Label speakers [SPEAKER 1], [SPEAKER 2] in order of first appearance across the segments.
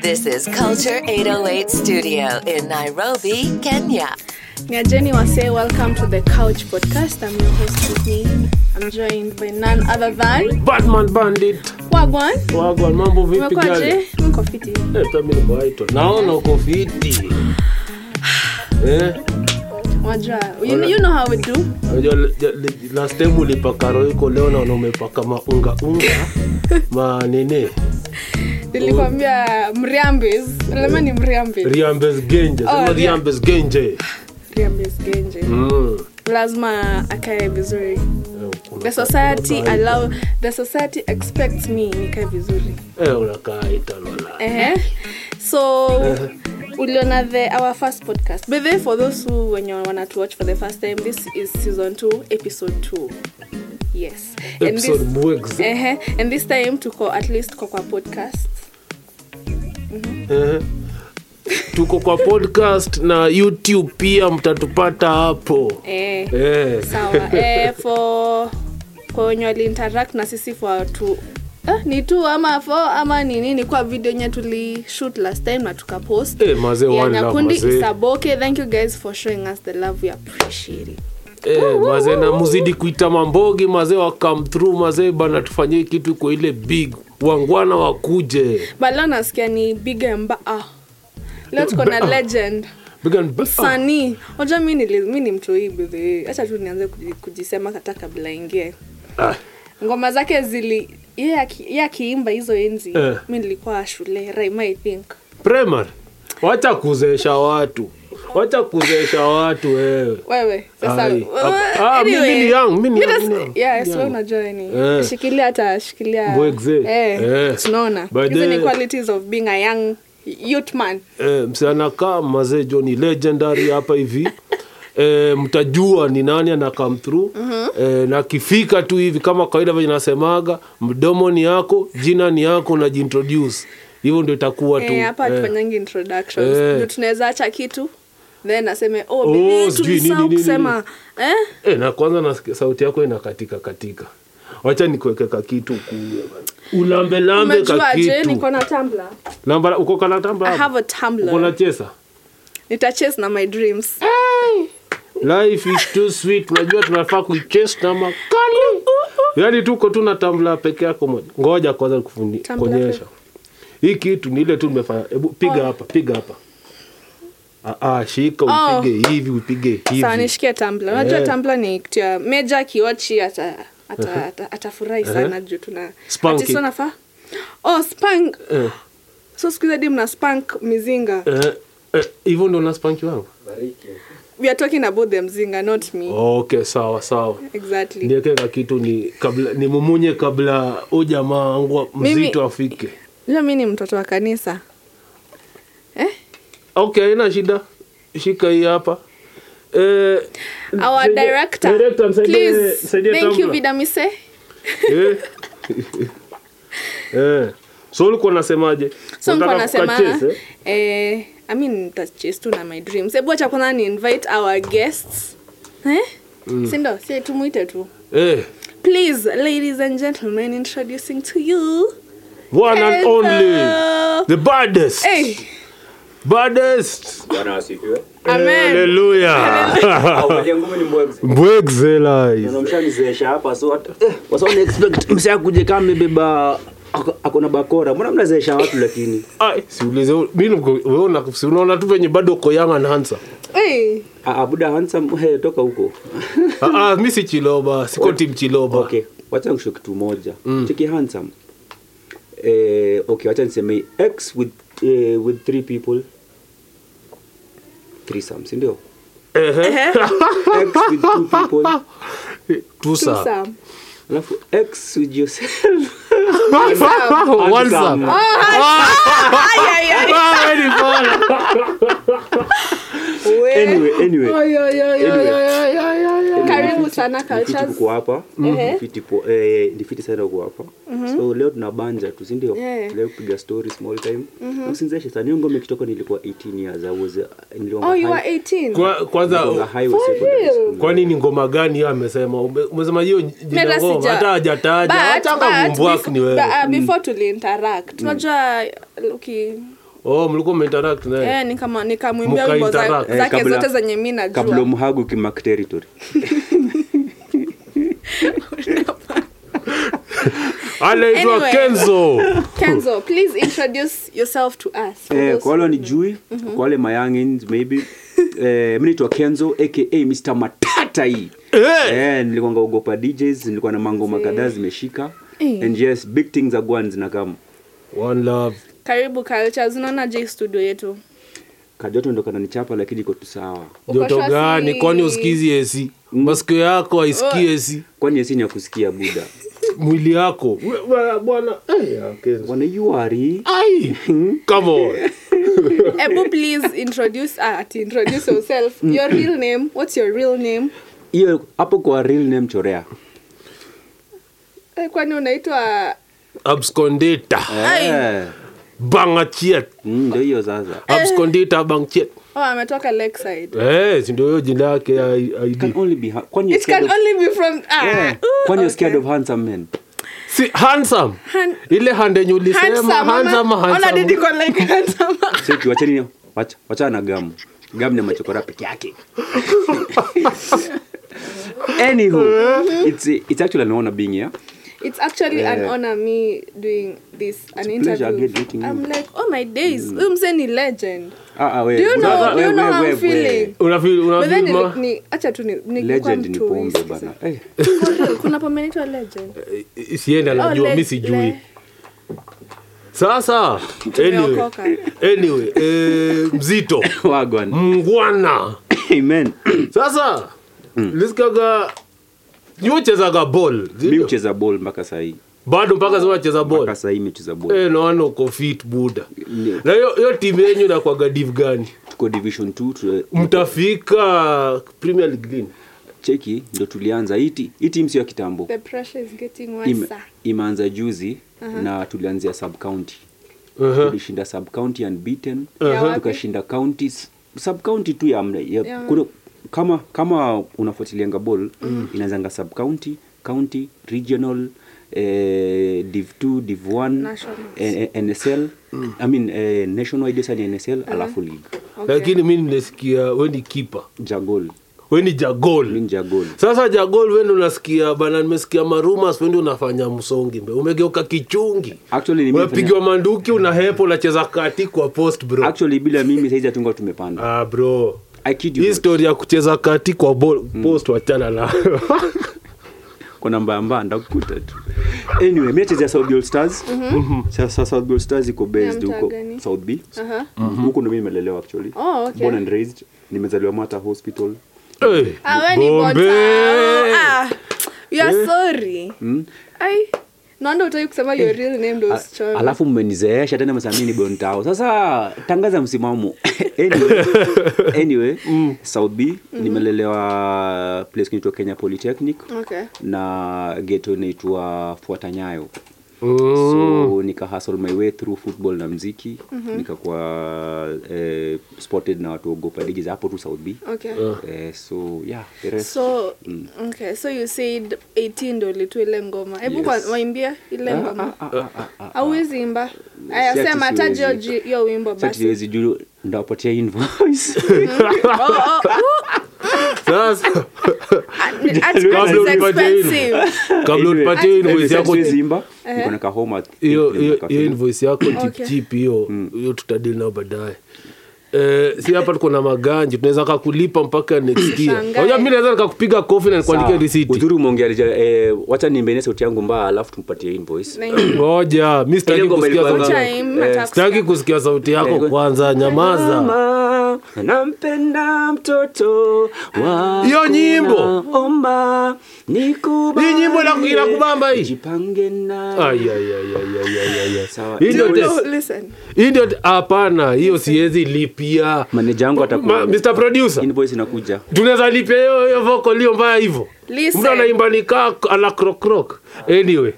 [SPEAKER 1] This is Culture 808 Studio in Nairobi, Kenya.
[SPEAKER 2] Jenny Wasey, welcome to the Couch Podcast. I'm your host, Whitney. I'm joined by none other than
[SPEAKER 3] Batman Bandit.
[SPEAKER 2] Wagwan.
[SPEAKER 3] Wagwan, mambo vipi
[SPEAKER 2] Umekuaje?
[SPEAKER 3] gani?
[SPEAKER 2] Niko fiti.
[SPEAKER 3] Eh, hata mimi nimewaitwa. Naona uko fiti. Eh,
[SPEAKER 2] Wajua, you, you know how we do.
[SPEAKER 3] unajua le- le- le- last time ulipaka roiko leo naona umepaka maunga unga. Manene.
[SPEAKER 2] Nilikwambia mriambis. Lazima ni mriambis.
[SPEAKER 3] Riambes Genje. Sema
[SPEAKER 2] Oh, Ria-
[SPEAKER 3] Riambes Genje.
[SPEAKER 2] Mriambis genje.
[SPEAKER 3] Mm.
[SPEAKER 2] Lazima akae vizuri.
[SPEAKER 3] Eh, unakaa-
[SPEAKER 2] The society
[SPEAKER 3] unakaa-
[SPEAKER 2] allow the society expects me nikae vizuri.
[SPEAKER 3] Eh, unakaa italala.
[SPEAKER 2] Eh. So uliona the our first podcast. By the way, for those who when you want to watch for the first time, this is season 2, episode 2. Yes.
[SPEAKER 3] Episode
[SPEAKER 2] and
[SPEAKER 3] Mwegs.
[SPEAKER 2] this eh, and this time tuko at least kwa kwa podcast.
[SPEAKER 3] Eh. Tuko kwa podcast na YouTube pia mtatupata hapo.
[SPEAKER 2] Eh.
[SPEAKER 3] Eh.
[SPEAKER 2] Sawa. eh, for kwa wenye wali interact na sisi for two Ah, ni two ama four ama ni nini kwa video yenye tuli shoot last time na tukapost
[SPEAKER 3] Eh, mazee,
[SPEAKER 2] ya
[SPEAKER 3] one love,
[SPEAKER 2] Nyakundi
[SPEAKER 3] mazee.
[SPEAKER 2] Isaboke. Thank you guys for showing us the love. We appreciate it.
[SPEAKER 3] Eh, mazee na muzidi kuita mambogi mazee wa come through mazee bana tufanyie kitu kwa ile big wangwana wakuje
[SPEAKER 2] but leo nasikia ni bige mbaa ah. leo tuko na
[SPEAKER 3] Mbaa.
[SPEAKER 2] legend
[SPEAKER 3] Big and ba-
[SPEAKER 2] msanii oja mi nili- mi ni mtu hii bidhi hacha tu nianze kuji- kujisema hata kabla ingie
[SPEAKER 3] Ah,
[SPEAKER 2] ngoma zake zili ye aki- ye akiimba hizo enzi
[SPEAKER 3] Eh.
[SPEAKER 2] mi nilikuwa shule Rema, I think
[SPEAKER 3] primary wacha kuzeesha watu wacha kuzeesha watu eh. wewe
[SPEAKER 2] wewe sasa
[SPEAKER 3] Ai.
[SPEAKER 2] wewe-
[SPEAKER 3] Ah, mi- mi
[SPEAKER 2] anyway.
[SPEAKER 3] ni young, mi ni
[SPEAKER 2] Mi
[SPEAKER 3] young,
[SPEAKER 2] nas-
[SPEAKER 3] mi ni young.
[SPEAKER 2] yeah, so
[SPEAKER 3] Young.
[SPEAKER 2] unajua ni
[SPEAKER 3] Eh.
[SPEAKER 2] shikilia hata shikilia
[SPEAKER 3] Mbwekze.
[SPEAKER 2] Eh,
[SPEAKER 3] Eh.
[SPEAKER 2] tunaona
[SPEAKER 3] By
[SPEAKER 2] hizo ni
[SPEAKER 3] the-
[SPEAKER 2] qualities of being a young youth man
[SPEAKER 3] eh, msichana kaa mazee joni legendary hapa hivi eh, mtajua ni nani ana come through
[SPEAKER 2] Mhm.
[SPEAKER 3] eh, na kifika tu hivi kama kawaida venye nasemaga mdomo ni yako jina ni yako unajiintroduce hivyo ndio itakuwa tu
[SPEAKER 2] Eh, hapa
[SPEAKER 3] eh.
[SPEAKER 2] tufanyangi introductions
[SPEAKER 3] Eh.
[SPEAKER 2] Ndio tunaweza acha kitu then aseme oh,
[SPEAKER 3] Oh,
[SPEAKER 2] baby,
[SPEAKER 3] sijui
[SPEAKER 2] tulisahau
[SPEAKER 3] nini, nini,
[SPEAKER 2] kusema eh?
[SPEAKER 3] E, na kwanza nasikia sauti yako inakatika katika. Wacha nikuweke kakitu kunywe bana. Ulambe lambe
[SPEAKER 2] Umejua je, niko
[SPEAKER 3] kakitu.
[SPEAKER 2] na tumbler.
[SPEAKER 3] Lamba uko kana tamba.
[SPEAKER 2] I
[SPEAKER 3] hapo?
[SPEAKER 2] have a
[SPEAKER 3] Uko na
[SPEAKER 2] tumbler.
[SPEAKER 3] chesa.
[SPEAKER 2] Nitachase na my dreams.
[SPEAKER 3] Life is too sweet. Unajua tunafaa kuichase na makali. Yaani tuko tu na tumbler peke yako moja. Ngoja kwanza
[SPEAKER 2] Tumbler
[SPEAKER 3] kuonyesha. Hii kitu ni ile tu nimefanya. Hebu piga hapa, piga hapa. Ah, ah, shika
[SPEAKER 2] Oh.
[SPEAKER 3] upige hivi, upige
[SPEAKER 2] Sawa,
[SPEAKER 3] hivi.
[SPEAKER 2] nishikie tumbler. Unajua
[SPEAKER 3] Eh.
[SPEAKER 2] tumbler ni kitu ya meja kiwachi ata
[SPEAKER 3] Uh-huh.
[SPEAKER 2] ata- ata- atafurahi sana juu tuna
[SPEAKER 3] Spanking.
[SPEAKER 2] ati sio nafaa? Oh, spank.
[SPEAKER 3] Eh,
[SPEAKER 2] So siku hizi hadi mna spank mizinga.
[SPEAKER 3] eh, eh, Hivyo ndio unaspanki wangu?
[SPEAKER 2] We are talking about the mzinga, not me.
[SPEAKER 3] Okay, sawa sawa.
[SPEAKER 2] Exactly.
[SPEAKER 3] niweke ka kitu ni kabla ni mumunye kabla ujamaa wangu mzito
[SPEAKER 2] Mimi-
[SPEAKER 3] afike
[SPEAKER 2] Unajua mi ni mtoto wa kanisa. Eh?
[SPEAKER 3] okay haina shida shika hii hapa eh,
[SPEAKER 2] our
[SPEAKER 3] msaidie-
[SPEAKER 2] director,
[SPEAKER 3] director, msaidie-
[SPEAKER 2] please
[SPEAKER 3] msaidie
[SPEAKER 2] thank you
[SPEAKER 3] tumbler.
[SPEAKER 2] Vida Mise.
[SPEAKER 3] eh. eh. so ulikuwa unasemaje
[SPEAKER 2] so nilikuwa
[SPEAKER 3] Unataka
[SPEAKER 2] nasema
[SPEAKER 3] kukacheze, eh?
[SPEAKER 2] eh, i mean nitachase tu na my dreams hebu acha kwanza ni invite our guests eh sindo si tumuite tu
[SPEAKER 3] eh.
[SPEAKER 2] please ladies and gentlemen introducing to you
[SPEAKER 3] one and
[SPEAKER 2] Hello.
[SPEAKER 3] only the baddest
[SPEAKER 2] hey
[SPEAKER 3] baddest
[SPEAKER 4] Bwana asifiwe.
[SPEAKER 2] amen
[SPEAKER 3] haleluya
[SPEAKER 4] Au mwenye nguvu ni mwewe.
[SPEAKER 3] mbwegzelai
[SPEAKER 4] Unamshanizeesha hapa so hata eh, kwa sababu expect msia kuje kama amebeba ako- ako na bakora. Mbona mnazeesha watu lakini?
[SPEAKER 3] siulize mi niko- wewe una- si unaona tu venye bado uko young and handsome
[SPEAKER 2] hey
[SPEAKER 4] Ah, ah, buda handsome hey, toka huko.
[SPEAKER 3] ah, ah, mi si chiloba siko tim chiloba
[SPEAKER 4] Okay, wacha nikushe kitu moja. Cheki handsome. Eh, okay, wacha niseme X with eh, with three people. Threesome, si ndio? X with two people.
[SPEAKER 3] tusa
[SPEAKER 2] Tusam.
[SPEAKER 4] Alafu X with yourself.
[SPEAKER 3] One
[SPEAKER 4] Handsome.
[SPEAKER 3] sum.
[SPEAKER 2] Ay, ay, ay.
[SPEAKER 3] Ah, we ni bora.
[SPEAKER 2] We.
[SPEAKER 4] Anyway, anyway.
[SPEAKER 3] Ay, ay, ay, ay, ay, ay, ay, ay.
[SPEAKER 2] karibu sana
[SPEAKER 4] Ni fiti
[SPEAKER 2] cultures
[SPEAKER 4] tuko hapa
[SPEAKER 2] Ehe. Mhm.
[SPEAKER 4] Ni fiti po- eh, ni fiti sana uko hapa so leo tuna banja tu sindio
[SPEAKER 2] Yeah. Mhm.
[SPEAKER 4] leo kupiga story small time usinzeshe sana hiyo ngome ikitoka nilikuwa 18 years I was, eh, niliwanga
[SPEAKER 2] oh you
[SPEAKER 4] high-
[SPEAKER 2] are 18
[SPEAKER 3] Kwa- kwanza
[SPEAKER 4] niliwanga highway secondary
[SPEAKER 2] real?
[SPEAKER 4] school.
[SPEAKER 3] kwani ni ngoma gani hiyo amesema Ume- umesema hiyo
[SPEAKER 2] Mera
[SPEAKER 3] jina ngoma
[SPEAKER 2] sija-
[SPEAKER 3] hata hajataja
[SPEAKER 2] But-
[SPEAKER 3] hata
[SPEAKER 2] but uh,
[SPEAKER 3] kavumbwaki ni
[SPEAKER 2] befo- but,
[SPEAKER 3] wewe
[SPEAKER 4] Mm.
[SPEAKER 2] uh, before tuliinteract unajua uki
[SPEAKER 3] oh mlikuwa mmeinteract naye
[SPEAKER 2] Eh, nikama- nikamwimbia wimbo za-
[SPEAKER 3] Mukainteract.
[SPEAKER 4] Eh,
[SPEAKER 2] zake
[SPEAKER 4] kabla-
[SPEAKER 2] zote zenye mi
[SPEAKER 4] kabla
[SPEAKER 2] najua
[SPEAKER 4] mhagu kimak territory
[SPEAKER 3] anaitwa
[SPEAKER 2] Anyway.
[SPEAKER 3] kenzo
[SPEAKER 2] kenzo please introduce yourself to us for
[SPEAKER 4] eh,
[SPEAKER 2] those
[SPEAKER 4] kwa wale
[SPEAKER 2] who
[SPEAKER 4] wanijui
[SPEAKER 2] Mhm.
[SPEAKER 4] kwa wale mayangins maybe eh, mi naitwa kenzo aka mr matata hii
[SPEAKER 3] Eh!
[SPEAKER 4] eh, nilikuwanga ogopa djs nilikuwa na mangoma kadhaa zimeshika
[SPEAKER 2] Eh.
[SPEAKER 4] and yes big things are gone zinakam
[SPEAKER 3] one love
[SPEAKER 2] don't- karibu cultures unaona j studio yetu
[SPEAKER 4] kajoto ndo kananichapa lakini iko tu sawa
[SPEAKER 2] Uko
[SPEAKER 3] joto
[SPEAKER 2] shwari.
[SPEAKER 3] gani kwani usikizi esi masikio yako haisikii
[SPEAKER 2] Oh.
[SPEAKER 3] esi
[SPEAKER 4] kwani yesini ya kusikia buda
[SPEAKER 3] mwili yako We- we- bwana eh, ya, Kenzo.
[SPEAKER 4] bwana you are eh?
[SPEAKER 3] Ai! Come on.
[SPEAKER 2] ebu please introduce ah, ati introduce yourself
[SPEAKER 4] Mm.
[SPEAKER 2] your real name what's your real name
[SPEAKER 4] hiyo hapo kwa real name chorea
[SPEAKER 2] Eh, kwani unaitwa
[SPEAKER 3] abscondita
[SPEAKER 2] Ai.
[SPEAKER 4] Eh,
[SPEAKER 3] bangachiet
[SPEAKER 4] mm, ndo hiyo sasa
[SPEAKER 2] Eh.
[SPEAKER 3] abscondita bangachiet
[SPEAKER 2] oh, ametoka lakeside
[SPEAKER 3] eh sindio hiyo jina yake ya I-
[SPEAKER 4] Can
[SPEAKER 3] ID.
[SPEAKER 4] only be ha- kwani you're
[SPEAKER 2] it can
[SPEAKER 4] scared of-
[SPEAKER 2] only be from ah,
[SPEAKER 4] Yeah.
[SPEAKER 2] ooh,
[SPEAKER 4] Kwani you're scared
[SPEAKER 2] okay.
[SPEAKER 4] of handsome men
[SPEAKER 3] si handsome
[SPEAKER 2] Han-
[SPEAKER 3] ile hand yenye
[SPEAKER 2] Handsome,
[SPEAKER 3] ulisema
[SPEAKER 2] ama-
[SPEAKER 3] handsome
[SPEAKER 2] ona did
[SPEAKER 3] handsome
[SPEAKER 2] you call like handsome?
[SPEAKER 4] Seki, wachani wacha- wachana na gamu gamu ni machokora peke yake anywho it's, it's actually an honor being here
[SPEAKER 2] It's actually an
[SPEAKER 4] Yeah.
[SPEAKER 2] honor me doing this an
[SPEAKER 4] pleasure
[SPEAKER 2] interview.
[SPEAKER 4] again meeting you. Mm.
[SPEAKER 2] I'm like, oh my days, huyu mzee ni legend.
[SPEAKER 4] ah, ah, we,
[SPEAKER 2] Do you know-
[SPEAKER 4] we-
[SPEAKER 2] do you
[SPEAKER 4] we-
[SPEAKER 2] know
[SPEAKER 4] we-
[SPEAKER 2] how I'm
[SPEAKER 4] we-
[SPEAKER 2] feeling?
[SPEAKER 3] unafeel
[SPEAKER 2] But then
[SPEAKER 3] unafeel
[SPEAKER 2] ni-
[SPEAKER 3] ma-
[SPEAKER 2] ni- acha tu ni- ni-
[SPEAKER 4] legend ni
[SPEAKER 2] nikuwa mtu
[SPEAKER 4] pombe
[SPEAKER 2] wisi
[SPEAKER 4] bana
[SPEAKER 2] sasa.
[SPEAKER 4] Eh,
[SPEAKER 2] Kuna pombe inaitwa legend.
[SPEAKER 3] sienda
[SPEAKER 2] Oh,
[SPEAKER 3] anajua
[SPEAKER 2] le-
[SPEAKER 3] mi sijui
[SPEAKER 2] le-
[SPEAKER 3] sasa anyway,
[SPEAKER 2] Tumeokoka.
[SPEAKER 3] anyway eh, mzito
[SPEAKER 4] wagwan
[SPEAKER 3] mngwana
[SPEAKER 4] amen
[SPEAKER 3] sasa lisikiaga niuchezaga bol
[SPEAKER 4] Hmm. mi ucheza ball mpaka sahii
[SPEAKER 3] bado mpaka zinacheza
[SPEAKER 4] mpaka
[SPEAKER 3] bol
[SPEAKER 4] sahii imecheza ball
[SPEAKER 3] Eh, naona uko fit buda
[SPEAKER 4] Ndio.
[SPEAKER 3] na hiyo hiyo timu yenyu nakwaga div gani
[SPEAKER 4] tuko division eh, 2
[SPEAKER 3] mtafika premier league lini
[SPEAKER 4] cheki ndo tulianza hii ti- hii timu sio ya kitambo
[SPEAKER 2] The pressure is getting
[SPEAKER 4] Ime-
[SPEAKER 2] worse.
[SPEAKER 4] imeanza juzi na tulianzia sub county
[SPEAKER 3] Aha.
[SPEAKER 4] tulishinda sub county unbeaten
[SPEAKER 2] Ya wapi?
[SPEAKER 4] tukashinda county sub county tu ya, mle- ya,
[SPEAKER 2] Ya.
[SPEAKER 4] kuna- kama kama unafuatilianga ball
[SPEAKER 2] Mm.
[SPEAKER 4] inaanzanga sub county county regional eh, div 2 div 1
[SPEAKER 2] Nationals.
[SPEAKER 4] eh, eh, nsl
[SPEAKER 3] Mm.
[SPEAKER 4] i mean eh, nationwide sani nsl alafu league
[SPEAKER 2] Okay.
[SPEAKER 3] lakini mi nimesikia we ni kipa
[SPEAKER 4] jagol
[SPEAKER 3] we ni jagol
[SPEAKER 4] min jagol
[SPEAKER 3] sasa jagol wende unasikia bana nimesikia marumas wende unafanya msongi mbe umegeuka kichungi
[SPEAKER 4] actually ni Ah, mimi
[SPEAKER 3] unapigwa
[SPEAKER 4] nafanya-
[SPEAKER 3] manduki unahepa unacheza kati kwa post bro
[SPEAKER 4] actually bila mimi saizi hatunga tumepanda
[SPEAKER 3] ah, bro
[SPEAKER 4] i kid you
[SPEAKER 3] hii
[SPEAKER 4] not. Mm.
[SPEAKER 3] story ya kucheza kati kwa ball, post wachana nayo
[SPEAKER 4] kuna mbamba ndakukuta tu anyway mi nachezea south Gold stars sasa south Gold stars iko based
[SPEAKER 2] Mm-hmm. Ya, mtaa
[SPEAKER 4] huko
[SPEAKER 2] gani?
[SPEAKER 4] south b
[SPEAKER 2] Aha.
[SPEAKER 4] huko ndo mi nimelelewa actually
[SPEAKER 2] Oh, okay.
[SPEAKER 4] born and raised nimezaliwa mata hospital
[SPEAKER 3] Eh,
[SPEAKER 2] Ah, we ni
[SPEAKER 3] Bombe. Eh?
[SPEAKER 2] bonta. Oh, ah, you are sorry.
[SPEAKER 4] Hmm?
[SPEAKER 2] Ai, naona utaki kusema
[SPEAKER 3] Eh,
[SPEAKER 2] your real name ndo
[SPEAKER 4] A-
[SPEAKER 2] usichome.
[SPEAKER 4] alafu mmenizeesha tena msamini bontao sasa tangaza Mm. msimamo anyway, anyway south b
[SPEAKER 2] Mm-hmm.
[SPEAKER 4] nimelelewa place kinaitwa kenya polytechnic
[SPEAKER 2] Okay.
[SPEAKER 4] na geto inaitwa fuatanyayo
[SPEAKER 3] Mm.
[SPEAKER 4] so nika hustle my way through football na mziki
[SPEAKER 2] Mhm.
[SPEAKER 4] nikakuwa eh, spotted na watu ogopa digi za hapo tu south b
[SPEAKER 2] Okay.
[SPEAKER 4] eh, so yeah the rest
[SPEAKER 2] so
[SPEAKER 4] Mm.
[SPEAKER 2] okay so you said 18 ndo ulitu ile ngoma hebu
[SPEAKER 4] Yes. Ah,
[SPEAKER 2] kwa waimbia ile ngoma auwezi imba aya
[SPEAKER 4] Si ati
[SPEAKER 2] sema hata
[SPEAKER 4] siwezi.
[SPEAKER 2] George hiyo wimbo
[SPEAKER 4] Sasa
[SPEAKER 2] basi
[SPEAKER 4] siwezi juu ndawapatia invoice
[SPEAKER 2] Oh, oh, oh,
[SPEAKER 3] sasa
[SPEAKER 2] and it actually
[SPEAKER 3] Kabla
[SPEAKER 2] is
[SPEAKER 3] unipatie hilo.
[SPEAKER 2] expensive.
[SPEAKER 3] kabla
[SPEAKER 4] Anyway,
[SPEAKER 3] unipatie
[SPEAKER 4] anyway,
[SPEAKER 3] invoice
[SPEAKER 4] sasa
[SPEAKER 3] yako
[SPEAKER 4] siwezi imba
[SPEAKER 2] Eh.
[SPEAKER 4] niko na kahoma
[SPEAKER 3] hiyo
[SPEAKER 4] niko na
[SPEAKER 3] hiyo-
[SPEAKER 4] kafina.
[SPEAKER 3] hiyo invoice yako
[SPEAKER 2] Okay.
[SPEAKER 3] chip chip hiyo
[SPEAKER 4] Mm.
[SPEAKER 3] hiyo tutadili nayo baadaye Eh, si hapa tuko na maganji tunaweza kakulipa mpaka next year
[SPEAKER 2] Shangai.
[SPEAKER 3] unajua mimi naweza nikakupiga kofi na nikuandikia
[SPEAKER 4] Sawa.
[SPEAKER 3] risiti
[SPEAKER 4] Udhuru umeongea lija- eh, wacha nimbene sauti yangu mbaya alafu tumpatie invoice
[SPEAKER 2] Nine.
[SPEAKER 3] ngoja mi sitaki
[SPEAKER 4] Ile ngoma
[SPEAKER 3] kusikia
[SPEAKER 4] ilikuwa- Eh,
[SPEAKER 3] sauti
[SPEAKER 2] Acha
[SPEAKER 3] yako.
[SPEAKER 2] im, nataka
[SPEAKER 3] sitaki
[SPEAKER 2] kusikia.
[SPEAKER 3] kusikia sauti yako
[SPEAKER 4] Ile-
[SPEAKER 3] kwanza nyamaza
[SPEAKER 4] Mama, nampenda mtoto wako
[SPEAKER 3] Hiyo nyimbo.
[SPEAKER 4] naomba nikubali.
[SPEAKER 3] Hii nyimbo inaku- inakubamba hii?
[SPEAKER 4] Jipange na
[SPEAKER 3] Ai, ai, ai, ai, ai, ai, ai, ai.
[SPEAKER 4] Sawa.
[SPEAKER 3] Hii ndio
[SPEAKER 2] No, no,
[SPEAKER 3] test.
[SPEAKER 2] listen.
[SPEAKER 3] Hii ndio hapana hiyo siwezi lipia
[SPEAKER 4] Maneja wangu atakuwa
[SPEAKER 3] Ma- Mr. Producer
[SPEAKER 4] invoice inakuja.
[SPEAKER 3] tunaweza lipia hiyo hiyo vocal hiyo mbaya hivyo
[SPEAKER 2] Listen.
[SPEAKER 3] mtu anaimba nikaa ala krokrok anyway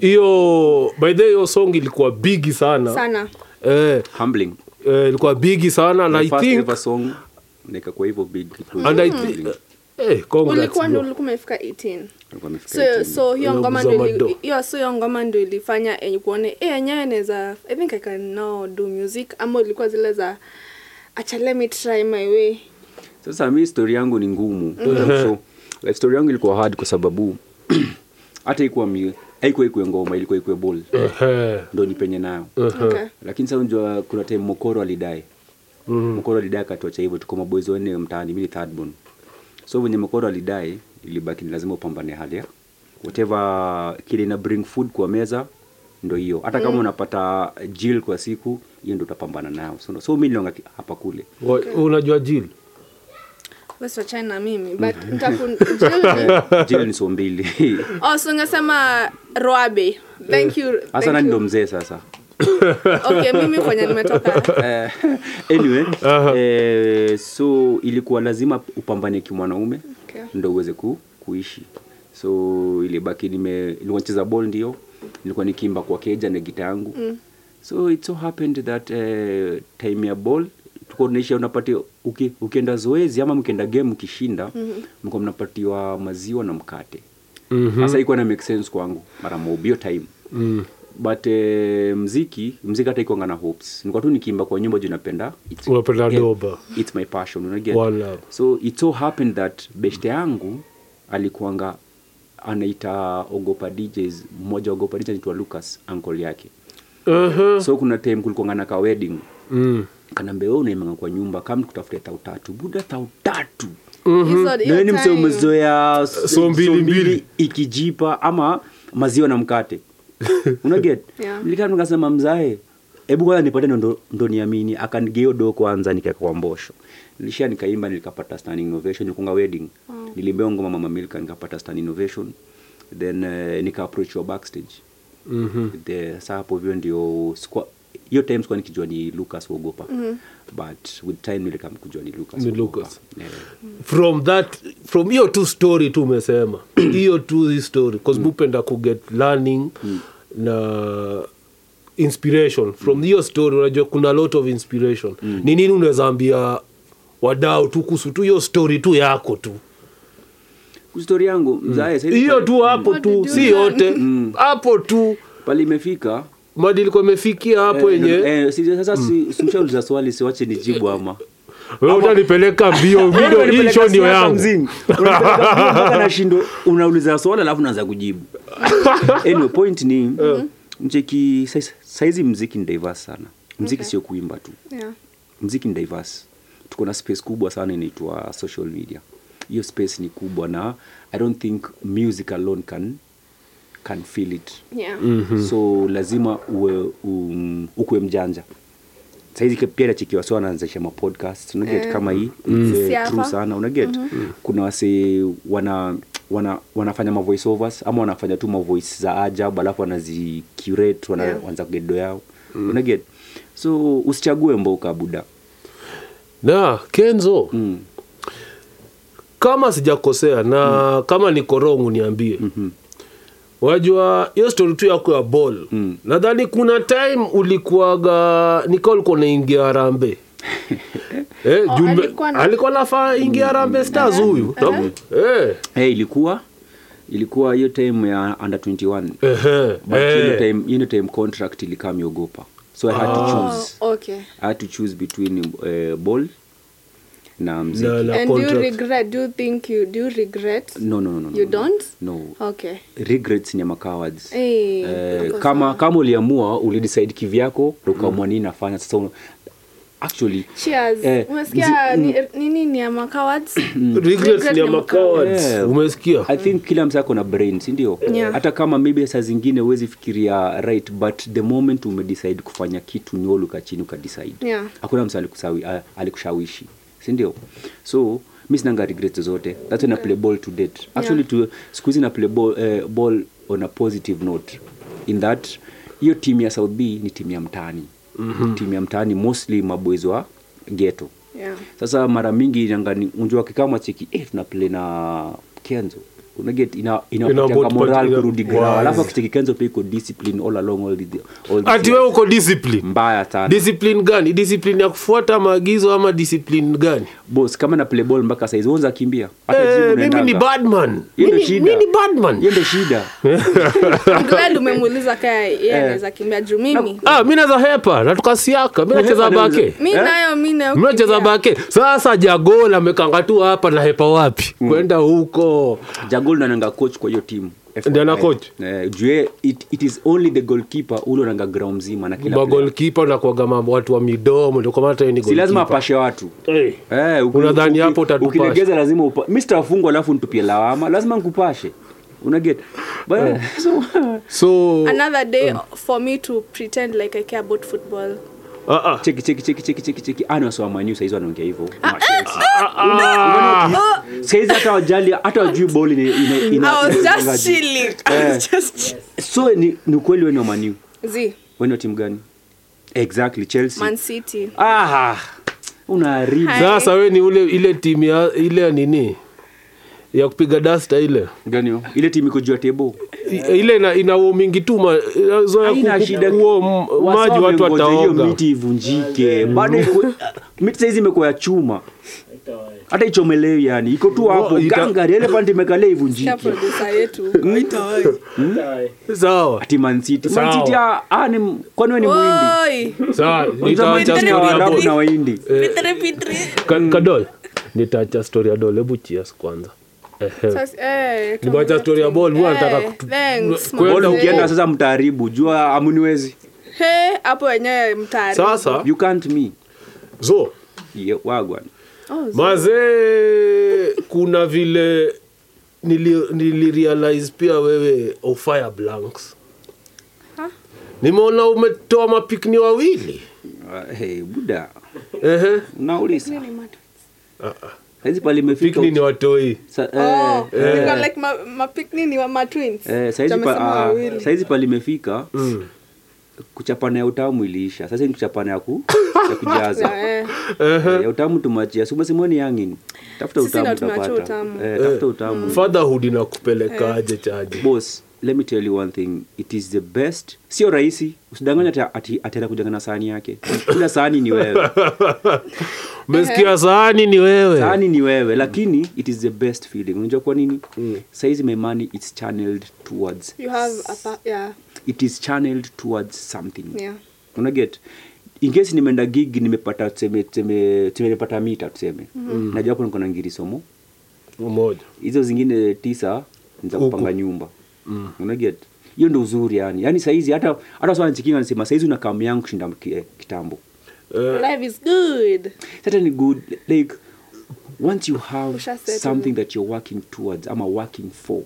[SPEAKER 3] hiyo by the way, hiyo song ilikuwa bigi
[SPEAKER 4] Oh.
[SPEAKER 3] sana
[SPEAKER 2] sana
[SPEAKER 3] eh,
[SPEAKER 4] Humbling.
[SPEAKER 3] eh, ilikuwa bigi sana and
[SPEAKER 4] My
[SPEAKER 3] i
[SPEAKER 4] first
[SPEAKER 3] think
[SPEAKER 4] ever song nikakuwa hivyo big.
[SPEAKER 3] and I thi-
[SPEAKER 4] Humbling.
[SPEAKER 3] Hey, congrats,
[SPEAKER 2] ulikuwa ndo
[SPEAKER 3] bro.
[SPEAKER 2] ulikuwa umefika 18
[SPEAKER 4] Alikuwa amefika
[SPEAKER 2] so
[SPEAKER 4] 18.
[SPEAKER 2] so hiyo
[SPEAKER 3] Hiyo
[SPEAKER 2] ngoma
[SPEAKER 3] guza
[SPEAKER 2] ndo ili-
[SPEAKER 3] mado.
[SPEAKER 2] hiyo so hiyo ngoma ndo ilifanya enye kuone eh yenyewe naweza i think i can now do music ama ilikuwa zile za acha let me try my way
[SPEAKER 4] sasa mi story yangu ni ngumu
[SPEAKER 3] Mm-hmm.
[SPEAKER 4] so, like, story yangu ilikuwa hard kwa sababu hata ikuwa haikuwa ikue ngoma ilikuwa ikue ball
[SPEAKER 3] Eh. Ehe.
[SPEAKER 4] ndo nipenye nayo
[SPEAKER 3] Eh.
[SPEAKER 2] okay
[SPEAKER 4] lakini sasa unajua kuna time mokoro alidai
[SPEAKER 3] Hmm. mm.
[SPEAKER 4] mokoro alidai akatuacha hivyo tuko maboys wanne mtaani mimi ni third born so venye mokoro alidai ilibaki ni lazima upambane hali ya whatever kile ina bring food kwa meza ndo hiyo hata
[SPEAKER 2] Hmm.
[SPEAKER 4] kama unapata jil kwa siku hiyo ndo utapambana nayo so, so mi nilonga ki- hapa kule
[SPEAKER 3] Wa- unajua jil
[SPEAKER 2] basi wachana na mimi but
[SPEAKER 4] Mm.
[SPEAKER 2] nitakunjili
[SPEAKER 4] jil ni so mbili
[SPEAKER 2] oh so ngesema roabe thank you thank
[SPEAKER 4] hasa nani
[SPEAKER 2] you.
[SPEAKER 4] ndo mzee sasa
[SPEAKER 2] okay mimi kwenye nimetoka
[SPEAKER 4] Eh, anyway eh, so ilikuwa lazima upambane kimwanaume
[SPEAKER 2] Okay.
[SPEAKER 4] ndo uweze ku, kuishi so ilibaki nime nilikuwa nacheza ball ndio nilikuwa nikimba kwa keja na gita yangu mm. so it so happened that eh, time ya ball tulikuwa tunaisha unapati uki, ukienda zoezi ama mkienda game mkishinda mm-hmm. mko mnapatiwa maziwa na mkate
[SPEAKER 3] Mhm.
[SPEAKER 4] mm-hmm. hasa ikuwa na make sense kwangu mara mob hiyo time mm but eh, mziki mziki hata ikwanga na hopes nilikuwa tu nikiimba kwa nyumba juu napenda it's,
[SPEAKER 3] Unapenda
[SPEAKER 4] yeah,
[SPEAKER 3] doba.
[SPEAKER 4] it's my passion unaget
[SPEAKER 3] Wala.
[SPEAKER 4] so it so happened that beshte yangu alikuanga anaita ogopa djs mmoja wa ogopa dj anaitwa lucas ankle yake
[SPEAKER 3] Ehe.
[SPEAKER 4] so kuna time kulikuanga na ka wedding
[SPEAKER 3] Mm.
[SPEAKER 4] kanaambia wewe unaimanga kwa nyumba kama tukutafute thao tatu buda thao tatu Mhm.
[SPEAKER 2] Hizo- hiyo
[SPEAKER 4] nani mse
[SPEAKER 2] time.
[SPEAKER 4] umezoea so,
[SPEAKER 3] Eh, mbili, mbili.
[SPEAKER 4] ikijipa ama maziwa na mkate unaget
[SPEAKER 2] Yeah.
[SPEAKER 4] nilikaa nikasema mzae hebu kwanza nipate ndo, ndo niamini akanigeo do kwanza nikaeka kwa mbosho nilisha nikaimba nilikapata standing ovation nilikunga wedding oh. nilimbea ngoma mama milka nikapata standing ovation then uh, nikaapproachiwa backstage
[SPEAKER 3] Mhm.
[SPEAKER 4] mm-hmm. the saa hapo hivyo ndio sikuwa- hiyo time sikuwa nikijua ni lucas wogopa
[SPEAKER 2] Mhm.
[SPEAKER 4] mm-hmm. but with time nilikam kujua ni lucas
[SPEAKER 3] Ni
[SPEAKER 4] Wogopa.
[SPEAKER 3] Lucas.
[SPEAKER 4] yeah.
[SPEAKER 3] from that from hiyo tu story tu umesema hiyo tu hii story bause mupenda kuget learning
[SPEAKER 4] Mm.
[SPEAKER 3] na inspiration from hiyo story unajua kuna lot of inspiration
[SPEAKER 4] Mm.
[SPEAKER 3] ni nini unaweza ambia wadau tu kuhusu tu hiyo story tu yako tu
[SPEAKER 4] stori yangu mzae sasa hivi
[SPEAKER 3] Mm. hiyo
[SPEAKER 4] pale-
[SPEAKER 3] tu hapo
[SPEAKER 2] What
[SPEAKER 3] tu
[SPEAKER 2] did you
[SPEAKER 3] si
[SPEAKER 2] learn?
[SPEAKER 3] yote
[SPEAKER 4] Mm.
[SPEAKER 3] hapo tu
[SPEAKER 4] pale imefika
[SPEAKER 3] madiliko imefikia hapo Mm.
[SPEAKER 4] eh,
[SPEAKER 3] yenye
[SPEAKER 4] eh, si- sasa si- si mshauliza swali siwache nijibu ama
[SPEAKER 3] wewe utanipeleka mbio video hii show ndio yangu
[SPEAKER 4] nashindo unauliza swali alafu naanza kujibu anyway, point ni
[SPEAKER 3] Eh.
[SPEAKER 4] mcheki saiz- saizi mziki ni diverse sana mziki sio kuimba tu
[SPEAKER 2] Yeah.
[SPEAKER 4] mziki ni diverse tuko na space kubwa sana inaitwa social media hiyo space ni kubwa na i don't think music alone can, can feel it
[SPEAKER 2] Yeah.
[SPEAKER 4] mm-hmm. so lazima uwe um, ukuwe mjanja saizi ke- pia nachikiwa so anaanzisha mapodcast unaget eh. kama hii mm.
[SPEAKER 2] Si hapa.
[SPEAKER 4] true sana unaget mm-hmm. kuna wase wana wana wanafanya mavoice overs ama wanafanya tu mavoice za ajabu alafu wanazi curate wana,
[SPEAKER 2] Yeah.
[SPEAKER 4] wanaanza kugedo yao mm. unaget so usichague mboka buda
[SPEAKER 3] na kenzo mm. kama sijakosea na mm. kama niko wrong niambie mm-hmm. wajua hiyo stori tu yako ya ball mm. nadhani kuna time ulikuwaga nikaa ulikuwa unaingia harambe eh,
[SPEAKER 2] Oh,
[SPEAKER 3] jumbe-
[SPEAKER 2] alikuwa na-
[SPEAKER 3] alikuwa nafaa ingia harambe stars huyu
[SPEAKER 2] Mhm.
[SPEAKER 3] Eh,
[SPEAKER 4] hey, ilikuwa ilikuwa hiyo time ya under 21
[SPEAKER 3] ehe,
[SPEAKER 4] but hiyo
[SPEAKER 3] eh.
[SPEAKER 4] time hiyo time contract ilikaa miogopa so i had to
[SPEAKER 2] Oh,
[SPEAKER 4] choose
[SPEAKER 2] okay
[SPEAKER 4] I had to choose between uh, ball na mziki.
[SPEAKER 3] Na- na
[SPEAKER 2] and do you
[SPEAKER 3] contract.
[SPEAKER 2] regret do you think you do you regret
[SPEAKER 4] No, no, no, no,
[SPEAKER 2] You
[SPEAKER 4] no.
[SPEAKER 2] don't?
[SPEAKER 4] No.
[SPEAKER 2] okay
[SPEAKER 4] Regrets ni ama cowards.
[SPEAKER 2] Eh,
[SPEAKER 4] Eh,
[SPEAKER 2] of course
[SPEAKER 4] kama kama uliamua ulidecide kivyako na ukaamua nini nafanya sasa una- actually
[SPEAKER 2] cheers
[SPEAKER 4] Eh, Mm.
[SPEAKER 2] umesikia ni- nini ni ama cowards
[SPEAKER 3] Regrets ni
[SPEAKER 2] ni
[SPEAKER 3] ama
[SPEAKER 2] ama
[SPEAKER 3] cowards.
[SPEAKER 4] Yeah.
[SPEAKER 3] umesikia
[SPEAKER 4] i think kila msa ako na brain sindio
[SPEAKER 2] Yeah.
[SPEAKER 4] hata kama maybe saa zingine huwezi fikiria right but the moment umedecide kufanya kitu ni wewe ulikaa chini ukadecide
[SPEAKER 2] Yeah.
[SPEAKER 4] hakuna msa alikusawi- a- alikushawishi sindio so mi sinanga regret zote that's when I play ball to date actually to siku hizi na play ball, eh, ball on a positive note in that hiyo timu ya south b ni timu ya mtaani mm-hmm. timu ya mtaani mostly maboys wa geto
[SPEAKER 2] yeah
[SPEAKER 4] sasa mara mingi nangani unjua kikama cheki eh, tunaplay na kenzo unaget ina
[SPEAKER 3] Ina
[SPEAKER 4] inapatia
[SPEAKER 3] motivate-
[SPEAKER 4] moral
[SPEAKER 3] ina-
[SPEAKER 4] kurudi ground
[SPEAKER 3] Wow.
[SPEAKER 4] alafu kichekikezo pia iko discipline all along all the all the
[SPEAKER 3] ati wewe uko discipline
[SPEAKER 4] mbaya sana
[SPEAKER 3] discipline gani discipline ya kufuata maagizo ama discipline gani
[SPEAKER 4] boss kama na play ball mpaka saizi unza kimbia hata
[SPEAKER 3] Eh,
[SPEAKER 4] gym
[SPEAKER 3] mimi ni Eh.
[SPEAKER 4] unaendanga.
[SPEAKER 3] badman
[SPEAKER 4] Hiyo ndio
[SPEAKER 3] Mimi-
[SPEAKER 4] shida.
[SPEAKER 3] mimi ni badman
[SPEAKER 4] Hiyo ndio shida
[SPEAKER 2] I'm glad umemuuliza kaa
[SPEAKER 4] Eh.
[SPEAKER 2] yeye anaweza kimbia juu mimi
[SPEAKER 3] ah, mi naza hepa natukasiaka mi nacheza
[SPEAKER 4] Hepa ndio
[SPEAKER 3] bake
[SPEAKER 2] mi nayo mi nayo
[SPEAKER 3] mi nacheza
[SPEAKER 2] kimbia.
[SPEAKER 3] bake sasa jagola amekanga tu hapa na hepa wapi
[SPEAKER 4] Mm.
[SPEAKER 3] kwenda huko
[SPEAKER 4] jagol ndo ananga coach kwa hiyo timu
[SPEAKER 3] Ndio ana coach?
[SPEAKER 4] jue Eh, it, it is only the goalkeeper ule ananga ground mzima na kila player.
[SPEAKER 3] magolkipa nakuaga mambo watu wa midomo ndio kwa maana hata yeye ni
[SPEAKER 4] si lazima
[SPEAKER 3] goalkeeper.
[SPEAKER 4] apashe watu
[SPEAKER 3] Eh.
[SPEAKER 4] Eh, uki-
[SPEAKER 3] Unadhani
[SPEAKER 4] uki-
[SPEAKER 3] hapo utatupasha?
[SPEAKER 4] ukilegeza lazima upa... mi sitafungwa alafu nitupie lawama lazima nkupashe unaget so,
[SPEAKER 3] so
[SPEAKER 4] Oh.
[SPEAKER 2] another day
[SPEAKER 4] Um.
[SPEAKER 2] for me to pretend like i care about football
[SPEAKER 3] ah, ah.
[SPEAKER 4] cheki cheki cheki cheki cheki cheki ani wasoamanyu saizi wanaongea hivyo
[SPEAKER 2] Ah,
[SPEAKER 3] Ah.
[SPEAKER 4] saizi hata wajali hata wajui boli ina, ina, ina,
[SPEAKER 2] eh. Oh,
[SPEAKER 4] Eh.
[SPEAKER 2] i was
[SPEAKER 4] inaangaje.
[SPEAKER 2] just chilling i was just chilling.
[SPEAKER 4] so ni, ni ukweli weni wamanyu
[SPEAKER 2] zi
[SPEAKER 4] weni wa timu gani exactly chelsea
[SPEAKER 2] man city
[SPEAKER 4] Ah, unaharibu
[SPEAKER 2] Hai.
[SPEAKER 3] sasa we ni ule ile timu ya ile ya nini ya kupiga dasta ile
[SPEAKER 4] gani hiyo? ile timu iko juu ya tebo
[SPEAKER 3] I- ile ina, ina womingi tu ma- zoea ku-
[SPEAKER 4] haina
[SPEAKER 3] ku-
[SPEAKER 4] shida
[SPEAKER 3] kuo m- maji watu
[SPEAKER 4] Wasawa wamengoja hiyo
[SPEAKER 3] wataoga
[SPEAKER 4] miti ivunjike bado iko- miti saizi imekuwa ya chuma hata ichomelewi yani iko tu hapo
[SPEAKER 3] ita-
[SPEAKER 4] gangari elephant imekalia ivunjike Hmm?
[SPEAKER 2] ya producer yetu
[SPEAKER 3] sawa
[SPEAKER 4] ati Man City. Man
[SPEAKER 3] Sawa.
[SPEAKER 4] City, ah, ah, ni- kwani wewe ni muhindi
[SPEAKER 2] oi
[SPEAKER 3] sawa
[SPEAKER 4] Mtazamaji
[SPEAKER 3] nitaacha story ya Eh,
[SPEAKER 4] ni Waarabu
[SPEAKER 3] Dol.
[SPEAKER 4] na wahindi
[SPEAKER 2] pitre pitre
[SPEAKER 3] Ka- kadol nitaacha story ya dol hebu cheers kwanza Ehe.
[SPEAKER 2] Sasa, eh,
[SPEAKER 3] Nimeacha story ya ball, huwa nataka kutu-
[SPEAKER 2] thanks,
[SPEAKER 3] kwenda
[SPEAKER 4] Bado
[SPEAKER 2] manze.
[SPEAKER 4] ukienda sasa mtaharibu jua amuniwezi
[SPEAKER 2] He, eh, hapo wenyewe mtari
[SPEAKER 3] sasa
[SPEAKER 4] you can't me
[SPEAKER 3] zo
[SPEAKER 4] Ye- wagwan
[SPEAKER 2] Oh, so-
[SPEAKER 3] mazee kuna vile nili, nilirealize pia wewe ofire blanks
[SPEAKER 2] Ha?
[SPEAKER 3] nimeona umetoa mapikni wawili
[SPEAKER 4] Ah, hey, buda
[SPEAKER 3] Ehe.
[SPEAKER 4] unauliza saizi palimefika
[SPEAKER 3] pikni ni watoi
[SPEAKER 4] Sa- eh,
[SPEAKER 2] Oh,
[SPEAKER 4] eh.
[SPEAKER 2] niko like ma- mapikni ni wa matwins
[SPEAKER 4] Eh, saizi pa- ah, saizi palimefika
[SPEAKER 3] Mm.
[SPEAKER 4] kuchapana ya utamu iliisha sasa ni kuchapana ya ku- ya kujaza
[SPEAKER 3] Ehe.
[SPEAKER 4] Eh, ya utamu tumachia sumasimoni yangin tafuta
[SPEAKER 2] Sisi
[SPEAKER 4] utamu
[SPEAKER 2] ndio tumeachia
[SPEAKER 4] utapata.
[SPEAKER 2] utamu.
[SPEAKER 4] Eh, tafuta
[SPEAKER 3] Mm.
[SPEAKER 4] utamu
[SPEAKER 3] fatherhood inakupelekaje chaji
[SPEAKER 4] boss let me tell you one thing it is the best sio rahisi usidanganya atenda kujanga na sahani yake kila sahani ni wewe
[SPEAKER 3] umesikia sahani ni wewe
[SPEAKER 4] sahani ni wewe lakini it is the best feeling unajua kwa nini saizi my money it's channeled towards
[SPEAKER 2] you have a pa- yeah,
[SPEAKER 4] it is channeled towards something
[SPEAKER 2] yeah.
[SPEAKER 4] unaget ingesi nimeenda gig nimepata tuseme tuseme tuseme nimepata mita tuseme najua hapo niko na ngiri somo
[SPEAKER 3] mmoja
[SPEAKER 4] hizo zingine tisa ni za kupanga nyumba unaget hiyo ndo uzuri yani yani saizi hata hata swala nichikinga nisema saizi una kamu yangu kushinda mki- eh, kitambo
[SPEAKER 3] Eh.
[SPEAKER 2] life is good
[SPEAKER 4] sasa ni good like once you have
[SPEAKER 2] Ushasettle.
[SPEAKER 4] something that you're working towards ama working for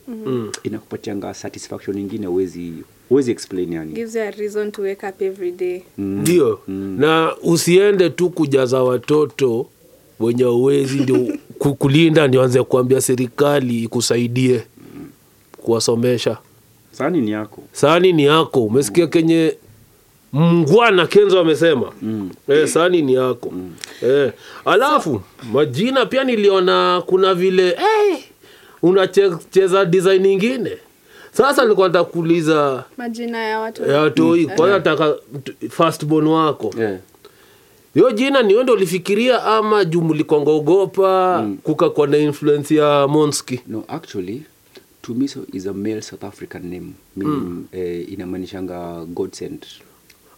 [SPEAKER 4] inakupatianga satisfaction ingine uwezi uwezi explain yani
[SPEAKER 2] gives you a reason to wake up every day
[SPEAKER 3] ndio na usiende tu kujaza watoto wenye uwezi ndio ku- kulinda ndio anze kuambia serikali ikusaidie kuwasomesha
[SPEAKER 4] sahani ni yako
[SPEAKER 3] sahani ni yako umesikia kenye mngwana kenzo amesema mm. eh, sahani ni yako mm. eh, alafu majina pia niliona kuna vile eh, unacheza design ingine sasa nilikuwa nataka kuuliza eh,
[SPEAKER 2] majina ya watu
[SPEAKER 3] ya toi kwanza nataka mtu- firstborn wako
[SPEAKER 4] yeah.
[SPEAKER 3] hiyo jina ni wewe ndio ulifikiria ama juu mlikwangaogopa
[SPEAKER 4] Mm.
[SPEAKER 3] kukakwa na influence ya monski
[SPEAKER 4] no actually tumiso is a male south african name meaning eh, inamaanishanga god sent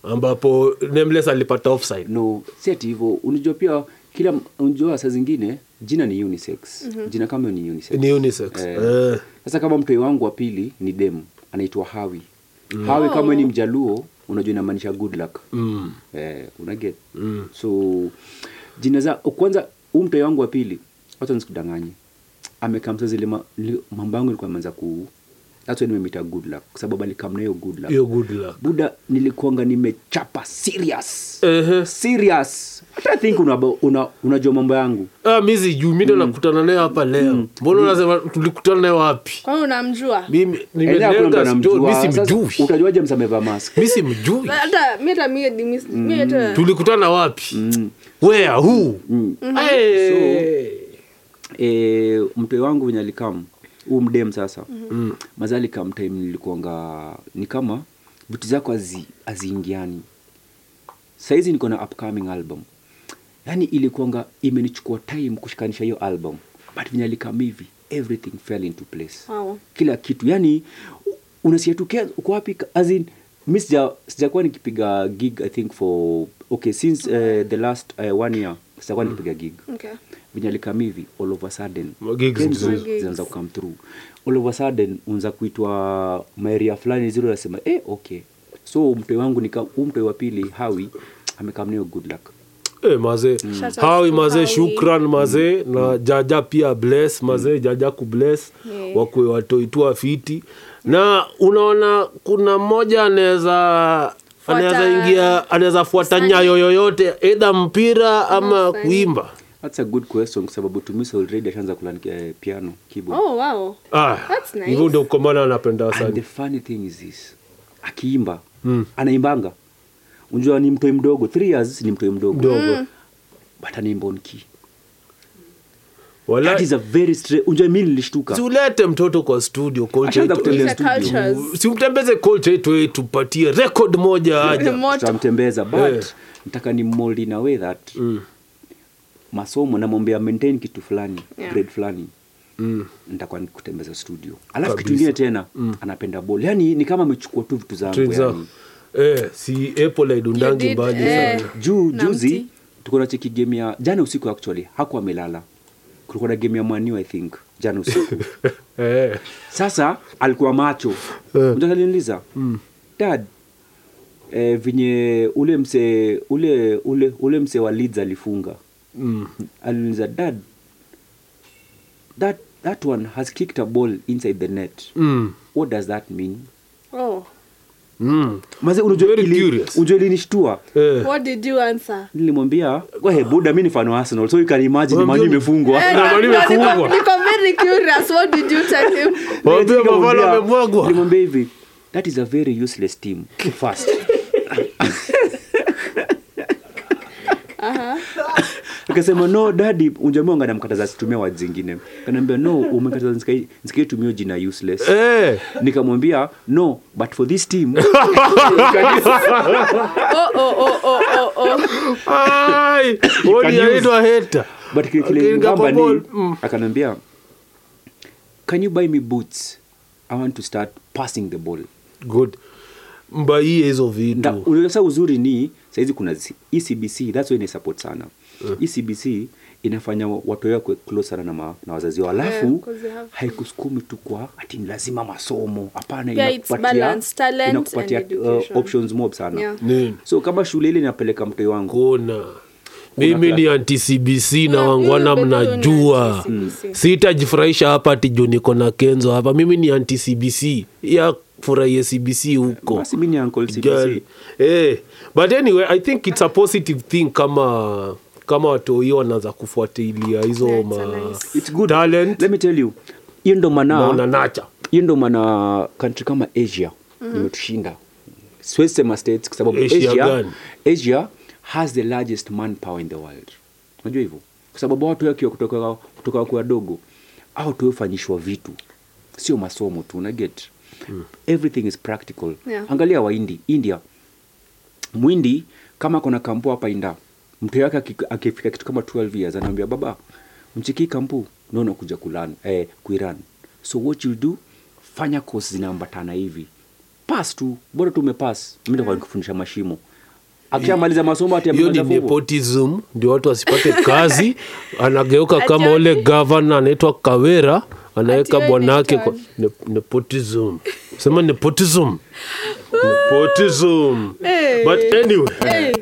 [SPEAKER 3] ambapo nameless alipata offside
[SPEAKER 4] no si ati hivyo unajua pia kila unajua saa zingine jina ni unisex jina kama hiyo ni unisex
[SPEAKER 3] ni unisex
[SPEAKER 4] Eh.
[SPEAKER 3] eh.
[SPEAKER 4] sasa kama mtoi wangu wa pili ni dem anaitwa hawi hawi kama ni mjaluo unajua inamaanisha good luck
[SPEAKER 3] Mm.
[SPEAKER 4] eh, unaget so jina za kwanza huu mtoi wangu wa pili wacha nisikudanganye amekam saa zile ma- li- mambo yangu ilikuwa ameanza ku that's when nimemita good luck kwa sababu alikam na hiyo good luck
[SPEAKER 3] hiyo good luck
[SPEAKER 4] buda nilikuanga nimechapa serious
[SPEAKER 3] Ehe.
[SPEAKER 4] serious hata I think una, una, unajua mambo yangu
[SPEAKER 3] ah, mi sijui mi ndo
[SPEAKER 4] Mm.
[SPEAKER 3] nakutana naye hapa leo mbona unasema tulikutana naye wapi
[SPEAKER 2] kwani unamjua
[SPEAKER 4] Eh,
[SPEAKER 3] mimi
[SPEAKER 4] Elewa kuna mtu
[SPEAKER 3] nimelenga story, mi
[SPEAKER 4] anamjua. Sasa,
[SPEAKER 3] simjui
[SPEAKER 4] utajuaje msameva mask
[SPEAKER 3] mi simjui
[SPEAKER 2] hata mi hata mi- mi- mi hata
[SPEAKER 3] Mm. tulikutana wapi where who
[SPEAKER 4] Mm.
[SPEAKER 3] Eh.
[SPEAKER 4] e, mtoi wangu venye alikam huu mdem sasa mm. mazali kam time nilikuanga ni kama vitu zako hazi- haziingiani saizi niko na upcoming album yani ilikuanga imenichukua time kushikanisha hiyo album but venye alikam hivi everything fell into place
[SPEAKER 2] Wow.
[SPEAKER 4] kila kitu yani unasiatukia uko wapi ka- as in mi sija- sijakuwa nikipiga gig i think for okay since uh, the last uh, one year sijakuwa nikipiga gig
[SPEAKER 2] Okay.
[SPEAKER 4] venye alikam hivi all of a sudden
[SPEAKER 3] Magigs
[SPEAKER 4] then
[SPEAKER 3] ndizo
[SPEAKER 2] hizo.
[SPEAKER 4] zinaanza kukam through all of a sudden unza kuitwa maeria fulani zile unasema eh, okay so mtoi wangu nika huu mtoi wa pili hawi amekamneo good luck
[SPEAKER 3] Eh, mazee
[SPEAKER 2] Mm. Shout out
[SPEAKER 3] hawi
[SPEAKER 2] to
[SPEAKER 3] mazee
[SPEAKER 2] Hawi. Mm.
[SPEAKER 3] shukran mazee na jaja pia bless mazee jaja kubless
[SPEAKER 2] Yeah.
[SPEAKER 3] wakwe watoitua fiti na unaona kuna mmoja anaweza
[SPEAKER 2] Fuata-
[SPEAKER 3] anaweza ingia anaweza fuata nyayo yoyote edha mpira ama
[SPEAKER 2] Msanii.
[SPEAKER 3] kuimba
[SPEAKER 4] that's a good question kwa sababu tumisa already ashaanza kula eh, piano keyboard
[SPEAKER 2] Oh, wow.
[SPEAKER 3] Ah,
[SPEAKER 2] That's nice.
[SPEAKER 3] hivyo ndio kwa maana anapenda
[SPEAKER 4] and the
[SPEAKER 3] sana
[SPEAKER 4] funny thing is this akiimba anaimbanga unjua ni mtoi mdogo three years ni mtoi mdogo
[SPEAKER 3] Mdogo.
[SPEAKER 4] but anaimba on key
[SPEAKER 3] Wala-
[SPEAKER 4] that is a very stra- unjua mi nilishtuka
[SPEAKER 3] tulete mtoto kwa studio coach
[SPEAKER 4] Ashaanza
[SPEAKER 3] yetu.
[SPEAKER 4] kutembea
[SPEAKER 2] These are
[SPEAKER 4] studio.
[SPEAKER 2] cultures.
[SPEAKER 3] simtembeze coach yetu eh, tupatie record moja aja
[SPEAKER 2] Moto.
[SPEAKER 4] tutamtembeza but
[SPEAKER 3] Eh. Mm.
[SPEAKER 4] nataka ni mold in a way that masomo namwambia maintain kitu fulani
[SPEAKER 2] Yeah.
[SPEAKER 4] grade fulani nitakuwa nikutembeza studio alafu kitu
[SPEAKER 3] Kabisa.
[SPEAKER 4] ingine tena anapenda bol yani ni kama amechukua tu vitu zangu yaani.
[SPEAKER 3] Tuliza.
[SPEAKER 4] yani.
[SPEAKER 3] Eh, si apple aidundangi
[SPEAKER 2] You did,
[SPEAKER 3] mbali
[SPEAKER 2] eh.
[SPEAKER 3] sana
[SPEAKER 4] juu
[SPEAKER 2] Na
[SPEAKER 4] juzi
[SPEAKER 2] mti.
[SPEAKER 4] tuko na cheki game ya jana usiku actually hakuwa amelala kulikuwa na game ya maniu i think jana usiku
[SPEAKER 3] eh.
[SPEAKER 4] sasa alikuwa macho mtu aliniuliza dad eh, vinye ule mse ule ule ule mse wa Leeds alifunga
[SPEAKER 3] mm.
[SPEAKER 4] aliniuliza dad that that one has kicked a ball inside the net
[SPEAKER 3] Mm.
[SPEAKER 4] what does that mean
[SPEAKER 2] Oh.
[SPEAKER 3] Mm.
[SPEAKER 4] maze unajua
[SPEAKER 3] Very
[SPEAKER 4] ili-
[SPEAKER 3] curious.
[SPEAKER 4] unajua ilinishtua
[SPEAKER 3] Eh.
[SPEAKER 2] What did you answer?
[SPEAKER 4] nilimwambia wehe buda mi ni fan wa arsenal so you can imagine
[SPEAKER 3] Unajua-
[SPEAKER 4] mani imefungwa
[SPEAKER 2] Eh,
[SPEAKER 3] Na mwalimu
[SPEAKER 2] no, niko-
[SPEAKER 3] akubwa.
[SPEAKER 2] niko very curious. What did you tell him?
[SPEAKER 3] Waambie
[SPEAKER 4] Nikamwambia-
[SPEAKER 3] Mavalo amemwagwa.
[SPEAKER 4] nilimwambia hivi that is a very useless team first Uh-huh. akasema no dadi unjameanga namkataza asitumia wad zingine kanaambia no umekataza nisikai- nisikaitumia jina useless
[SPEAKER 3] Eh.
[SPEAKER 4] nikamwambia no but for this team
[SPEAKER 2] Oh, oh, oh, oh, oh, oh.
[SPEAKER 3] Ai, Odi
[SPEAKER 4] use.
[SPEAKER 3] anaitwa heta
[SPEAKER 4] but kile kile
[SPEAKER 3] Akiingia kwa
[SPEAKER 4] ngamba
[SPEAKER 3] ball,
[SPEAKER 4] ni
[SPEAKER 3] mm.
[SPEAKER 4] akanambia can you buy me boots i want to start passing the ball
[SPEAKER 3] good mbaie hizo
[SPEAKER 4] Nda-
[SPEAKER 3] vitu
[SPEAKER 4] unajua sasa uzuri ni saizi kuna zi- E ECBC that's why ina support sana E ECBC inafanya wa- watu wao kuwe close sana na, ma, na wazazi wao alafu
[SPEAKER 2] Yeah, 'cause they have-
[SPEAKER 4] haikusukumi tu kwa ati ni lazima masomo hapana
[SPEAKER 2] Yeah, it's balance, talent
[SPEAKER 4] inakupatia
[SPEAKER 2] and education.
[SPEAKER 4] uh, options mob sana
[SPEAKER 2] Yeah.
[SPEAKER 3] nini
[SPEAKER 4] so kama shule ile inapeleka mtoi wangu
[SPEAKER 3] kona mimi ni anticbc na
[SPEAKER 2] Una-
[SPEAKER 3] wangwana
[SPEAKER 2] wewe bado ni
[SPEAKER 3] mnajua
[SPEAKER 2] anti-CBC.
[SPEAKER 3] sitajifurahisha hapa ati juu niko na kenzo hapa mimi ni anticbc ya furahie cbc huko
[SPEAKER 4] basi mimi ni uncle
[SPEAKER 3] Girl.
[SPEAKER 4] CBC
[SPEAKER 3] Eh, but anyway i think it's a positive thing kama kama watoi wanaanza kufuatilia hizo
[SPEAKER 2] Yeah, it's a
[SPEAKER 3] ma
[SPEAKER 2] nice-
[SPEAKER 4] it's good
[SPEAKER 3] Talent.
[SPEAKER 4] let me tell you hiyo ndo
[SPEAKER 3] naona
[SPEAKER 4] maana
[SPEAKER 3] nacha
[SPEAKER 4] hiyo ndo maana country kama asia mm-hmm. imetushinda siwezi sema states kwa sababu
[SPEAKER 3] Asia
[SPEAKER 4] asia,
[SPEAKER 3] gani?
[SPEAKER 4] asia has the largest manpower in the world unajua hivyo kwa sababu watu wakiwa kutoka kutoka wakiwa wadogo au tuwefanyishwa vitu sio masomo tu una get
[SPEAKER 3] Mm.
[SPEAKER 4] everything is practical
[SPEAKER 2] Yeah.
[SPEAKER 4] angalia waindi india mwindi kama kuna kampu hapa inda mtu wake aki- akifika kitu kama 12 years anaambia baba mchikii kampu naona kuja kulan eh, kuiran so what you do fanya course zinaambatana hivi pas tu bora tu umepas mi nitakuwa nikufundisha mashimo akishamaliza masomo ati
[SPEAKER 3] hiyo ni
[SPEAKER 4] amemaliza form four.
[SPEAKER 3] nepotism ndio watu wasipate kazi anageuka kama ule
[SPEAKER 2] Ajali.
[SPEAKER 3] gavana anaitwa kawera anaweka
[SPEAKER 2] Atiwe
[SPEAKER 3] bwanake
[SPEAKER 2] next
[SPEAKER 3] kwa
[SPEAKER 2] one.
[SPEAKER 3] ne, nepotism sema nepotism nepotism
[SPEAKER 2] Hey.
[SPEAKER 3] but anyway
[SPEAKER 2] Hey.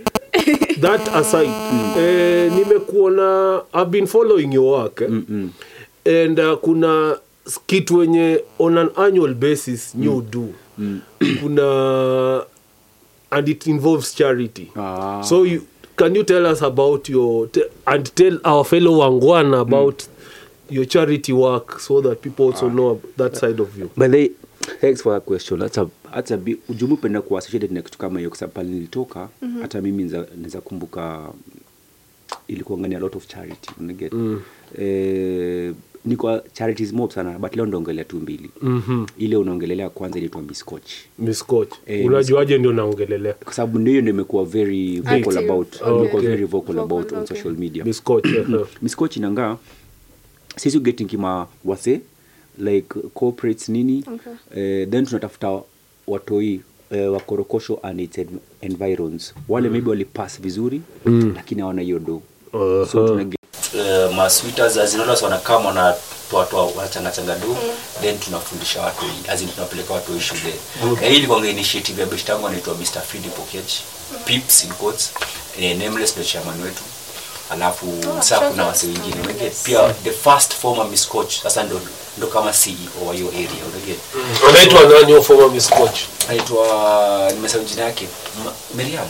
[SPEAKER 3] that aside eh, nimekuona I've been following your work eh? and uh, kuna s- kitu wenye on an annual basis you do kuna and it involves charity
[SPEAKER 4] Ah.
[SPEAKER 3] so you, can you tell us about your te, and tell our fellow wangwana about your charity work so that people also know ab- that side of you
[SPEAKER 4] By the way, thanks for that question. Hata hata bi- ujumu penda kuwa associated na kitu kama hiyo kwa sababu pale nilitoka
[SPEAKER 2] Mhm.
[SPEAKER 4] hata mimi nza- naweza
[SPEAKER 2] Mm.
[SPEAKER 4] kumbuka ilikuwa ngani a lot of charity. Una get? Eh, niko charities mob sana but leo ndaongelea tu mbili
[SPEAKER 3] Mhm.
[SPEAKER 4] ile unaongelelea kwanza inaitwa miscoach
[SPEAKER 3] Miss Coach.
[SPEAKER 4] Eh,
[SPEAKER 3] unajuaje ndio naongelelea
[SPEAKER 4] kwa sababu ndio ndio imekuwa very vocal
[SPEAKER 2] Active.
[SPEAKER 4] about
[SPEAKER 2] Okay.
[SPEAKER 4] imekuwa
[SPEAKER 3] Okay.
[SPEAKER 4] very vocal
[SPEAKER 2] Vocal,
[SPEAKER 4] about on
[SPEAKER 2] okay.
[SPEAKER 4] social media
[SPEAKER 3] Miss Coach, eh, eh.
[SPEAKER 4] miscoach inangaa sisi getting kima wase like corporates nini
[SPEAKER 2] Okay.
[SPEAKER 4] eh, then tunatafuta watoi eh, wakorokosho and its en- environs wale maybe walipass vizuri lakini hawana hiyo do
[SPEAKER 3] Aha.
[SPEAKER 4] so tunage-
[SPEAKER 5] uh, maswitas azinolas wanakama na wanachangachanga du then tunafundisha watu azin tunapeleka watu hii shule okay. hii ilikuwa initiative ya best yangu anaitwa Mr. Fridi Pokech Pips in quotes eh, nameless ndio chairman wetu alafu sasa kuna wasi wengine wengine pia the first former miss coach sasa ndo ndo kama CEO wa hiyo area unajua
[SPEAKER 3] anaitwa nani huyo former Miss Coach?
[SPEAKER 5] anaitwa nimesahau jina yake Ma- Miriam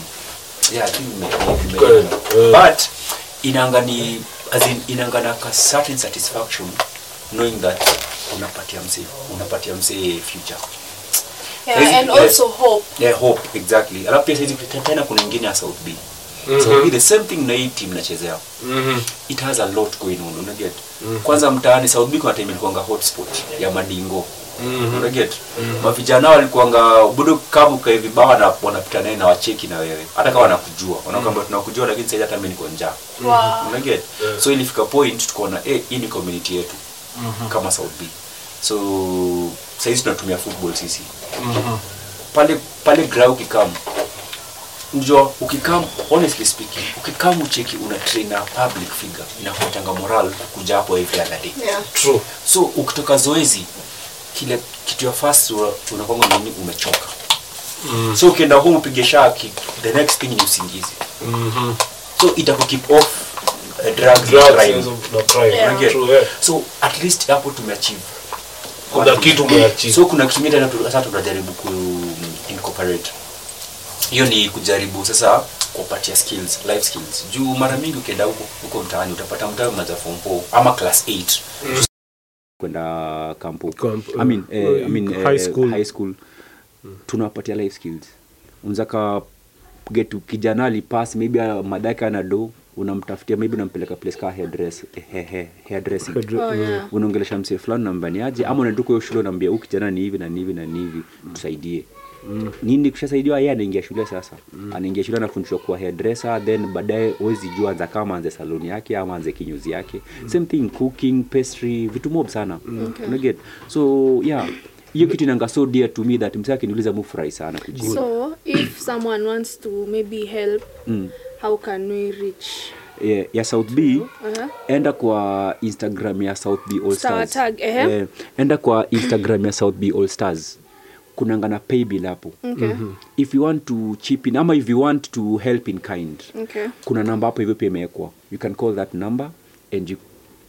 [SPEAKER 5] yeah I think Miriam- Miriam
[SPEAKER 3] Correct. Yeah.
[SPEAKER 5] but inangani as in inangana ka certain satisfaction knowing that unapatia msee unapatia msee future
[SPEAKER 6] Yeah, and also hope.
[SPEAKER 5] yeah hope exactly alafu pia saizi tena kuna ingine ya South B South B the same thing na hii team nachezea it has a lot going on unaget kwanza mtaani South Beacon hata ilikuanga hotspot ya madingo unaget mavijana walikuanga budo kama ukae vibawa na wanapita naye na wacheki na wewe hata kama wanakujua wanakwambia tunakujua lakini sasa hata mimi niko njaa
[SPEAKER 6] Wow.
[SPEAKER 5] unaget so ilifika point tukaona eh hii ni community yetu
[SPEAKER 3] Mhm.
[SPEAKER 5] kama South Beacon so saizi tunatumia football sisi
[SPEAKER 3] Mhm.
[SPEAKER 5] pale pale grau ukikam njua ukikam honestly speaking ukikam ucheki una train a public figure inakuachanga moral kuja hapo every other day
[SPEAKER 6] Yeah.
[SPEAKER 3] True.
[SPEAKER 5] so ukitoka zoezi kile kitu ya first una- unakwanga nini umechoka mm. so ukienda home upige shaki the next thing ni usingizi
[SPEAKER 3] Mhm.
[SPEAKER 5] so itaku keep off uh, drugs,
[SPEAKER 3] Drugs,
[SPEAKER 5] and crime.
[SPEAKER 3] hizo na crime.
[SPEAKER 6] Yeah.
[SPEAKER 5] Unget?
[SPEAKER 3] True, yeah.
[SPEAKER 5] so at least hapo tumeachieve
[SPEAKER 3] Kuna kitu umeachieve.
[SPEAKER 5] so kuna kitu ingine tena tu- sasa tunajaribu ku incorporate hiyo ni kujaribu sasa kuwapatia skills life skills juu mara mingi ukienda huko huko mtaani utapata mtaa mmoja form 4 ama class 8
[SPEAKER 3] Mm.
[SPEAKER 4] kwenda kampo
[SPEAKER 3] Camp,
[SPEAKER 4] I mean,
[SPEAKER 3] uh,
[SPEAKER 4] eh, I mean, eh,
[SPEAKER 3] high school.
[SPEAKER 4] high school tunawapatia life skills unzaka get kijana alipass maybe ah, madaka ana do unamtafutia maybe unampeleka place ka hairdress, eh, he, he, hairdressing
[SPEAKER 2] Oh, yeah.
[SPEAKER 4] unaongelesha msee fulani namba ni aje ama unaenda tu kwa hiyo shule unaambia huu kijana ni hivi na ni hivi na ni hivi tusaidie nini kushasaidiwa yeye anaingia shule sasa anaingia shule anafundishwa kuwa hairdresser then baadaye huwezi jua anza kama anze saluni yake ama anze kinyozi yake same thing cooking pastry vitu mob sana Una get so yeah hiyo kitu inanga so dear to me that msee akiniuliza mu furahi sana kujibu
[SPEAKER 2] So, if someone wants to maybe help,
[SPEAKER 3] Mm.
[SPEAKER 2] how can we reach?
[SPEAKER 4] yeah, Eh, ya south b
[SPEAKER 2] Uh-huh.
[SPEAKER 4] enda kwa instagram ya south b all
[SPEAKER 2] Star
[SPEAKER 4] stars
[SPEAKER 2] tag, ehe.
[SPEAKER 4] Eh, enda kwa instagram ya south b all stars kunangana paybill hapo
[SPEAKER 2] Okay.
[SPEAKER 4] if you want to chip in ama if you want to help in kind
[SPEAKER 2] Okay.
[SPEAKER 4] kuna namba hapo hivyo pia imewekwa you can call that number and you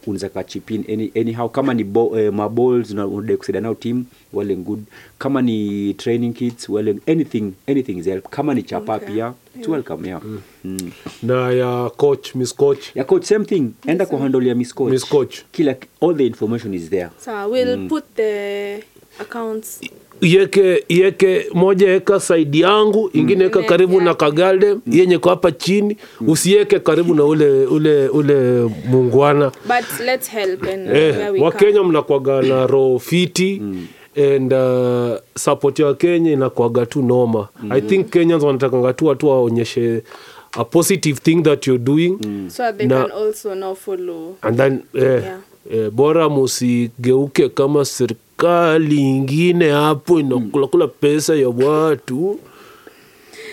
[SPEAKER 4] unaweza ka chip in any, anyhow kama ni bo, eh, maballs una- unadai kusaidia nao team well and good kama ni training kits well and, anything anything is help kama ni chapa pia it's welcome yeah. Mm
[SPEAKER 3] na ya coach miss coach
[SPEAKER 4] ya coach same thing enda kwa handle ya miss coach.
[SPEAKER 3] Miss Coach.
[SPEAKER 4] kila all the information is there
[SPEAKER 2] So, we'll
[SPEAKER 3] Mm.
[SPEAKER 2] put the accounts.
[SPEAKER 3] iweke iweke moja eka saidi yangu ingine eka Mm. karibu na kagalde yenye kwa hapa chini usiweke karibu na ule ule ule mungwana
[SPEAKER 2] But let's help and where
[SPEAKER 3] eh,
[SPEAKER 2] we
[SPEAKER 3] wakenya mnakwaga na roho fiti and uh, support ya wakenya inakwaga tu noma i think kenyans wanatakanga tu watu waonyeshe a positive thing that you're doing
[SPEAKER 2] can. So that they
[SPEAKER 3] na-
[SPEAKER 2] can also now follow.
[SPEAKER 3] and then eh,
[SPEAKER 2] Yeah.
[SPEAKER 3] eh, bora musigeuke kama serikali ingine hapo inakulakula pesa ya watu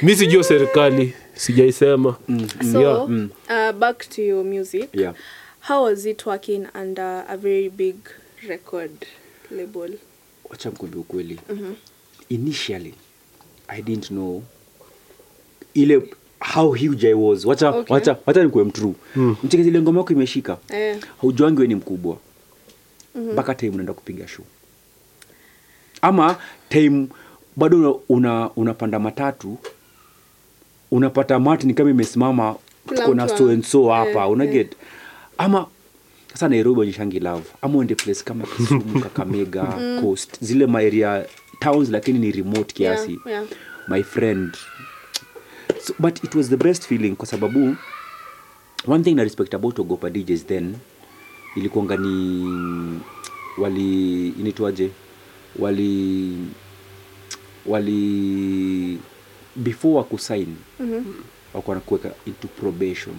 [SPEAKER 3] mi sijua serikali sijaisema
[SPEAKER 4] Mm.
[SPEAKER 2] So,
[SPEAKER 3] yeah. Mm.
[SPEAKER 2] uh, back to your music.
[SPEAKER 4] yeah
[SPEAKER 2] How was it working under a very big record label?
[SPEAKER 4] wacha mkwambia ukweli
[SPEAKER 2] Mm-hmm.
[SPEAKER 4] initially i didn't know ile how huge i was wacha
[SPEAKER 2] Okay.
[SPEAKER 4] wacha wacha nikuwe mtrue
[SPEAKER 3] Hmm.
[SPEAKER 4] mm. mchekezi ile ngoma yako imeshika
[SPEAKER 2] Eh.
[SPEAKER 4] haujuangi we ni mkubwa mpaka mm-hmm. time unaenda kupiga show ama time bado una- una, unapanda matatu unapata matini kama imesimama
[SPEAKER 2] Kila
[SPEAKER 4] tuko na
[SPEAKER 2] mtu
[SPEAKER 4] so
[SPEAKER 2] ana-
[SPEAKER 4] and so hapa
[SPEAKER 2] eh,
[SPEAKER 4] una
[SPEAKER 2] eh.
[SPEAKER 4] get ama sasa nairobi onyeshangi love ama uende place kama kisumu kakamega coast zile maeria towns lakini ni remote
[SPEAKER 2] Mm. Yeah,
[SPEAKER 4] kiasi
[SPEAKER 2] yeah.
[SPEAKER 4] my friend so, but it was the best feeling kwa sababu one thing na respect about ogopa djs then ilikuanga ni wali inaitwaje wali wali before wakusain mm-hmm. wakuwa nakuweka into probation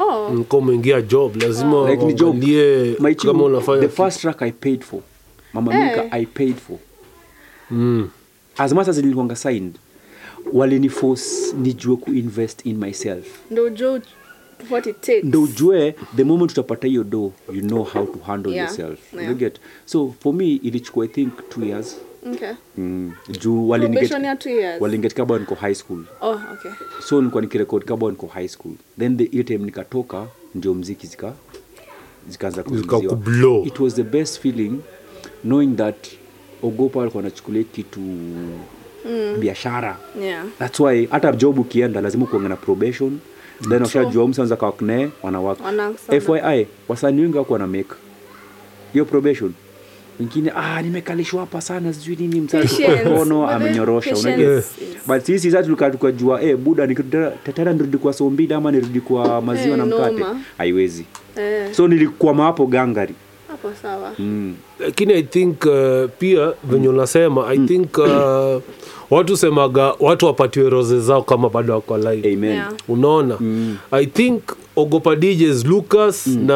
[SPEAKER 2] Oh,
[SPEAKER 3] Mko umeingia job lazima
[SPEAKER 4] like ni job
[SPEAKER 3] waangalie kama
[SPEAKER 4] My chimu,
[SPEAKER 3] unafanya
[SPEAKER 4] the
[SPEAKER 3] ki-
[SPEAKER 4] first track i paid for mama
[SPEAKER 2] Eh.
[SPEAKER 4] Milka, i paid for
[SPEAKER 3] mm.
[SPEAKER 4] as much as nilikuanga signed waliniforce nijue kuinvest in myself
[SPEAKER 2] ndo ujue what it takes.
[SPEAKER 4] ndo ujue the moment utapata hiyo do you know how to handle
[SPEAKER 2] Yeah,
[SPEAKER 4] yourself
[SPEAKER 2] yeah.
[SPEAKER 4] you get so for me ilichukua i think two years
[SPEAKER 2] Okay.
[SPEAKER 4] mm. juu waliniget-
[SPEAKER 2] Probation ya two years.
[SPEAKER 4] walinigeti kabla niko high school
[SPEAKER 2] Oh, okay.
[SPEAKER 4] so nilikuwa nikirekod kabla niko high school then the- hiyo time nikatoka ndio mziki zika zikaanza kuingiziwa.
[SPEAKER 3] Zikakublow.
[SPEAKER 4] it was the best feeling knowing that ogopa alikuwa anachukulia kitu biashara
[SPEAKER 2] Mm. Yeah.
[SPEAKER 4] thats why hata job ukienda lazima kuanga na probation then washajua msanza kawakne wanawak
[SPEAKER 2] Wanaanza.
[SPEAKER 4] fyi wasani wengi wako wana make hiyo probation wengine ah, nimekalishwa hapa sana sijui nini
[SPEAKER 2] Patience.
[SPEAKER 4] mkono
[SPEAKER 2] But then
[SPEAKER 4] amenyorosha
[SPEAKER 2] patience
[SPEAKER 4] unajua
[SPEAKER 2] is-
[SPEAKER 4] but sisi sasa tulika- tukajua eh, buda nikitatana nirudi kwa saa mbili ama nirudi kwa maziwa
[SPEAKER 2] Eh,
[SPEAKER 4] na mkate
[SPEAKER 2] noma.
[SPEAKER 4] haiwezi
[SPEAKER 2] Eh,
[SPEAKER 4] so nilikwama hapo gangari
[SPEAKER 2] hapo sawa.
[SPEAKER 4] mm.
[SPEAKER 3] lakini i think uh, pia venye unasema
[SPEAKER 4] Mm.
[SPEAKER 3] i think uh, watu semaga watu wapatiwe roze zao kama bado wako live
[SPEAKER 4] amen
[SPEAKER 2] Yeah.
[SPEAKER 3] unaona mm. i think ogopa djs lucas mm. na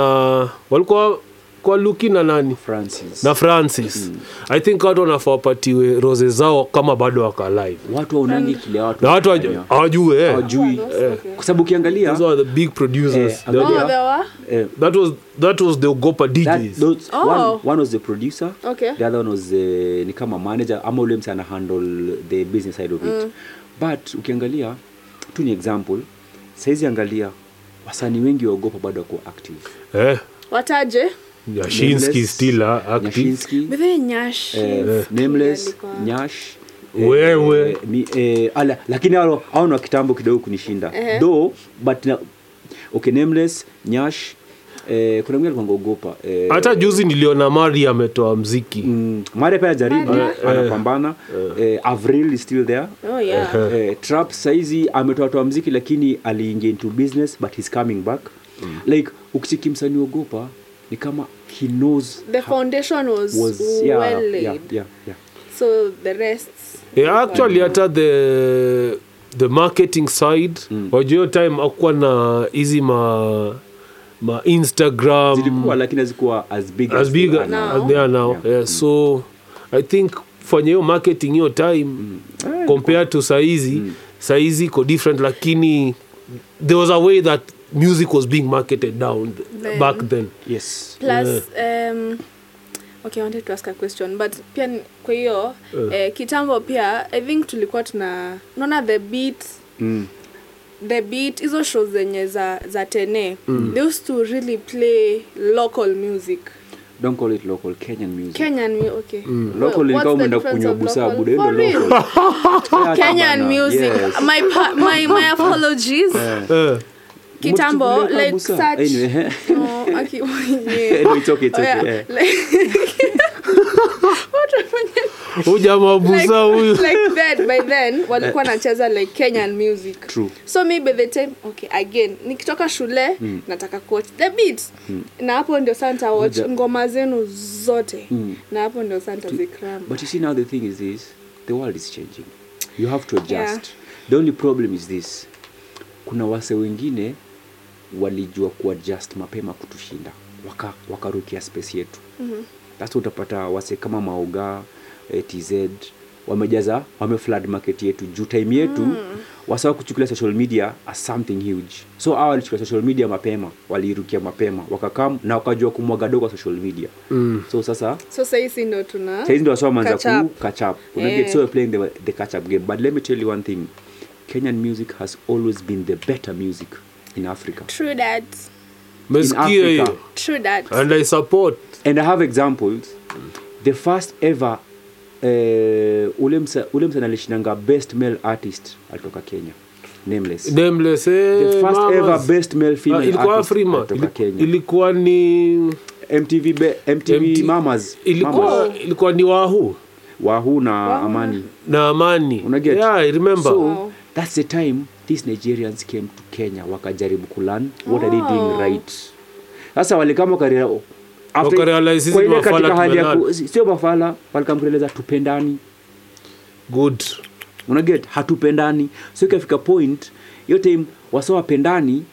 [SPEAKER 3] walikuwa kwa luki na nani
[SPEAKER 4] francis
[SPEAKER 3] na francis mm. i think watu wanafaa wapatiwe roze zao kama bado wako alive
[SPEAKER 4] watu waonangi kile watu
[SPEAKER 3] na watu hawaj-
[SPEAKER 4] wanafanya.
[SPEAKER 3] hawajue eh.
[SPEAKER 4] hawajui
[SPEAKER 2] Okay.
[SPEAKER 4] kwa sababu ukiangalia
[SPEAKER 3] those are the big producers
[SPEAKER 4] Eh,
[SPEAKER 3] They-
[SPEAKER 2] Oh,
[SPEAKER 4] Yeah.
[SPEAKER 2] there were?
[SPEAKER 4] eh,
[SPEAKER 3] that was that was the ogopa
[SPEAKER 4] that,
[SPEAKER 3] djs
[SPEAKER 4] those,
[SPEAKER 2] Oh.
[SPEAKER 4] one, one was the producer
[SPEAKER 2] Okay.
[SPEAKER 4] the other one was the, ni kama manager ama ule msa ana handle the business side of it
[SPEAKER 2] Mm.
[SPEAKER 4] but ukiangalia tu ni example saizi angalia wasanii wengi waogopa bado wako active
[SPEAKER 3] eh.
[SPEAKER 2] Wataje?
[SPEAKER 3] yashinski
[SPEAKER 4] Nameless,
[SPEAKER 3] still ah, active
[SPEAKER 4] Nyashinsky,
[SPEAKER 2] Bethe nyash.
[SPEAKER 4] eh, nameless
[SPEAKER 2] Alikuwa-
[SPEAKER 4] nyash
[SPEAKER 3] Wewe.
[SPEAKER 4] eh, mi, eh, ala, lakini hao hao ni wa kitambo kidogo kunishinda
[SPEAKER 2] Ehe.
[SPEAKER 4] though but na, okay nameless nyash eh, kuna mwingine alikuwa ogopa eh,
[SPEAKER 3] hata juzi niliona mari ametoa mziki
[SPEAKER 4] mm, mare pia jaribu anapambana eh, avril is still there
[SPEAKER 2] Oh, yeah.
[SPEAKER 4] eh, trap saizi ametoatoa mziki lakini aliingia into business but he's coming back mm. like ukichiki msanii ogopa ni kama he knows
[SPEAKER 2] The foundation was,
[SPEAKER 4] was yeah,
[SPEAKER 2] well laid.
[SPEAKER 4] yeah, yeah, yeah.
[SPEAKER 2] So the rest.
[SPEAKER 3] yeah, Eh,
[SPEAKER 4] Mm.
[SPEAKER 3] actually hata the the marketing side mm. wajua hiyo time akuwa na hizi ma ma instagram
[SPEAKER 4] zilikuwa lakini hazikuwa as big
[SPEAKER 3] as big
[SPEAKER 4] they are
[SPEAKER 3] as
[SPEAKER 4] now.
[SPEAKER 3] they are now yeah.
[SPEAKER 4] Mm.
[SPEAKER 3] so i think fanya hiyo marketing hiyo time mm. compared to saizi mm. saizi iko different lakini there was a way that music was being marketed down
[SPEAKER 2] Then.
[SPEAKER 3] then. back then
[SPEAKER 4] yes
[SPEAKER 2] Plus, um, okay, I wanted to ask a question. But pia ni- kwa hiyo, eh, kitambo pia, I think tulikuwa tuna, unaona the beat
[SPEAKER 4] mm.
[SPEAKER 2] the beat hizo show zenye za, za tene mm. they used to really play local music
[SPEAKER 4] don't call it local kenyan music
[SPEAKER 2] kenyan mu- okay mm.
[SPEAKER 4] local ilikuwa umeenda kunywa busaa buda hiyo ndio local Yeah,
[SPEAKER 2] kenyan
[SPEAKER 4] tabana,
[SPEAKER 2] music
[SPEAKER 4] yes.
[SPEAKER 2] my, pa- my, my apologies
[SPEAKER 3] eh.
[SPEAKER 2] kitambo
[SPEAKER 4] Mutichukulia
[SPEAKER 2] like
[SPEAKER 4] kabusa.
[SPEAKER 2] such
[SPEAKER 4] Anyway,
[SPEAKER 2] no, aki, yeah.
[SPEAKER 4] Anyway, it's okay, it's
[SPEAKER 2] Oh, yeah,
[SPEAKER 4] okay, eh.
[SPEAKER 2] like- What happened?
[SPEAKER 3] huyu jamaa busa huyu
[SPEAKER 2] like, like that by then walikuwa nacheza like kenyan music
[SPEAKER 4] Eh. True.
[SPEAKER 2] so mi by the time okay again nikitoka shule mm. nataka kuwatch the beat mm. na hapo ndio santa watch
[SPEAKER 4] Moja.
[SPEAKER 2] ngoma zenu zote
[SPEAKER 4] Mm.
[SPEAKER 2] na hapo ndio santa zikrama
[SPEAKER 4] But you see now the thing is this, the world is changing. You have to adjust.
[SPEAKER 2] Yeah.
[SPEAKER 4] The only problem is this. Kuna wase wengine walijua kuadjust mapema kutushinda. Waka wakarukia space yetu. Mm-hmm. That's what utapata wase kama Maoga, eh, TZ wamejaza wame flood market yetu juu time yetu mm. wasawa kuchukulia social media as something huge so hawa walichukulia social media mapema waliirukia mapema wakakam na wakajua kumwaga dogo kwa social media mm. so sasa
[SPEAKER 2] so sahisi ndo tuna
[SPEAKER 4] saizi ndo wasomanza
[SPEAKER 2] catch up. Eh.
[SPEAKER 4] ku catch up Unajua,
[SPEAKER 2] Yeah.
[SPEAKER 4] so we're playing the, the catch up game but let me tell you one thing kenyan music has always been the better music in africa
[SPEAKER 2] true that
[SPEAKER 3] mesikia
[SPEAKER 4] In Africa.
[SPEAKER 3] hiyo
[SPEAKER 2] true that
[SPEAKER 3] and i support
[SPEAKER 4] and i have examples the first ever uh, ule msa- ule msanii alishinanga best male artist alitoka kenya nameless
[SPEAKER 3] nameless eh,
[SPEAKER 4] the first
[SPEAKER 3] mamas.
[SPEAKER 4] ever best male
[SPEAKER 3] Ah,
[SPEAKER 4] female
[SPEAKER 3] ilikuwa
[SPEAKER 4] artist
[SPEAKER 3] Afrima.
[SPEAKER 4] alitoka
[SPEAKER 3] Ili-
[SPEAKER 4] kenya
[SPEAKER 3] ilikuwa ni
[SPEAKER 4] mtv be, mtv
[SPEAKER 3] MT
[SPEAKER 4] mamas
[SPEAKER 3] ilikuwa
[SPEAKER 4] mamas
[SPEAKER 3] ilikuwa ni wahu
[SPEAKER 4] wahu na amani
[SPEAKER 3] na amani
[SPEAKER 4] Una get?
[SPEAKER 3] yeah, I remember
[SPEAKER 4] so
[SPEAKER 2] Wow.
[SPEAKER 4] that's the time these nigerians came to kenya wakajaribu kulan what are they doing right sasa wale kama oh, After-
[SPEAKER 3] Wakarealize sisi
[SPEAKER 4] kwa ile
[SPEAKER 3] ni mafala
[SPEAKER 4] katika hali ya ku-
[SPEAKER 3] tumelala.
[SPEAKER 4] sio mafala palikamkueleza tupendani
[SPEAKER 3] good
[SPEAKER 4] unaget hatupendani so ikafika point hiyo time wasa wapendani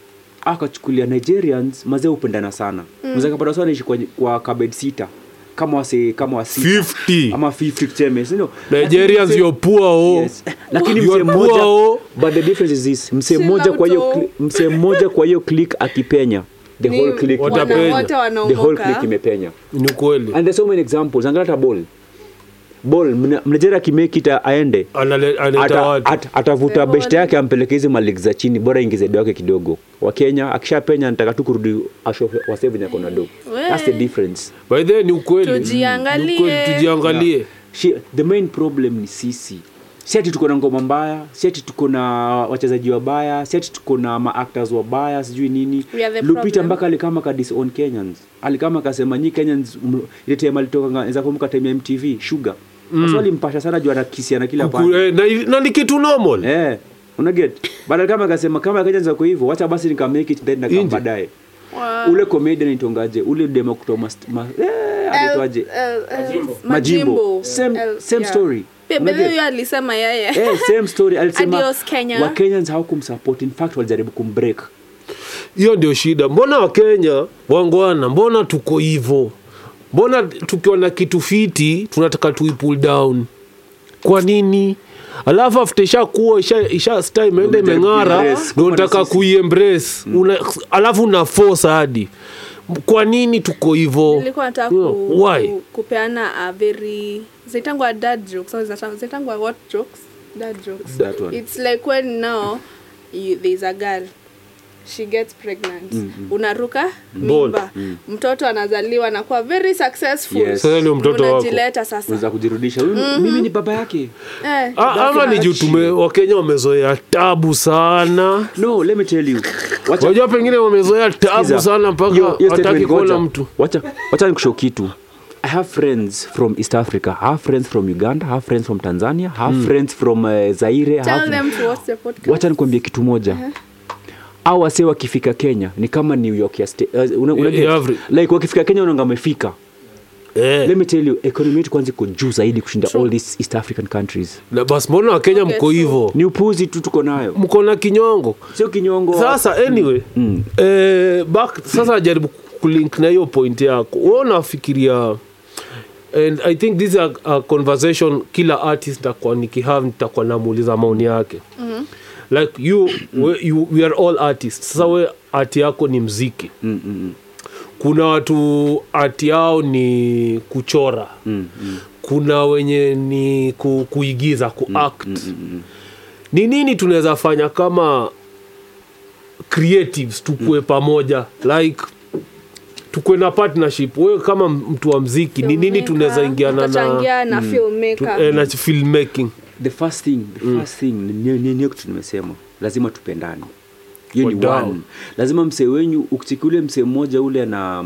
[SPEAKER 4] akachukulia nigerians mazee hupendana sana mm. kapata wasa wanaishi kwa, kwa kabed sita kama wase kama wa sita.
[SPEAKER 3] 50.
[SPEAKER 4] ama 50 tuseme sio
[SPEAKER 3] nigerians
[SPEAKER 4] Lakini-
[SPEAKER 3] yo poor oh.
[SPEAKER 4] Yes. lakini
[SPEAKER 3] You
[SPEAKER 4] msee
[SPEAKER 3] are
[SPEAKER 4] mmoja
[SPEAKER 3] poor, oh.
[SPEAKER 4] but the difference is this msee
[SPEAKER 2] Sina
[SPEAKER 4] mmoja kwa hiyo
[SPEAKER 2] utoo.
[SPEAKER 4] cli- msee mmoja kwa hiyo click akipenya the
[SPEAKER 2] Ni
[SPEAKER 4] whole click
[SPEAKER 3] wana-
[SPEAKER 4] imepenya.
[SPEAKER 3] wote
[SPEAKER 4] the whole click
[SPEAKER 2] wanaomoka
[SPEAKER 4] imepenya
[SPEAKER 3] ni kweli
[SPEAKER 4] and there's so many examples angalia hata ball ball mna- mnajera kimake ita aende
[SPEAKER 3] Anale- analeta
[SPEAKER 4] ata-
[SPEAKER 3] watu
[SPEAKER 4] at- atavuta
[SPEAKER 2] Ball.
[SPEAKER 4] beshte yake ampeleke hizi maligi za chini bora ingize do yake kidogo wakenya akishapenya nataka tu kurudi wasevenya kona do That's the difference
[SPEAKER 3] by the way, ni ukweli
[SPEAKER 2] Tujiangalie.
[SPEAKER 3] Ni ukweli, tujiangalie
[SPEAKER 4] Shi- the main problem ni sisi si ati tuko na ngoma mbaya si ati tuko na wachezaji wabaya si ati tuko na maactors wabaya sijui nini
[SPEAKER 2] We are the
[SPEAKER 4] lupita
[SPEAKER 2] problem.
[SPEAKER 4] mpaka alikama ka disown kenyans alikama akasema nyi kenyans mlo- ile time alitoka zakumka time ya mtv sugar mm. alimpasha sana juu anakisiana kila
[SPEAKER 3] Kuku-
[SPEAKER 4] pande.
[SPEAKER 3] eh, na- na ni kitu normal
[SPEAKER 4] eh unaget bada kama akasema kama kenyans wako hivyo wacha basi nikamake it then
[SPEAKER 3] Inje.
[SPEAKER 4] nakam baadaye ule comedian itongaje ule demokuto mas, ma, eh, anaitwaje Majimbo. Same- same story. Unajua?
[SPEAKER 2] bebehuyo alisema yeye
[SPEAKER 4] eh, same story alisema
[SPEAKER 2] Adios, Kenya.
[SPEAKER 4] wakenyans hawakumsupport in fact walijaribu kumbreak
[SPEAKER 3] hiyo ndio shida mbona wakenya wangwana mbona tuko hivo mbona tukiwa na kitu fiti tunataka tuipull down kwa nini alafu afte ishakuwa isha, isha star imeenda
[SPEAKER 4] Ndio unataka
[SPEAKER 3] imeng'ara
[SPEAKER 4] kuiembrace,
[SPEAKER 3] ndo
[SPEAKER 4] kama na
[SPEAKER 3] nataka
[SPEAKER 4] sisi. Mm.
[SPEAKER 3] kuiembrace una, alafu na force hadi kwa nini tuko hivo
[SPEAKER 2] nilikuwa nataka
[SPEAKER 3] You know,
[SPEAKER 2] ku,
[SPEAKER 3] Oh, why?
[SPEAKER 2] ku, kupeana a very zaitangwa dad jokes au zinaita- zaitangwa what jokes dad jokes
[SPEAKER 4] That one.
[SPEAKER 2] it's like when now you, there's a girl she gets pregnant
[SPEAKER 3] Mm,
[SPEAKER 2] unaruka
[SPEAKER 3] Ball.
[SPEAKER 2] mimba mtoto anazaliwa anakuwa very successful
[SPEAKER 4] Yes.
[SPEAKER 3] Mm. sasa ndio mtoto wako
[SPEAKER 2] unajileta sasa
[SPEAKER 4] unaweza kujirudisha
[SPEAKER 2] Mm-hmm.
[SPEAKER 4] mm mimi ni baba yake
[SPEAKER 2] eh,
[SPEAKER 3] A, Ah, ama ni juu tume wakenya wamezoea tabu sana
[SPEAKER 4] no let me tell you wacha
[SPEAKER 3] wajua pengine wamezoea tabu
[SPEAKER 4] Sikiza.
[SPEAKER 3] sana
[SPEAKER 4] Hiyo-
[SPEAKER 3] mpaka
[SPEAKER 4] hiyo
[SPEAKER 3] hataki
[SPEAKER 4] statement
[SPEAKER 3] kuona
[SPEAKER 4] ngoja.
[SPEAKER 3] mtu
[SPEAKER 4] wacha wacha nikushow kitu i have friends from east africa i have friends from uganda i have friends from tanzania i
[SPEAKER 3] Mm.
[SPEAKER 4] have friends from uh, zaire I
[SPEAKER 2] tell
[SPEAKER 4] have...
[SPEAKER 2] them to Uh-huh. watch the podcast
[SPEAKER 4] wacha nikwambie kitu moja au wasee wakifika kenya ni kama new york ya sta- uh, una, una,
[SPEAKER 3] Ya- ya Afri-
[SPEAKER 4] like wakifika kenya unaanga amefika
[SPEAKER 3] eh.
[SPEAKER 4] let me tell you economy yetu kwanza iko juu zaidi kushinda all these east african countries
[SPEAKER 3] Na basi mbona wakenya
[SPEAKER 2] Okay,
[SPEAKER 3] mko
[SPEAKER 2] so-
[SPEAKER 3] hivyo
[SPEAKER 4] ni upuzi tu tuko nayo
[SPEAKER 3] mko na kinyongo
[SPEAKER 4] sio kinyongo
[SPEAKER 3] sasa anyway mm. eh, back, sasa jaribu kulink na hiyo point yako we unafikiria and i think this is a, a conversation kila artist nitakuwa nikihave nitakuwa namuuliza maoni yake mm-hmm. like you, we, you we are all artists sasa we art yako ni mziki mm-hmm. kuna watu art yao ni kuchora
[SPEAKER 4] Mm,
[SPEAKER 3] mm-hmm. kuna wenye ni ku, kuigiza
[SPEAKER 4] Mm,
[SPEAKER 3] kuact mm-hmm. ni nini tunaweza fanya kama creatives tukue
[SPEAKER 4] Mm.
[SPEAKER 3] pamoja like tukue na partnership wewe kama mtu wa mziki ni nini
[SPEAKER 2] Filmmaker,
[SPEAKER 3] tunaweza ingiana na,
[SPEAKER 2] tutachangia na
[SPEAKER 3] tu,
[SPEAKER 2] filmmaker
[SPEAKER 3] eh, na filmmaking
[SPEAKER 4] the first thing the first thing ni- ni ni- niyo kitu nimesema lazima tupendane hiyo ni
[SPEAKER 3] Wadau.
[SPEAKER 4] one lazima msee wenyu ukichiki ule msee mmoja ule ana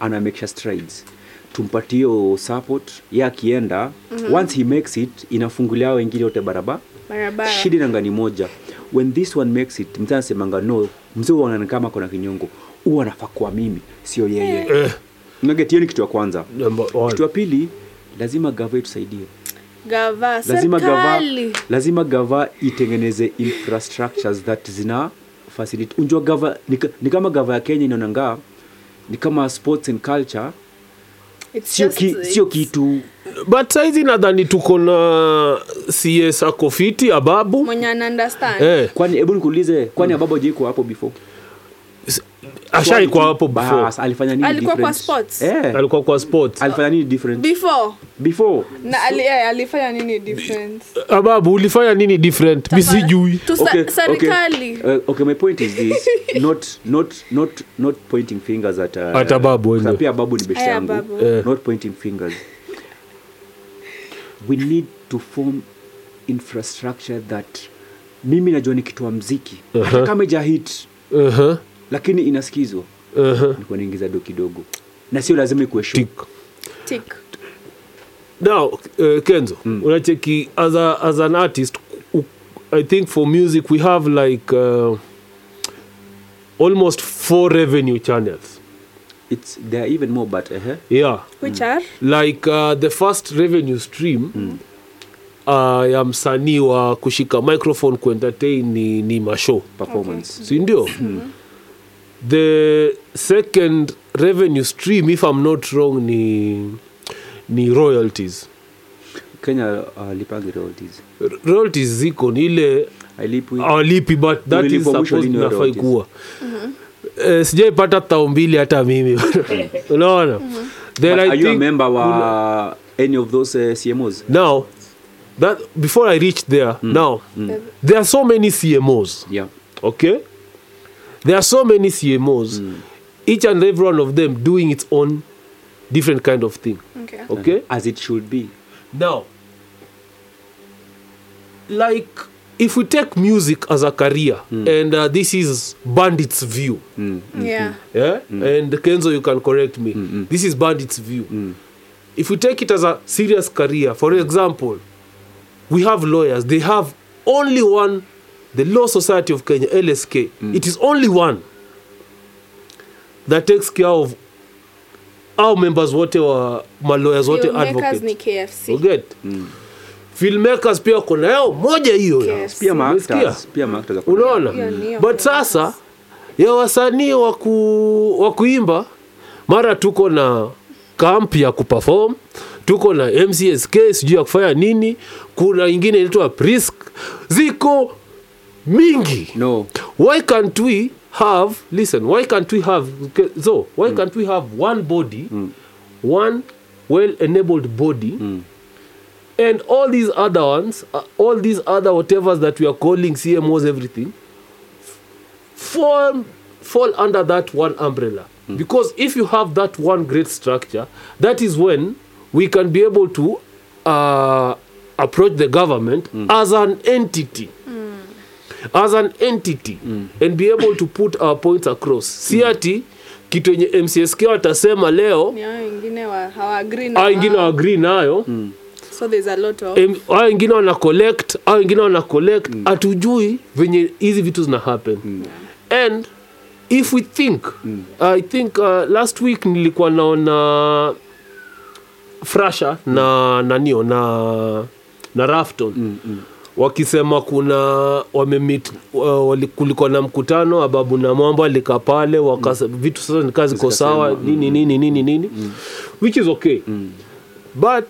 [SPEAKER 4] ana make sure strides tumpatie hiyo support ye akienda once he makes it inafungulia hao wengine wote barabara
[SPEAKER 2] barabara
[SPEAKER 4] shida inangani moja when this one makes it mzee anasemanga no mzee uanani kama kona kinyongo huu anafaa kuwa mimi sio yeye
[SPEAKER 3] eh,
[SPEAKER 4] Unaget, hiyo ni kitu ya kwanza
[SPEAKER 3] number
[SPEAKER 4] kitu
[SPEAKER 3] one.
[SPEAKER 4] ya pili lazima gava tusaidie
[SPEAKER 2] gava
[SPEAKER 4] lazima gava
[SPEAKER 2] serikali
[SPEAKER 4] lazima gava itengeneze infrastructures that zina facilitate unjua gava ni, ka- ni kama gava ya kenya inaonanga ni kama sports and culture
[SPEAKER 2] It's
[SPEAKER 4] sio
[SPEAKER 2] just-
[SPEAKER 4] ki, sio kitu
[SPEAKER 3] but saizi nadhani tuko na cs ako fiti ababu
[SPEAKER 2] mwenye ana understand
[SPEAKER 3] eh,
[SPEAKER 4] kwani hebu nikuulize kwani
[SPEAKER 3] Hmm.
[SPEAKER 4] ababa ajaikuwa hapo before
[SPEAKER 3] ashaikwa
[SPEAKER 4] Kwani-
[SPEAKER 3] hapo before
[SPEAKER 4] Bas, alifanya nini
[SPEAKER 2] Alikuwa kwa
[SPEAKER 4] different?
[SPEAKER 2] sports.
[SPEAKER 4] eh,
[SPEAKER 3] alikuwa kwa sport
[SPEAKER 4] alifanya nini different
[SPEAKER 2] before
[SPEAKER 4] before
[SPEAKER 2] na ali, eh, alifanya nini difference
[SPEAKER 3] ababu ulifanya nini different mi sijui
[SPEAKER 2] Tu sa- serikali
[SPEAKER 4] Okay. Uh, okay, my point is this. not, not, not, not pointing fingers at, uh,
[SPEAKER 3] At Ababu
[SPEAKER 4] kwa
[SPEAKER 3] wenyewe.
[SPEAKER 4] pia babu ni beshte
[SPEAKER 2] Aya,
[SPEAKER 4] yangu.
[SPEAKER 2] Babu.
[SPEAKER 3] Eh.
[SPEAKER 4] Not pointing fingers. We need to form infrastructure that mimi najua ni kitu wa mziki. Hata kama ija hit
[SPEAKER 3] uh-huh.
[SPEAKER 4] lakini inasikizwa.
[SPEAKER 3] Uh-huh.
[SPEAKER 4] Nilikuwa naingiza do kidogo. Na sio lazima ikuwe show.
[SPEAKER 3] Tik.
[SPEAKER 2] tick
[SPEAKER 3] now uh, kenzo unacheki as, a, as an artist u- i think for music we have like uh, almost four revenue channels
[SPEAKER 4] it's there are even more but uh-huh.
[SPEAKER 3] yeah
[SPEAKER 2] which are
[SPEAKER 3] like uh, the first revenue stream uh, ya msanii wa kushika microphone kuentertain ni, ni mashow
[SPEAKER 4] Mm. performance
[SPEAKER 3] si ndio the second revenue stream if i'm not wrong ni, ni royalties
[SPEAKER 4] kenya alipangi uh, royalties
[SPEAKER 3] R- royalties ziko ni ile
[SPEAKER 4] alipwi
[SPEAKER 3] Ah, awalipi but that is
[SPEAKER 4] Unalipwa mwisho
[SPEAKER 3] supposed
[SPEAKER 4] lini
[SPEAKER 3] nafai
[SPEAKER 4] royalties?
[SPEAKER 3] kuwa Eh, sijaipata tao mbili hata mimi unaona then
[SPEAKER 4] But
[SPEAKER 3] I
[SPEAKER 4] are you a
[SPEAKER 3] think
[SPEAKER 4] member wa any of those uh, cmos
[SPEAKER 3] now that before i reach there
[SPEAKER 4] Mm.
[SPEAKER 3] now
[SPEAKER 4] Hmm.
[SPEAKER 3] there are so many cmos
[SPEAKER 4] yeah
[SPEAKER 3] okay there are so many cmos
[SPEAKER 4] Mm.
[SPEAKER 3] each and every one of them doing its own different kind of thing
[SPEAKER 4] Uh-huh.
[SPEAKER 2] okay.
[SPEAKER 3] okay
[SPEAKER 4] as it should be
[SPEAKER 3] now like if we take music as a career
[SPEAKER 4] Mm.
[SPEAKER 3] and uh, this is bandits view
[SPEAKER 4] Hmm.
[SPEAKER 2] yeah
[SPEAKER 3] yeah and kenzo you can correct me this is bandits view if we take it as a serious career for example we have lawyers they have only one the law society of kenya lsk it is only one that takes care of our members wote wa malawyers wote
[SPEAKER 2] Filmmakers ni
[SPEAKER 3] advocates
[SPEAKER 2] kfc
[SPEAKER 3] uget filmmakers pia kuna yao moja hiyo ya.
[SPEAKER 2] Yes.
[SPEAKER 4] pia
[SPEAKER 3] Umesikia?
[SPEAKER 4] maactors pia maactors wako-
[SPEAKER 3] unaona
[SPEAKER 2] Hiyo ni
[SPEAKER 3] but sasa ya wasanii wa ku- wa kuimba mara tuko na kamp ya kuperform tuko na mcsk sijui ya kufanya nini kuna ingine inaitwa prisk ziko mingi
[SPEAKER 4] no
[SPEAKER 3] why can't we have listen why can't we have okay, so why mm. can't we have one body mm. one well enabled body mm. and all these other ones uh, all these other whatevers that we are calling cmos everything form fall under that one umbrella because if you have that one great structure that is when we can be able to uh, approach the government as an entity as an entity and be able to put our points across si ati kitu yenye mcsk watasema leo
[SPEAKER 2] Ni hao wengine wa hawaagri
[SPEAKER 4] Ah,
[SPEAKER 2] na
[SPEAKER 3] a wengine
[SPEAKER 2] wao.
[SPEAKER 3] waagrii nayo
[SPEAKER 2] so there's a lot
[SPEAKER 4] Eh,
[SPEAKER 2] of
[SPEAKER 3] Em- hao wengine wana collect hao wengine wana collect hatujui venye hizi vitu zina happen and if we think i think uh, last week nilikuwa naona frasha na nanio na na rafton wakisema kuna wamemit uh, wali- kulikuwa na mkutano ababu na mwambo alikaa pale wakasa vitu sasa nikaa ziko sawa nini nini nini nini which is okay but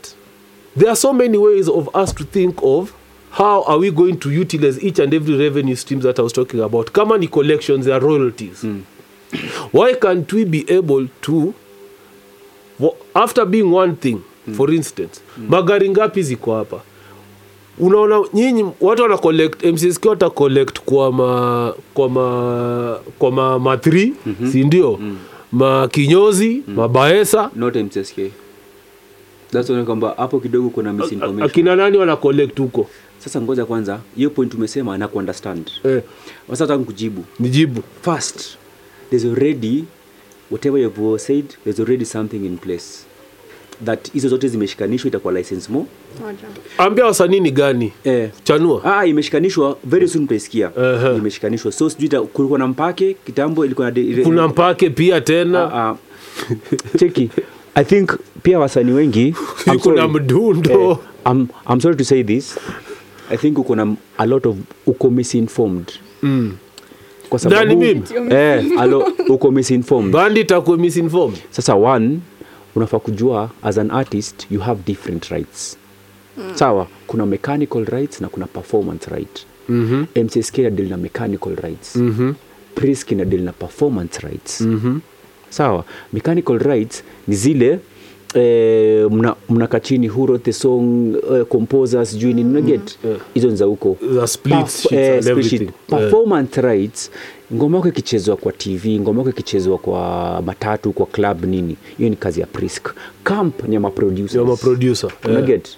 [SPEAKER 3] there are so many ways of us to think of how are we going to utilize each and every revenue streams that i was talking about kama ni collections are royalties why can't we be able to wa- after being one thing for instance magari ngapi ziko hapa unaona nyinyi watu wana collect mcsk wata collect kwa ma kwa ma kwa ma, ma three, si ndio makinyozi mabaesa
[SPEAKER 4] not mcsk that's why kwamba hapo kidogo kuna misinformation
[SPEAKER 3] akina nani wana collect huko
[SPEAKER 4] sasa ngoja kwanza hiyo point umesema na kuunderstand
[SPEAKER 3] eh,
[SPEAKER 4] sasa nataka kujibu
[SPEAKER 3] nijibu
[SPEAKER 4] first there's already whatever you've said there's already something in place that hizo zote zimeshikanishwa itakuwa license mo
[SPEAKER 2] moja.
[SPEAKER 3] ambia wasanii ni gani
[SPEAKER 4] eh,
[SPEAKER 3] chanua
[SPEAKER 4] ah, imeshikanishwa very soon utaisikia
[SPEAKER 3] Ehe.
[SPEAKER 4] imeshikanishwa so sijui ita- kulikuwa na mpake kitambo ilikuwa na de- ile-
[SPEAKER 3] kuna mpake pia tena
[SPEAKER 4] Eh. Ah, ah. cheki i think pia wasanii wengi I'm
[SPEAKER 3] Yuko na
[SPEAKER 4] sorry.
[SPEAKER 3] mdundo.
[SPEAKER 4] Eh, I'm, i'm sorry to say this i think uko na a lot of uko misinformed kwa
[SPEAKER 3] Mm. Nani mimi?
[SPEAKER 4] eh, alo, uko misinformed
[SPEAKER 3] bandi itakuwa misinformed
[SPEAKER 4] sasa one unafaa kujua as an artist you have different rights sawa kuna mechanical rights na kuna performance right
[SPEAKER 3] Mhm.
[SPEAKER 4] mm-hmm. mcsk inadili na mechanical rights mm-hmm. prisk inadili na performance rights
[SPEAKER 3] Mhm.
[SPEAKER 4] mm-hmm. sawa mechanical rights ni zile Eh, mna- mnakaa chini who wrote the song eh, composer sijui nini unaget hizo ni za huko
[SPEAKER 3] The Mhm. Eh. split sheets and
[SPEAKER 4] split sheet.
[SPEAKER 3] everything. Eh.
[SPEAKER 4] performance rights ngoma yako ikichezwa kwa tv ngoma yako ikichezwa kwa matatu kwa club nini hiyo ni kazi ya prisk camp ni ya maproducers.
[SPEAKER 3] Ya maproducer, eh.
[SPEAKER 4] Una get?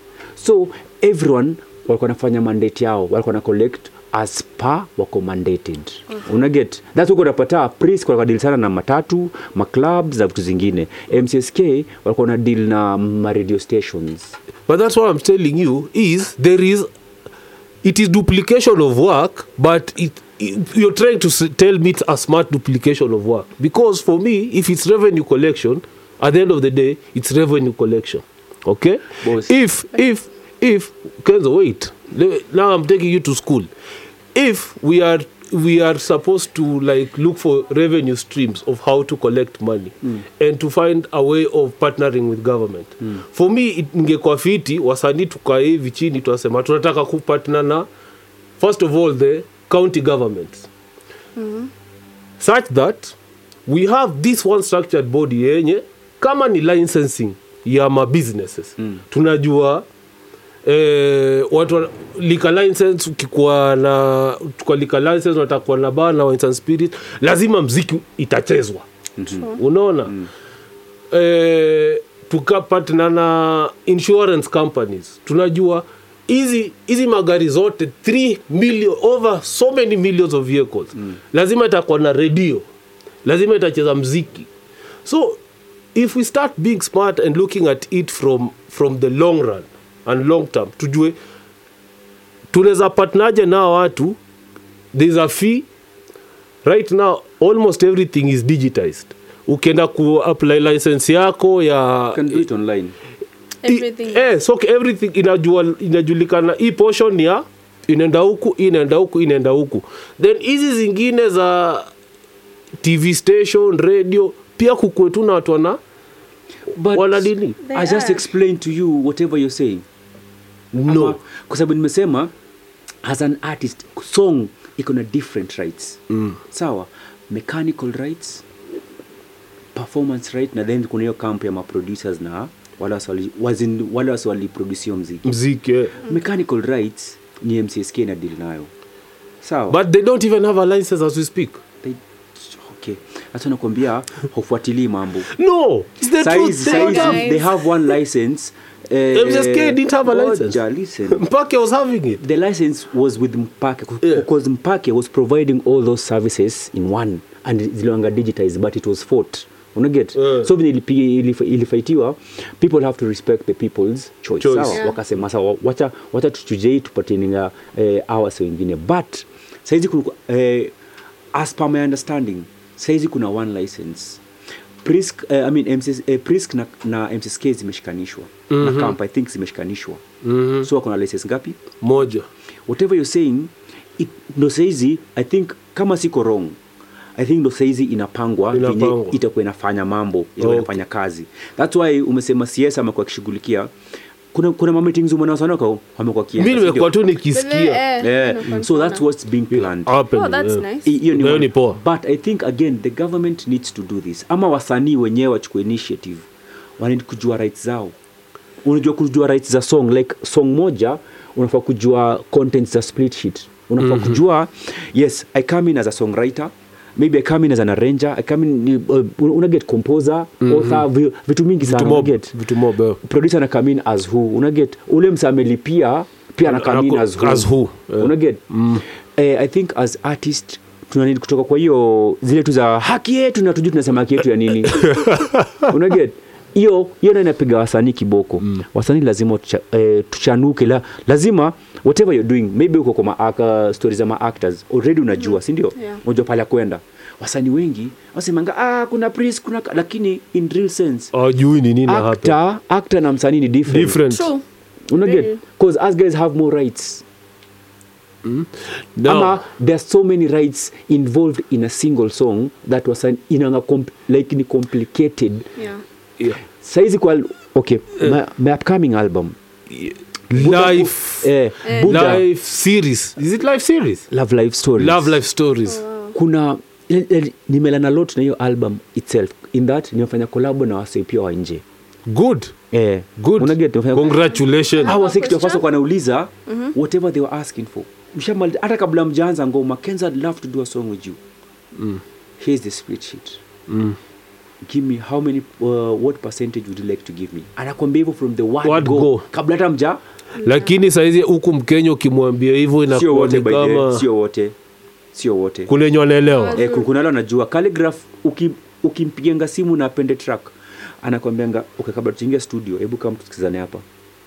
[SPEAKER 4] so everyone walikuwa wanafanya mandate yao walikuwa na collect as per wako mandated
[SPEAKER 2] Mm-hmm.
[SPEAKER 4] una get that's huko unapata prisk walikuwa deal sana na matatu maclubs na vitu zingine mcsk walikuwa na deal na ma radio stations
[SPEAKER 3] but that's what i'm telling you is there is it is duplication of work but it you're trying to s- tell me it's a smart duplication of work because for me if it's revenue collection at the end of the day it's revenue collection okay
[SPEAKER 4] Boss.
[SPEAKER 3] if if if kenzo wait Le- now i'm taking you to school if we are we are supposed to like look for revenue streams of how to collect money and to find a way of partnering with government for me it- ingekuwa fiti wasanii tukae hivi chini tunasema tunataka kupartner na first of all the county governments such that we have this one structured body yenye kama ni licensing ya mabusinesses mm. tunajua eh, watu wana- liquor license ukikuwa na kwa liquor license unataka kuwa na baa na wines and spirit lazima mziki itachezwa mm-hmm. unaona mm. eh, tukapatna na insurance companies tunajua hizi hizi magari zote 3 million over so many millions of vehicles mm. lazima itakuwa na redio lazima itacheza mziki so if we start being smart and looking at it from, from the long run and long term tujue tunaweza patnaje na hawa watu there's a fee right now almost everything is digitized ukienda kuapply license yako ya
[SPEAKER 4] can do it online
[SPEAKER 2] Everything.
[SPEAKER 3] I, eh, so ki- everything inajua, inajulikana hii portion ya inaenda huku hii inaenda huku hii inaenda huku then hizi zingine za tv station radio pia kukuwe tu na watu wana
[SPEAKER 4] but
[SPEAKER 3] Wala nini?
[SPEAKER 2] They
[SPEAKER 4] i just
[SPEAKER 2] are.
[SPEAKER 4] explained to you whatever you're saying Ama-
[SPEAKER 3] no
[SPEAKER 4] kwa sababu nimesema as an artist song iko na different rights mm. sawa mechanical rights performance right na then kuna hiyo camp ya maproducers na wale waswali- wazin- wale wasiwaliproduce hiyo mziki
[SPEAKER 3] mziki eh.
[SPEAKER 4] mechanical rights ni mcsk na deal nayo sawa
[SPEAKER 3] but they don't even have a license as we speak
[SPEAKER 4] They- okay hata nakwambia haufuatilii mambo
[SPEAKER 3] no it's the truth
[SPEAKER 4] Saizi-
[SPEAKER 3] they don't
[SPEAKER 4] saizi,
[SPEAKER 3] have
[SPEAKER 4] they have one license eh,
[SPEAKER 3] MCSK didn't have a
[SPEAKER 4] ngoja,
[SPEAKER 3] license.
[SPEAKER 4] listen
[SPEAKER 3] Mpake was having it
[SPEAKER 4] the license was with Mpake
[SPEAKER 3] Yeah.
[SPEAKER 4] because Mpake was providing all those services in one and ziliwanga digitized but it was fought unaget
[SPEAKER 3] Yeah.
[SPEAKER 4] so vile ilipi- ilif- ilifaitiwa people have to respect the people's choice,
[SPEAKER 3] Choice.
[SPEAKER 4] Sawa?
[SPEAKER 2] Yeah.
[SPEAKER 4] wakasema sawa wacha, wacha tuchujei tupatininga eh, hours wengine but saizi kuna eh, as per my understanding saizi kuna one license Prisk, eh, I mean, MC, eh, Prisk na, na mcsk zimeshikanishwa
[SPEAKER 3] Mhm.
[SPEAKER 4] na camp i think zimeshikanishwa so wako na license ngapi
[SPEAKER 3] moja
[SPEAKER 4] whatever you're saying it, ndo saizi i think kama siko wrong i think ndo saizi inapangwa
[SPEAKER 3] Inapangwa.
[SPEAKER 4] venye itakuwa inafanya mambo itakuwa
[SPEAKER 3] Okay.
[SPEAKER 4] inafanya kazi thats why umesema cs amekuwa akishughulikia kuna, kuna mameetings umanasanaka wamekuwa
[SPEAKER 3] mi nimekuwa tu nikisikia
[SPEAKER 2] Bele- eh,
[SPEAKER 4] yeah. Hmm.
[SPEAKER 2] nakuwa
[SPEAKER 4] so
[SPEAKER 2] nikiona.
[SPEAKER 4] that's what's being planned
[SPEAKER 3] Happening,
[SPEAKER 2] Oh, that's
[SPEAKER 3] eh.
[SPEAKER 2] nice.
[SPEAKER 4] I- hiyo ni
[SPEAKER 3] Hiyo
[SPEAKER 4] moja.
[SPEAKER 3] ni poa.
[SPEAKER 4] but i think again the government needs to do this ama wasanii wenyewe wachukue initiative wanaendi kujua rights zao unajua kujua rights za song like song moja unafaa kujua contents za split sheet unafaa
[SPEAKER 3] Mhm.
[SPEAKER 4] mm-hmm. kujua yes i come in as a songwriter maybe i come in as an arranger i come in uh, una get composer mm-hmm. author vi- vitu mingi sana
[SPEAKER 3] Mhm. Vitu mob-
[SPEAKER 4] una get.
[SPEAKER 3] vitu mob, eh.
[SPEAKER 4] producer na come in as who una get ule msa amelipia pia na come in
[SPEAKER 3] Anako-
[SPEAKER 4] as who,
[SPEAKER 3] as who, eh.
[SPEAKER 4] una get eh, i think as artist tunanid kutoka kwa hiyo zile tu za haki yetu na tujui tunasema haki yetu ya nini una get hiyo hiyo ndio inapiga wasanii kiboko mm. wasanii lazima tucha, eh, tuchanuke la, lazima whatever you're doing maybe uko kwa maaka, stories za maactors already unajua si ndio
[SPEAKER 2] Yeah.
[SPEAKER 4] unajua pale ya kwenda wasanii wengi wasemanga ah, kuna pris kuna ka-" lakini in real sense
[SPEAKER 3] awajui ni nini happen
[SPEAKER 4] actor, actor na msanii ni different,
[SPEAKER 3] different
[SPEAKER 2] True.
[SPEAKER 4] Una
[SPEAKER 2] Really.
[SPEAKER 4] get because us guys have more rights
[SPEAKER 3] Hmm? Now-
[SPEAKER 4] ama there's so many rights involved in a single song that was an, inanga comp, like ni complicated
[SPEAKER 2] Yeah.
[SPEAKER 3] Yeah.
[SPEAKER 4] saizi kwa okay
[SPEAKER 3] Eh.
[SPEAKER 4] my, my upcoming album
[SPEAKER 3] life
[SPEAKER 4] eh,
[SPEAKER 2] Eh.
[SPEAKER 4] Buddha,
[SPEAKER 3] life series is it life series
[SPEAKER 4] love life stories
[SPEAKER 3] love life stories
[SPEAKER 2] Oh.
[SPEAKER 4] kuna eh, eh, nimelana lot na hiyo album itself in that nimefanya kolabo na wasee pia wa nje
[SPEAKER 3] good
[SPEAKER 4] eh,
[SPEAKER 3] good
[SPEAKER 4] unaget nimefanya
[SPEAKER 3] congratulations
[SPEAKER 4] hawa
[SPEAKER 2] Question?
[SPEAKER 4] sekitofasa wanauliza whatever they were asking for Mshamali- hata kabla mjaanza ngoma kenza i'd love to do a song with you Mm. here's the split sheet give me how many uh, what percentage would you like to give me anakwambia hivyo from the word,
[SPEAKER 3] Word
[SPEAKER 4] go.
[SPEAKER 3] go.
[SPEAKER 4] kabla hata mja
[SPEAKER 3] lakini saizi huku mkenya ukimwambia hivyo
[SPEAKER 4] sio
[SPEAKER 3] inakuwa
[SPEAKER 4] wote
[SPEAKER 3] ni
[SPEAKER 4] by the way,
[SPEAKER 3] kama
[SPEAKER 4] sio wote sio wote
[SPEAKER 3] kuna wenye wanaelewa
[SPEAKER 4] eh, kuna wale wanajua calligraph uki- ukimpigianga simu na apende track anakwambianga okay, kabla tuingia studio hebu kama tusikizane hapa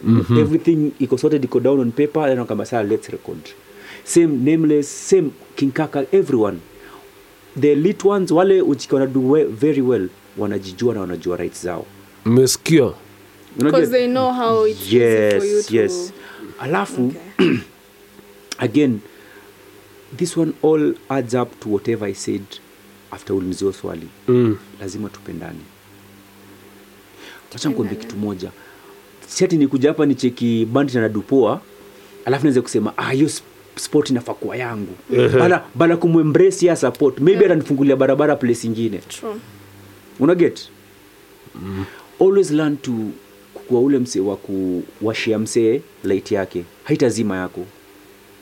[SPEAKER 4] mm-hmm. everything iko sorted iko down on paper then anakwambia, "Sasa let's record same nameless same kinkaka everyone the little ones wale ukiona do we- very well wanajijua na wanajua rights zao
[SPEAKER 3] mmesikia
[SPEAKER 4] Unajua-
[SPEAKER 2] because they know how it's easy for you
[SPEAKER 4] yes
[SPEAKER 2] to
[SPEAKER 4] yes alafu again this one all adds up to whatever i said after ulimzio swali
[SPEAKER 3] mm.
[SPEAKER 4] lazima tupendane acha nikuambia kitu moja siati nikuja hapa nicheki bandit na dupoa alafu naweza kusema ah, hiyo sp- sport inafaa kuwa yangu bala, bala kumwembrace ya support maybe atanifungulia barabara place ingine
[SPEAKER 2] True.
[SPEAKER 4] unaget always learn to kuwa ule msee wa kuwashia msee light yake haitazima yako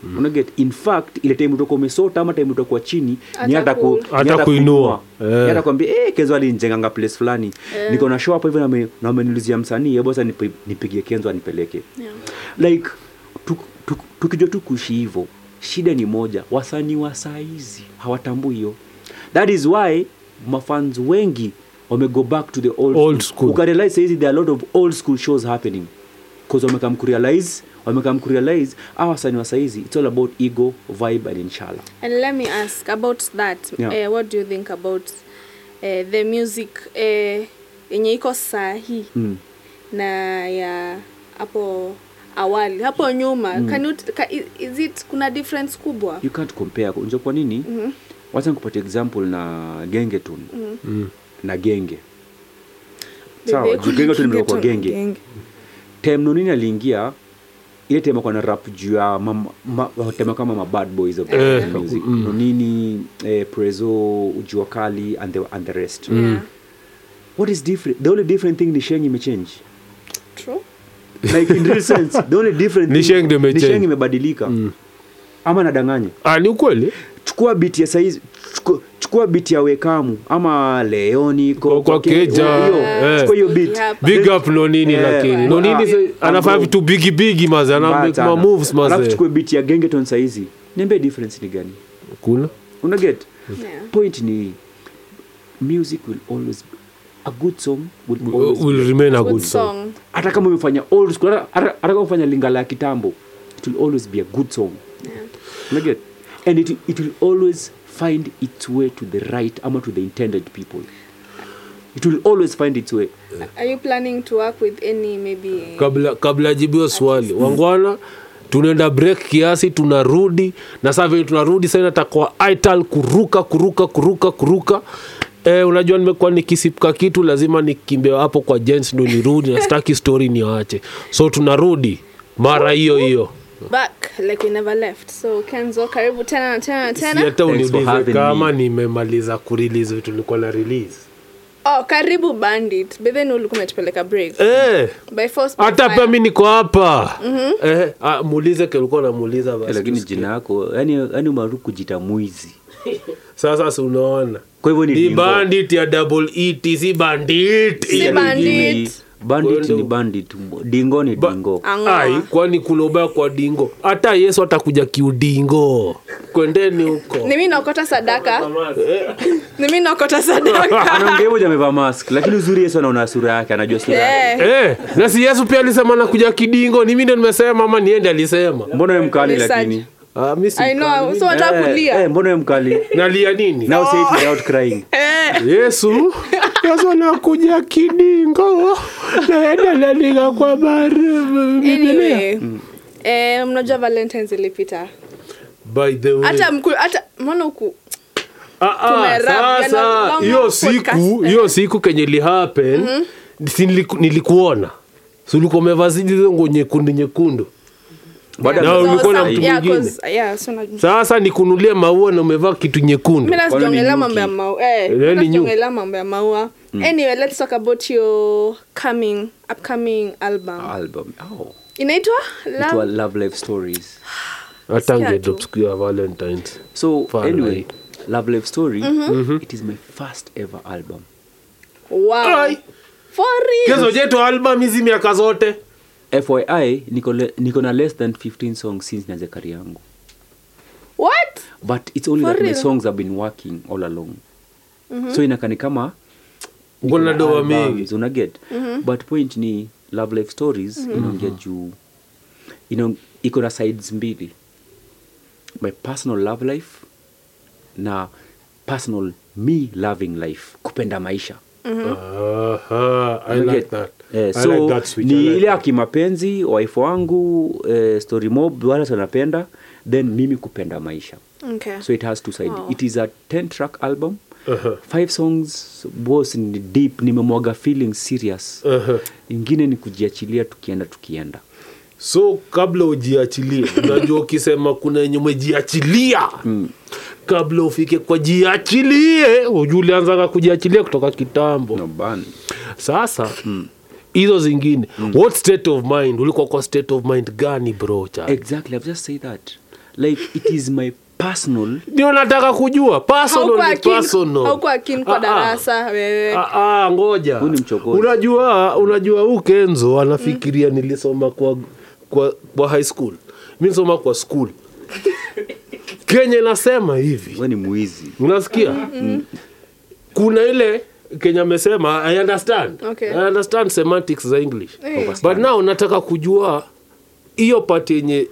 [SPEAKER 4] mm. unaget in fact ile time utakuwa umesota ama time utakuwa chini
[SPEAKER 2] Hata
[SPEAKER 4] ni hata
[SPEAKER 2] ku-
[SPEAKER 4] ku,
[SPEAKER 3] Hata kuinua. Eh.
[SPEAKER 4] yeah. atakwambia eh, kenzo alinjenganga place fulani niko na show hapo hivi na ame- na amenilizia msanii "Eh, hebu sasa nipi- nipigie kenzo anipeleke
[SPEAKER 2] Yeah.
[SPEAKER 4] like tuk- tuk- tukijua tu kuishi hivyo shida ni moja wasanii wa saa hizi hawatambui hiyo that is why mafans wengi wamego back to the old,
[SPEAKER 3] Old school.
[SPEAKER 4] ukarealize sahizi there are a lot of old school shows happening bcause wamekam kurealize wamekam kurealize awa wasanii wa sahizi it's all about ego vibe and inshallah
[SPEAKER 2] And let me ask about that.
[SPEAKER 4] Yeah.
[SPEAKER 2] Uh, what do you think about uh, the music uh, yenye iko sahi
[SPEAKER 4] Mm.
[SPEAKER 2] na ya hapo awali hapo nyuma mm. Can you t- ka, i- is it kuna difference kubwa
[SPEAKER 4] you can't compare unajua kwa nini mm-hmm. wacha nikupatia example na genge tu mm-hmm. na genge sawa
[SPEAKER 2] Bebe,
[SPEAKER 4] juu genge tu nimekuwa kwa
[SPEAKER 2] kuna
[SPEAKER 4] genge, time nonini aliingia ile time kwa na rap juu ya mama- ma- tema kama ma bad boys of the
[SPEAKER 3] Eh.
[SPEAKER 4] music
[SPEAKER 3] Mm.
[SPEAKER 4] nonini eh, prezo jua kali and the, and the rest
[SPEAKER 2] Yeah.
[SPEAKER 4] what is different the only different thing ni sheng imechange
[SPEAKER 2] True.
[SPEAKER 4] like in real sense the only different
[SPEAKER 3] Ni
[SPEAKER 4] thing-
[SPEAKER 3] Sheng ndio imechange. Mm.
[SPEAKER 4] ni Sheng imebadilika ama nadanganya
[SPEAKER 3] ah, ni ukweli
[SPEAKER 4] chukua biti ya saizi chuku- chukua biti ya wekamu ama leoni
[SPEAKER 3] Kwa- kwa Keja, eh.
[SPEAKER 4] chukua hiyo beat.
[SPEAKER 2] Yeah.
[SPEAKER 3] big up nonini
[SPEAKER 4] Eh,
[SPEAKER 3] lakini
[SPEAKER 4] ah,
[SPEAKER 3] nonini
[SPEAKER 2] uh,
[SPEAKER 4] ah,
[SPEAKER 3] sa- anafanya
[SPEAKER 4] ambao-
[SPEAKER 3] vitu bigibigi maze
[SPEAKER 4] Mbaya
[SPEAKER 3] anama
[SPEAKER 4] sana.
[SPEAKER 3] moves
[SPEAKER 4] Alafu
[SPEAKER 3] maze
[SPEAKER 4] chukue beat ya gengeton saizi niambie difference ni gani
[SPEAKER 3] kuna
[SPEAKER 4] una get
[SPEAKER 2] Yeah.
[SPEAKER 4] point ni hii. music will always be, a good song will always be-
[SPEAKER 3] Uh, will remain a good
[SPEAKER 2] Good
[SPEAKER 3] song
[SPEAKER 2] song.
[SPEAKER 4] hata kama umefanya old school hata- hata hata kama umefanya lingala ya kitambo it will always be a good song una get and it, it will always find its way to the right ama to the intended people it will always find its way
[SPEAKER 2] Are you planning to work with any maybe
[SPEAKER 3] kabla kabla ajibiwa swali wangwana tunaenda break kiasi tunarudi na saa vile tunarudi sasa natakuwa ital kuruka kuruka kuruka kuruka E, unajua nimekuwa nikisipka kitu lazima nikimbie hapo kwa jens ndo nirudi na sitaki story niache so tunarudi mara hiyo hiyo
[SPEAKER 2] back like we never left? So Kenzo, karibu tena na tena na
[SPEAKER 3] si
[SPEAKER 2] tena.
[SPEAKER 3] hata
[SPEAKER 4] Thanks for
[SPEAKER 3] uniulize
[SPEAKER 4] having
[SPEAKER 3] kama
[SPEAKER 4] me.
[SPEAKER 3] nimemaliza kurelease vitu nilikuwa na release
[SPEAKER 2] Oh, karibu bandit. Bethen ulikuwa umetupeleka break.
[SPEAKER 3] Eh,
[SPEAKER 2] By force by
[SPEAKER 3] hata
[SPEAKER 2] fire.
[SPEAKER 3] pia mi niko hapa Eh, ah, muulize kelikuwa namuuliza basi
[SPEAKER 4] Eh, lakini
[SPEAKER 3] tusikie.
[SPEAKER 4] jina yako yani yani umaarufu kujita mwizi
[SPEAKER 3] sasa si unaona
[SPEAKER 4] kwa hivyo ni
[SPEAKER 3] ni
[SPEAKER 4] limbo.
[SPEAKER 3] bandit ya double et si bandit
[SPEAKER 2] Si
[SPEAKER 4] Yaani
[SPEAKER 2] bandit.
[SPEAKER 4] ni- bandit ni bandit dingo ni
[SPEAKER 3] Ba-
[SPEAKER 4] dingo
[SPEAKER 2] Ang'oa.
[SPEAKER 3] ai kwani kuna ubaya kwa dingo hata yesu atakuja kiudingo kwendeni huko
[SPEAKER 2] nimi naokota sadaka nimi naokota sadaka
[SPEAKER 4] anaongea hivyo amevaa mask lakini uzuri yesu anaona sura yake anajua sura yake
[SPEAKER 2] Eh,
[SPEAKER 3] Eh, na si yesu pia alisema nakuja kidingo ni mi ndo nimesema ama niende alisema
[SPEAKER 4] mbona we mkali
[SPEAKER 2] Research.
[SPEAKER 4] lakini
[SPEAKER 3] ah, mi si-
[SPEAKER 2] I know, so nataka
[SPEAKER 4] Eh, eh,
[SPEAKER 2] kulia
[SPEAKER 4] mbona we mkali
[SPEAKER 3] nalia nini
[SPEAKER 4] now say it without crying
[SPEAKER 3] yesu yesu anakuja kidingo naendeleninga kwa barbibilia
[SPEAKER 2] anyway eh, mnajua valentines ilipita
[SPEAKER 3] by the way
[SPEAKER 2] hata mku- hata mbona huku
[SPEAKER 3] Ah, ah,
[SPEAKER 2] tumerap,
[SPEAKER 3] sasa,
[SPEAKER 2] yana long
[SPEAKER 3] hiyo
[SPEAKER 2] podcast. Mhm.
[SPEAKER 3] siku hiyo siku kenye lihapen nilikuona sulikuwa umevazidi hizo nguo nyekundu nyekundu
[SPEAKER 4] Baada ya
[SPEAKER 3] No,
[SPEAKER 4] mzazi
[SPEAKER 3] ulikuwa na
[SPEAKER 4] sahi.
[SPEAKER 3] mtu
[SPEAKER 2] Yeah,
[SPEAKER 3] mwingine.
[SPEAKER 2] 'cause- yeah, so na-
[SPEAKER 3] sasa nikunulie maua na umevaa kitu nyekundu
[SPEAKER 2] Mimi
[SPEAKER 4] Kwani ni
[SPEAKER 2] nasijiongelea mambo ya
[SPEAKER 4] nyuki?
[SPEAKER 2] maua eh,
[SPEAKER 3] Leo
[SPEAKER 2] mimi
[SPEAKER 3] ni nyuki. Mm.
[SPEAKER 2] nasijiongelea mambo ya maua anyway let's talk about your coming upcoming album
[SPEAKER 3] Ah.
[SPEAKER 4] album oh.
[SPEAKER 2] inaitwa
[SPEAKER 4] It was
[SPEAKER 2] love
[SPEAKER 4] love life stories
[SPEAKER 3] hatange
[SPEAKER 2] Sikia tu.
[SPEAKER 3] drop siku ya valentines
[SPEAKER 4] so
[SPEAKER 3] Fun,
[SPEAKER 4] anyway
[SPEAKER 3] right? Mm-hmm.
[SPEAKER 4] love life story mm-hmm. it is my first ever album
[SPEAKER 2] wow
[SPEAKER 3] Ai.
[SPEAKER 2] for real
[SPEAKER 3] kezo jetu album hizi miaka zote
[SPEAKER 4] fyi niko, le, niko na less than 15 songs since nianze kari yangu
[SPEAKER 2] what
[SPEAKER 4] but it's only
[SPEAKER 2] For
[SPEAKER 4] that my
[SPEAKER 2] real?
[SPEAKER 4] songs have been working all along
[SPEAKER 3] Mm-hmm.
[SPEAKER 4] so inakani kama
[SPEAKER 3] uko na doa
[SPEAKER 4] albums,
[SPEAKER 3] mingi
[SPEAKER 4] una get but point ni love life
[SPEAKER 3] Mhm.
[SPEAKER 4] stories inaongea juu ino- iko na sides mbili my personal love life na personal me loving life kupenda maisha
[SPEAKER 2] Mhm.
[SPEAKER 3] Aha, I like
[SPEAKER 4] Get-
[SPEAKER 3] that.
[SPEAKER 4] Eh,
[SPEAKER 3] I
[SPEAKER 4] so
[SPEAKER 3] like that switch, I
[SPEAKER 4] ni
[SPEAKER 3] like
[SPEAKER 4] ile ya
[SPEAKER 3] that.
[SPEAKER 4] kimapenzi waifu wangu eh, story mob wale tunapenda then mimi kupenda maisha
[SPEAKER 2] Okay.
[SPEAKER 4] so it has two side
[SPEAKER 2] Wow.
[SPEAKER 4] it is a 10 track album five songs both ni deep nimemwaga feeling serious
[SPEAKER 3] Aha.
[SPEAKER 4] ingine ni kujiachilia tukienda tukienda
[SPEAKER 3] so kabla ujiachilie unajua ukisema kuna yenye umejiachilia kabla ufike kwa jiachilie uju ulianzaga kujiachilia kutoka kitambo
[SPEAKER 4] no bana
[SPEAKER 3] sasa hizo zingine what state of mind ulikuwa kwa state of mind gani bro cha
[SPEAKER 4] exactly i've just said that like it is my personal
[SPEAKER 3] ndio nataka kujua personal
[SPEAKER 2] Haukuwa
[SPEAKER 3] ni
[SPEAKER 2] keen-
[SPEAKER 3] personal
[SPEAKER 2] haukuwa keen kwa
[SPEAKER 3] Ah, ah.
[SPEAKER 2] darasa wewe
[SPEAKER 3] Ah, ah, ngoja
[SPEAKER 4] Huu ni mchokozi.
[SPEAKER 3] unajua unajua huu kenzo anafikiria nilisoma kwa, kwa, kwa high school mi nisoma kwa school kenya nasema hivi
[SPEAKER 4] we ni mwizi
[SPEAKER 3] unasikia kuna ile kenya amesema i understand
[SPEAKER 2] Okay.
[SPEAKER 3] i understand semantics za english
[SPEAKER 2] Eh.
[SPEAKER 3] but now nataka kujua hiyo pati yenye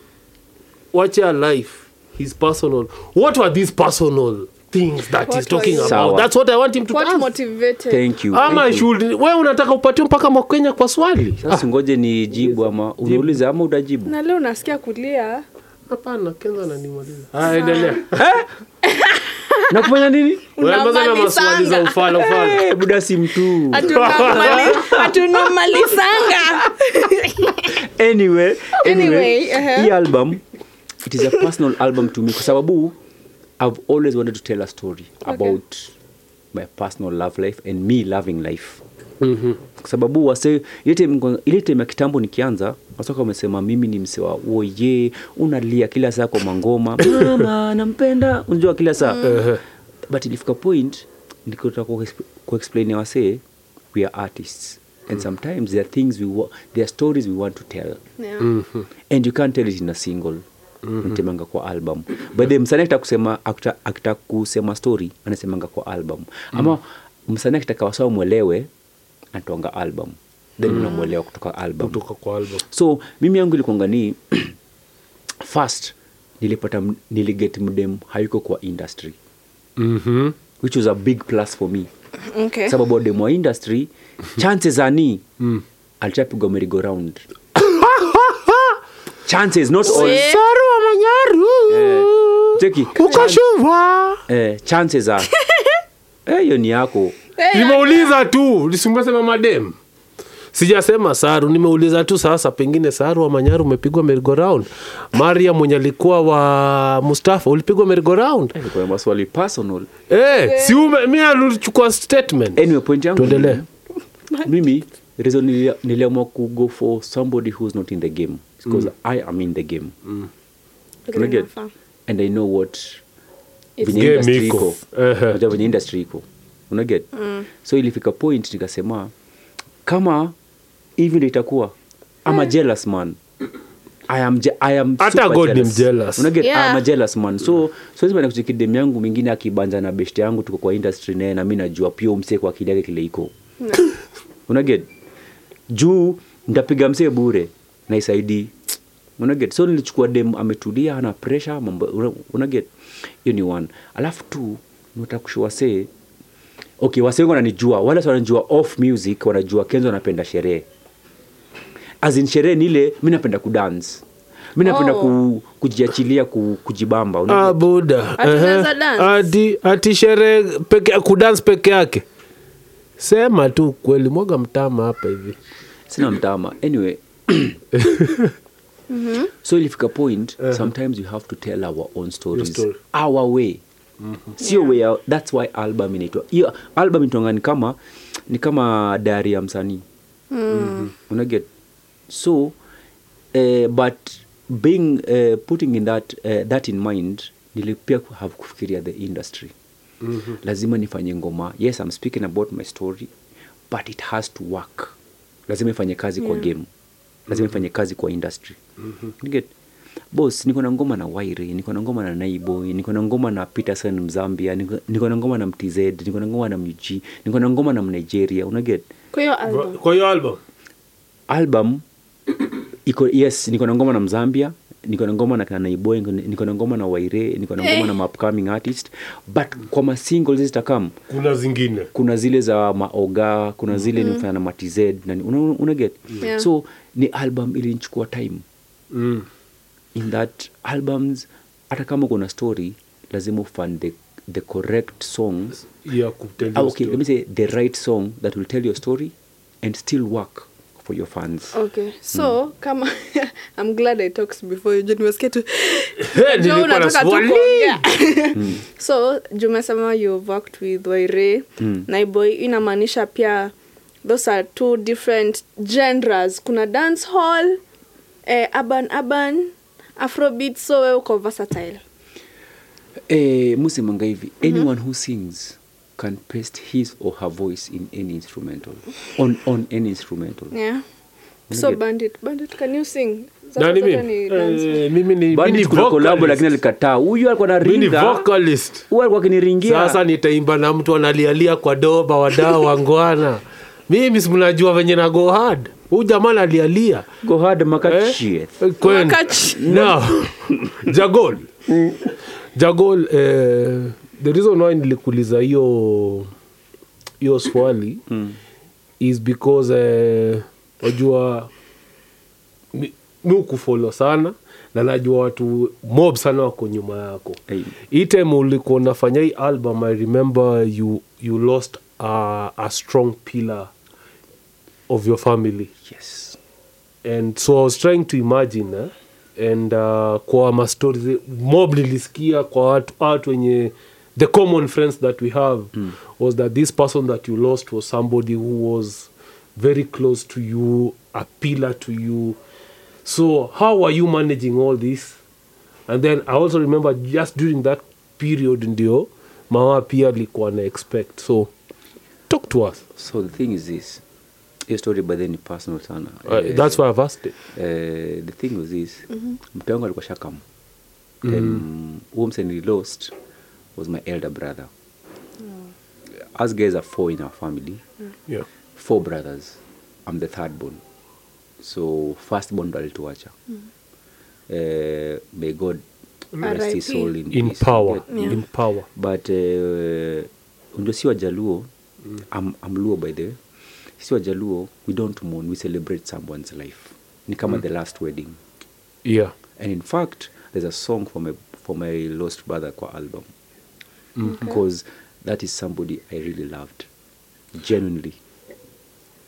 [SPEAKER 3] wacha life his personal what were these personal things that
[SPEAKER 2] What
[SPEAKER 3] he's talking
[SPEAKER 2] were you-
[SPEAKER 3] about
[SPEAKER 4] Sawa.
[SPEAKER 3] that's what i want him to
[SPEAKER 2] what
[SPEAKER 3] ask
[SPEAKER 2] motivated
[SPEAKER 4] thank you
[SPEAKER 3] ama
[SPEAKER 4] Thank you.
[SPEAKER 3] should we unataka upatiwe mpaka mwakenya kwa swali
[SPEAKER 4] sasa ngoje ni jibu ama unauliza ama utajibu
[SPEAKER 2] na leo unasikia kulia
[SPEAKER 3] hapana kenza ananimaliza Ah, endelea
[SPEAKER 4] na kufanya nini
[SPEAKER 3] Unaanza na maswali za
[SPEAKER 2] Unamalizanga.
[SPEAKER 3] ufala ufala
[SPEAKER 4] Eh, buda si mtu
[SPEAKER 2] hatunamalisanga
[SPEAKER 4] anyway,
[SPEAKER 2] Anyway,
[SPEAKER 4] Oh, anyway,
[SPEAKER 2] uh-huh.
[SPEAKER 4] hii album it is a personal album to me kwa sababu i've always wanted to tell a story okay. about my personal love life and me loving life kwa sababu wase ile time niko- ile time ya kitambo nikianza wasoka wamesema mimi ni msewa oye unalia kila saa kwa mangoma mama nampenda unajua kila saa but ilifika point nikotaka kuexplain wasee we are artists and sometimes there are things we wa- there are stories we want to tell
[SPEAKER 3] Mm.
[SPEAKER 4] Mm-hmm. and you can't tell it in a single mtemanga kwa album by the msanii akitaka kusema akita- akitaka kusema story anasemanga kwa album ama msanii akitaka wasawa mwelewe anatoanga album then unamwelewa kutoka album
[SPEAKER 3] kutoka kwa album
[SPEAKER 4] so mimi yangu ilikuanga ni first nilipata m- niliget mdem hayuko kwa industry
[SPEAKER 3] mhm
[SPEAKER 4] which was a big plus for me
[SPEAKER 2] okay.
[SPEAKER 4] sababu wadem wa industry chances ani mm. alishapigwa merigo round chances not all
[SPEAKER 2] Eh.
[SPEAKER 3] saru wa
[SPEAKER 4] Eh,
[SPEAKER 3] manyaru
[SPEAKER 4] cheki, chan-
[SPEAKER 3] ukashuva
[SPEAKER 4] eh, chances are Eh, hiyo ni yako
[SPEAKER 2] Eh,
[SPEAKER 3] nimeuliza tu simesema madem sijasema saru nimeuliza tu sasa pengine saru wa manyaru umepigwa mergo round maria mwenye alikuwa wa mustafa ulipigwa mergo round
[SPEAKER 4] Eh, kwa maswali personal
[SPEAKER 3] eh, si ume- mi alichukua statement
[SPEAKER 4] anyway point yangu
[SPEAKER 3] Tuendelee.
[SPEAKER 4] mimi reason nilia- niliamua ku go for somebody who's not in the game because i am in the game
[SPEAKER 2] look at
[SPEAKER 4] Unajua?
[SPEAKER 2] the mafaa.
[SPEAKER 4] and i know what
[SPEAKER 2] It's
[SPEAKER 4] venye
[SPEAKER 3] Game
[SPEAKER 4] industry
[SPEAKER 3] iko. Uh-huh.
[SPEAKER 4] iko
[SPEAKER 3] Ehe.
[SPEAKER 4] Unajua venye industry iko unaget so ilifika point nikasema kama hivi ndo itakuwa ama jealous man I am je- I am
[SPEAKER 3] Hata
[SPEAKER 4] super
[SPEAKER 3] God ni
[SPEAKER 4] jealous.
[SPEAKER 3] mjealous.
[SPEAKER 4] Unaget? I am
[SPEAKER 2] Yeah.
[SPEAKER 4] a jealous man so siwezimana kuchikidem yangu mingine akibanja na best yangu tuko kwa industry naye na mi najua pia umsee kwa akili yake kile iko unaget juu ndapiga msee bure na isaidii unaget so nilichukua dem ametulia ana presha mambo una- unaget hiyo ni one alafu tu nataka kushow wasee okay wasee wengi wananijua wale wasee wananijua off music wanajua kenzo anapenda sherehe azin sherehe ni ile mi napenda kudance mi napenda
[SPEAKER 2] Oh.
[SPEAKER 4] ku, kujiachilia ku, kujibamba unaget?
[SPEAKER 3] Ah, buda
[SPEAKER 2] Ati unaweza
[SPEAKER 3] Ehe.
[SPEAKER 2] dance?
[SPEAKER 3] Ati- ati shere peke kudance peke yake sema tu kweli mwaga mtama hapa hivi
[SPEAKER 4] sina mtama anyway so ilifika point sometimes you have to tell our own stories
[SPEAKER 3] Uh-huh. Your story. Mm-hmm.
[SPEAKER 4] our way sio way out. that's why album inaitwa hiyo album inaitwanga ni kama ni kama diary ya msanii
[SPEAKER 3] Mm-hmm.
[SPEAKER 4] unaget so eh, but being eh, putting in that, eh, that in mind nilipia ku- have kufikiria the industry mm-hmm. lazima nifanye ngoma yes i'm speaking about my story but it has to work lazima ifanye kazi kwa game lazima ifanye kazi kwa industry mm-hmm. get bos niko na ngoma na wairi niko na ngoma na naiboy niko na ngoma na peterson mzambia niko- niko na ngoma na mtz niko na ngoma na mug niko na ngoma na mnigeria unaget
[SPEAKER 2] kwa hiyo album
[SPEAKER 3] kwa hiyo album
[SPEAKER 4] album iko yes niko na ngoma na mzambia niko na ngoma na kanaiboy niko na ngoma na waire niko na ngoma na upcoming artist but kwa masingles zitakam
[SPEAKER 3] kuna zingine
[SPEAKER 4] kuna zile za maoga
[SPEAKER 3] Mm-hmm.
[SPEAKER 4] kuna zile mm. nifanya na matz nani una, una get
[SPEAKER 2] Yeah.
[SPEAKER 4] so ni album ilinichukua time
[SPEAKER 3] mm.
[SPEAKER 4] in that albums hata kama kuna story lazima ufan the, the correct song
[SPEAKER 3] ya kutendea
[SPEAKER 4] ah, okay,
[SPEAKER 3] story.
[SPEAKER 4] let me say the right song that will tell your story and still work for your
[SPEAKER 3] Oh.
[SPEAKER 4] fans
[SPEAKER 2] okay
[SPEAKER 3] Mm.
[SPEAKER 2] so kama i'm glad i talked before you Joe, nimesikia tu
[SPEAKER 3] Hey,
[SPEAKER 2] Joe,
[SPEAKER 3] nilikuwa Mm.
[SPEAKER 2] unataka tu
[SPEAKER 3] naswali.
[SPEAKER 2] kuongea. so jumesema you've worked with waire
[SPEAKER 3] Mm.
[SPEAKER 2] naiboy inamaanisha pia those are two different genres kuna dance hall eh, urban urban afrobeat so wewe uko versatile
[SPEAKER 4] eh, musemanga hivi
[SPEAKER 3] Mm-hmm.
[SPEAKER 4] anyone who sings can paste his or her voice in any instrumental on, on any instrumental
[SPEAKER 2] yeah so
[SPEAKER 4] Nugget.
[SPEAKER 2] bandit bandit can you sing Zote-
[SPEAKER 3] nani
[SPEAKER 2] zote
[SPEAKER 3] mimi
[SPEAKER 2] ni dance.
[SPEAKER 3] Eh, mimi ni mimi ni
[SPEAKER 4] Bandit kuna kolabo lakini
[SPEAKER 3] vocalist.
[SPEAKER 4] alikataa huyu alikuwa na
[SPEAKER 3] Mimi ni
[SPEAKER 4] ringa
[SPEAKER 3] vocalist
[SPEAKER 4] huyu alikuwa akiniringia
[SPEAKER 3] sasa nitaimba na mtu analialia kwa doba wadao wangwana mimi simnajua venye na go hard huu jamaa analialia
[SPEAKER 4] go hard
[SPEAKER 3] Eh?
[SPEAKER 4] makachie
[SPEAKER 3] Kwen.
[SPEAKER 2] Wakati.
[SPEAKER 3] Now, jagol jagol eh, the reason why nilikuuliza hiyo hiyo swali is because eh, wajua mi mi hukufollow sana na najua watu mob sana wako nyuma yako
[SPEAKER 4] Aye.
[SPEAKER 3] hii time ulikuwa unafanya hii album i remember you, you lost a, a strong pillar of your family
[SPEAKER 4] yes.
[SPEAKER 3] and so i was trying to imagine eh? and uh, kwa mastori mob nilisikia kwa watu watu wenye the common friends that we have mm. was that this person that you lost was somebody who was very close to you a pillar to you so how are you managing all this and then i also remember just during that period ndio mama pia alikuwa na expect so talk to us
[SPEAKER 4] so the thing is this hiyo story by then ni personal sana
[SPEAKER 3] uh,
[SPEAKER 4] Eh,
[SPEAKER 3] that's why i've asked it
[SPEAKER 4] eh, the thing was this mpe wangu alikuwa shakam
[SPEAKER 3] Mm-hmm.
[SPEAKER 4] then huo mse nili lost was my elder brother us guys are four in our family
[SPEAKER 3] yeah.
[SPEAKER 4] four brothers i'm the third born so first born ndo alituacha Eh, may god rest his
[SPEAKER 2] R.I.P..
[SPEAKER 4] soul in,
[SPEAKER 3] in
[SPEAKER 4] peace.
[SPEAKER 3] power
[SPEAKER 4] Get-
[SPEAKER 3] in power
[SPEAKER 4] but uh, unjo si wajaluo I'm, I'm luo by the way si wajaluo we don't mourn we celebrate someone's life ni kama the last wedding
[SPEAKER 3] yeah
[SPEAKER 4] and in fact there's a song for my, for my lost brother kwa album because that is somebody i really loved genuinely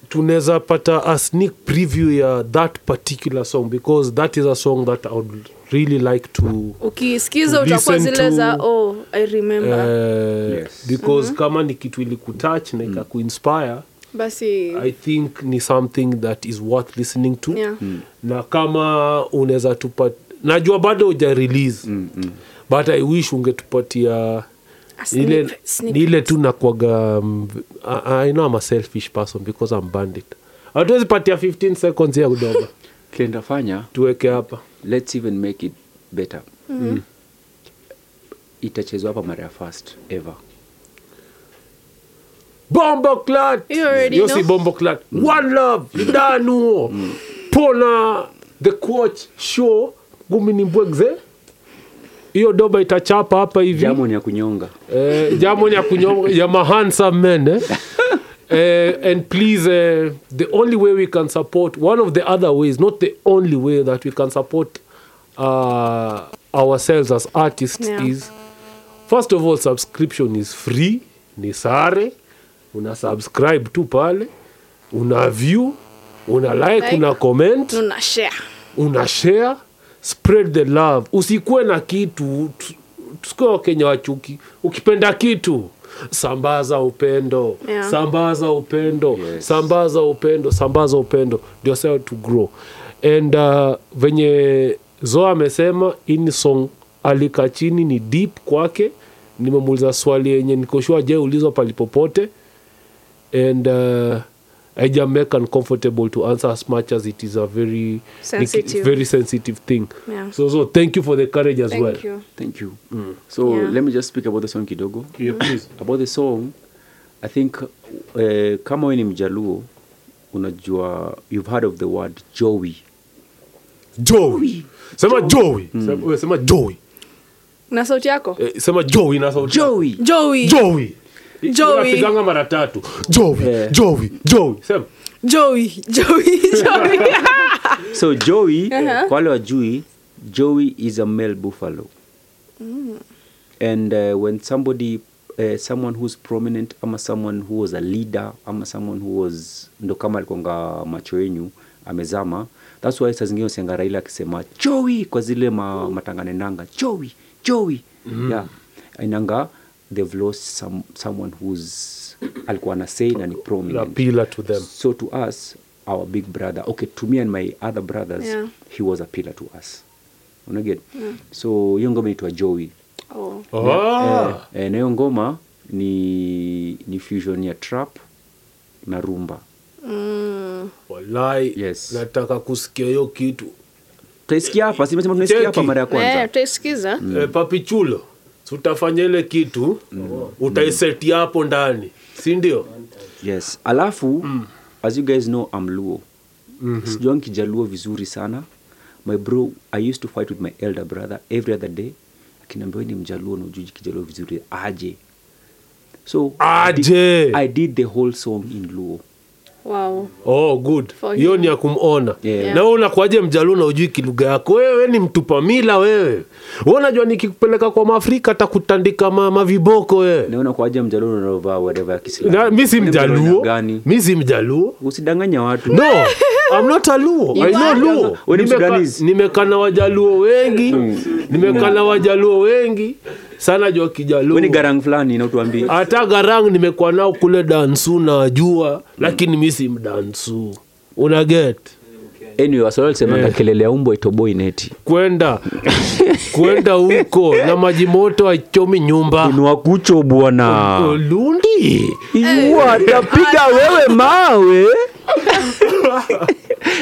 [SPEAKER 3] tunaweza pata a sneak preview ya that particular song because that is a song that i would really like to
[SPEAKER 2] ukisikiza
[SPEAKER 3] To
[SPEAKER 2] utakuwa
[SPEAKER 3] listen
[SPEAKER 2] zile za
[SPEAKER 3] to,
[SPEAKER 2] oh i remember
[SPEAKER 3] Uh,
[SPEAKER 4] Yes.
[SPEAKER 3] because kama ni kitu ilikutouch na ikakuinspire
[SPEAKER 2] basi
[SPEAKER 3] i think ni something that is worth listening to
[SPEAKER 2] Yeah.
[SPEAKER 3] na kama unaweza tupat najua bado uja release mm, mm. but i wish ungetupatia
[SPEAKER 2] A
[SPEAKER 3] ile
[SPEAKER 2] snippet, snippet.
[SPEAKER 3] ni ile tu nakwaga um, I, i know i'm a selfish person because i'm bandit hatuwezi patia 15 seconds ya kudoba
[SPEAKER 4] kile nitafanya
[SPEAKER 3] tuweke hapa
[SPEAKER 4] let's even make it better mm. itachezwa hapa mara ya first ever
[SPEAKER 3] bombo clat
[SPEAKER 2] You already
[SPEAKER 3] Yo
[SPEAKER 2] know.
[SPEAKER 3] si bombo clat one love danuo pona the coach show gumi ni mbwegze hiyo doba itachapa hapa hivi
[SPEAKER 4] jamoni ya kunyonga
[SPEAKER 3] eh, jamoni ya kunyonga ya mahansome men eh. Eh, and please eh, the only way we can support one of the other ways not the only way that we can support uh, ourselves as artists
[SPEAKER 2] Yeah.
[SPEAKER 3] is first of all subscription is free ni sare una subscribe tu pale una view una like,
[SPEAKER 2] Like.
[SPEAKER 3] una comment
[SPEAKER 2] tuna share
[SPEAKER 3] una share spread the love usikuwe na kitu tu- tusikuwe wakenya wachuki ukipenda kitu sambaza upendo
[SPEAKER 2] Yeah.
[SPEAKER 3] sambaza upendo sambaza upendo sambaza upendo ndio sawa to grow and uh, venye zoa amesema ini song alika chini ni deep kwake nimemuuliza swali yenye nikoshua je ulizwa palipopote and uh, haija make uncomfortable to answer as much as it is a very
[SPEAKER 2] Sensitive.
[SPEAKER 3] very sensitive thing
[SPEAKER 2] Yeah.
[SPEAKER 3] so so thank you for the courage as
[SPEAKER 2] thank
[SPEAKER 3] well
[SPEAKER 2] you
[SPEAKER 4] thank you so
[SPEAKER 2] Yeah.
[SPEAKER 4] let me just speak about the song kidogo
[SPEAKER 3] Yeah, please.
[SPEAKER 4] about the song i think eh, kama we ni mjaluo unajua you've heard of the word joey
[SPEAKER 3] jowi sema jowi Sema- wewe sema jowi
[SPEAKER 2] na sauti yako
[SPEAKER 3] Hmm. Eh, sema jowi na sauti
[SPEAKER 4] joey
[SPEAKER 2] jowi
[SPEAKER 3] jowi
[SPEAKER 2] Joey.
[SPEAKER 3] Unapiganga mara tatu jowi
[SPEAKER 4] Eh.
[SPEAKER 3] jowi jowi sema
[SPEAKER 2] jowi jowi jowi
[SPEAKER 4] so joey
[SPEAKER 2] Uh-huh.
[SPEAKER 4] kwa wale wajui joey is a male buffalo and uh, when somebody uh, someone who's prominent ama someone who was a leader ama someone who was ndo kama alikonga macho yenyu amezama thats why saa zingine usianga raila akisema joey kwa zile ma, matanganenanga joey joey yeah inanga they've lost some, someone who's alikuwa na say na ni
[SPEAKER 3] la
[SPEAKER 4] prominent
[SPEAKER 3] pila to them
[SPEAKER 4] so to us our big brother okay to me and my other brothers
[SPEAKER 2] Yeah.
[SPEAKER 4] he was a pillar to us unaget so hiyo ngoma inaitwa joey
[SPEAKER 2] oh.
[SPEAKER 3] oh.
[SPEAKER 4] eh, eh, na hiyo ngoma ni, ni fusion ya trap na rumba
[SPEAKER 3] walai
[SPEAKER 4] Yes.
[SPEAKER 3] nataka kusikia hiyo kitu
[SPEAKER 4] tunaisikia hapa simesema tunaisikia hapa mara ya
[SPEAKER 2] Eh,
[SPEAKER 4] kwanza
[SPEAKER 2] utaisikiza
[SPEAKER 3] mm. e, papichulo si utafanya ile kitu mm. utaiseti hapo ndani si ndio
[SPEAKER 4] yes alafu as you guys know i'm luo
[SPEAKER 3] Mm-hmm.
[SPEAKER 4] sijuangi kijaluo vizuri sana my bro i used to fight with my elder brother every other day akiniambia "Wewe ni mjaluo na ujuji kijaluo vizuri aje so I did-
[SPEAKER 3] Aje.
[SPEAKER 4] i did the whole song in luo
[SPEAKER 2] wow
[SPEAKER 3] oh good
[SPEAKER 2] For
[SPEAKER 3] hiyo
[SPEAKER 2] him.
[SPEAKER 3] ni ya kumona
[SPEAKER 4] Yeah.
[SPEAKER 3] na we unakuaje mjaluo na ujui kilugha yako wewe ni mtupamila wewe we unajua nikikupeleka kwa maafrika atakutandika ma, maviboko wewe
[SPEAKER 4] naona kwaja mjaluo naovaa whatever ya
[SPEAKER 3] Na-
[SPEAKER 4] Kiislamu.
[SPEAKER 3] mi si
[SPEAKER 4] Wewe mjaluo na
[SPEAKER 3] mjaluo
[SPEAKER 4] gani
[SPEAKER 3] mi si mjaluo
[SPEAKER 4] usidanganya watu
[SPEAKER 3] no I'm not a Luo. I know Luo.
[SPEAKER 4] Wewe ni Mm.
[SPEAKER 3] Nimeka-
[SPEAKER 4] Msudanese.
[SPEAKER 3] Nimekaa na wajaluo wengi nimekaa na wajaluo wengi sana jua kijaluo
[SPEAKER 4] Wewe ni garang fulani na utuambie
[SPEAKER 3] hata garang nimekuwa nao kule dansu najua lakini mi si mdansu unaget
[SPEAKER 4] anyway waswahili
[SPEAKER 3] Eh.
[SPEAKER 4] walisemanga kelele ya umbwa itoboi neti
[SPEAKER 3] kwenda kwenda huko na maji moto aichomi nyumba Oh,
[SPEAKER 4] inua kucho bwana
[SPEAKER 3] lundi
[SPEAKER 4] watapiga wewe mawe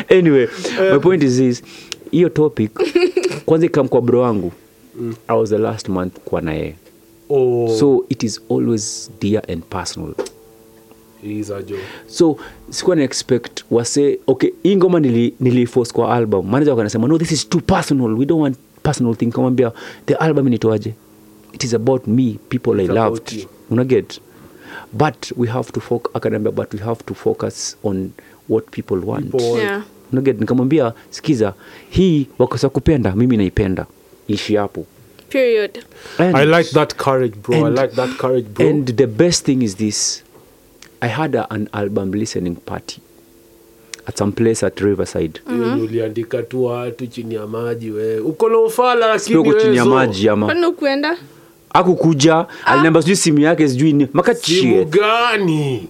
[SPEAKER 4] anyway my point is this hiyo topic kwanza ikam kwa bro wangu i was the last month kwa naye
[SPEAKER 3] oh,
[SPEAKER 4] so it is always dear and personal
[SPEAKER 3] iza jo
[SPEAKER 4] so sikuwa na expect wase okay hii ngoma nili, niliforce kwa album manager wakanasema no this is too personal we don't want personal thing kamwambia the album initoaje it is about me people i
[SPEAKER 3] It's about
[SPEAKER 4] loved
[SPEAKER 3] you.
[SPEAKER 4] unaget but we have to foc akaniambia but we have to focus on what people want
[SPEAKER 3] People want.
[SPEAKER 2] yeah
[SPEAKER 4] unaget nikamwambia sikiza hii wakosa kupenda mimi naipenda ishi hapo
[SPEAKER 2] period
[SPEAKER 4] And-
[SPEAKER 3] i like that courage bro
[SPEAKER 4] And-
[SPEAKER 3] i like that courage bro
[SPEAKER 4] And the best thing is this I had a, an album listening party at some place at Riverside.
[SPEAKER 3] Yeye uliandika tu watu chini ya maji wewe uko na ufala lakini
[SPEAKER 4] Sipoko chini ya
[SPEAKER 3] wezo.
[SPEAKER 4] maji ama
[SPEAKER 2] kwani ukuenda
[SPEAKER 4] akukuja alinamba sijui simu yake sijui ni
[SPEAKER 3] Ah. simu
[SPEAKER 4] makachie
[SPEAKER 3] gani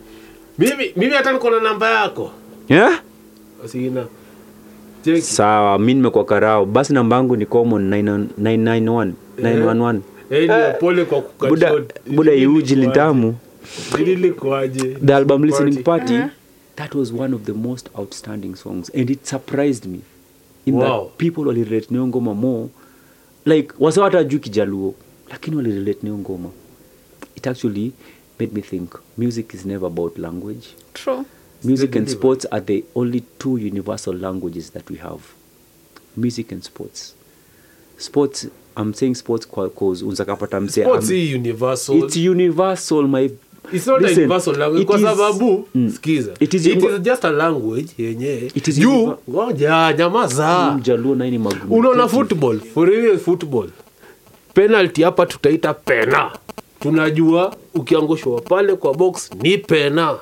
[SPEAKER 3] mimi mimi hata niko na namba yako
[SPEAKER 4] yeah?
[SPEAKER 3] sina cheki
[SPEAKER 4] sawa mi nimekwa karao basi namba yangu ni common 99- 991 911
[SPEAKER 3] Eh, ni pole kwa Yaani kucut
[SPEAKER 4] buda,
[SPEAKER 3] short.
[SPEAKER 4] buda
[SPEAKER 3] Hili
[SPEAKER 4] iuji
[SPEAKER 3] lilikuwaje?
[SPEAKER 4] lintamu
[SPEAKER 3] Hili lilikuwaje?
[SPEAKER 4] the album listening
[SPEAKER 3] Party.
[SPEAKER 4] party that was one of the most outstanding songs and it surprised me in
[SPEAKER 3] Wow.
[SPEAKER 4] that people walirelate nayo ngoma more like wasa hata juu kijaluo lakini walirelate nayo ngoma it actually made me think music is never about language
[SPEAKER 2] true
[SPEAKER 4] music and sports are the only two universal languages that we have music and sports sports i'm saying sports because unza kapata mse
[SPEAKER 3] Sports
[SPEAKER 4] am-
[SPEAKER 3] hii universal.
[SPEAKER 4] it's universal my
[SPEAKER 3] It's not a
[SPEAKER 4] Listen,
[SPEAKER 3] universal language,
[SPEAKER 4] it
[SPEAKER 3] kwa
[SPEAKER 4] is-
[SPEAKER 3] sababu
[SPEAKER 4] Mm.
[SPEAKER 3] sikiza
[SPEAKER 4] It is
[SPEAKER 3] It
[SPEAKER 4] univer-
[SPEAKER 3] is just a language yenye
[SPEAKER 4] It is Mm,
[SPEAKER 3] juu
[SPEAKER 4] univer-
[SPEAKER 3] ngoja nyamaza
[SPEAKER 4] mjaluo naini magumu
[SPEAKER 3] unaona football for real football penalty hapa tutaita pena tunajua ukiangushwa pale kwa box ni pena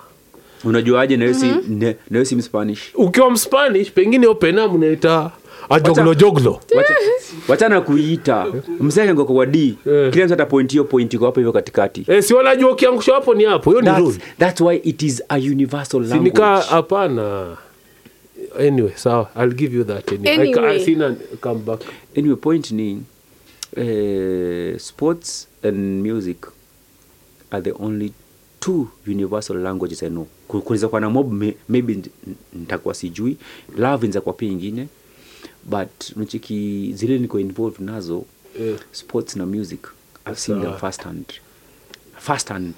[SPEAKER 4] unajuaje nawesi mm nawesi mspanish
[SPEAKER 3] ukiwa mspanish pengine hiyo pena mnaita ajoglojoglo
[SPEAKER 4] Wacha- wachana kuiita msengeko kwa d
[SPEAKER 3] Eh.
[SPEAKER 4] kila mtu atapoint hiyo point iko hapo hivyo katikati
[SPEAKER 3] e, si wanajua ukiangushwa hapo ni hapo hiyo ni
[SPEAKER 4] that's,
[SPEAKER 3] rule
[SPEAKER 4] that's why it is a universal language
[SPEAKER 3] sinika hapana anyway sawa i'll give you that anyway. I ca- I
[SPEAKER 2] Anyway.
[SPEAKER 3] sina come back
[SPEAKER 4] anyway point ni eh, sports and music are the only two universal languages i know Ku- kunaweza kuwa na mob may- maybe n- nitakuwa sijui love inaweza kuwa pia ingine but nachiki zile niko involved nazo
[SPEAKER 3] Eh.
[SPEAKER 4] sports na music i've seen them first hand first hand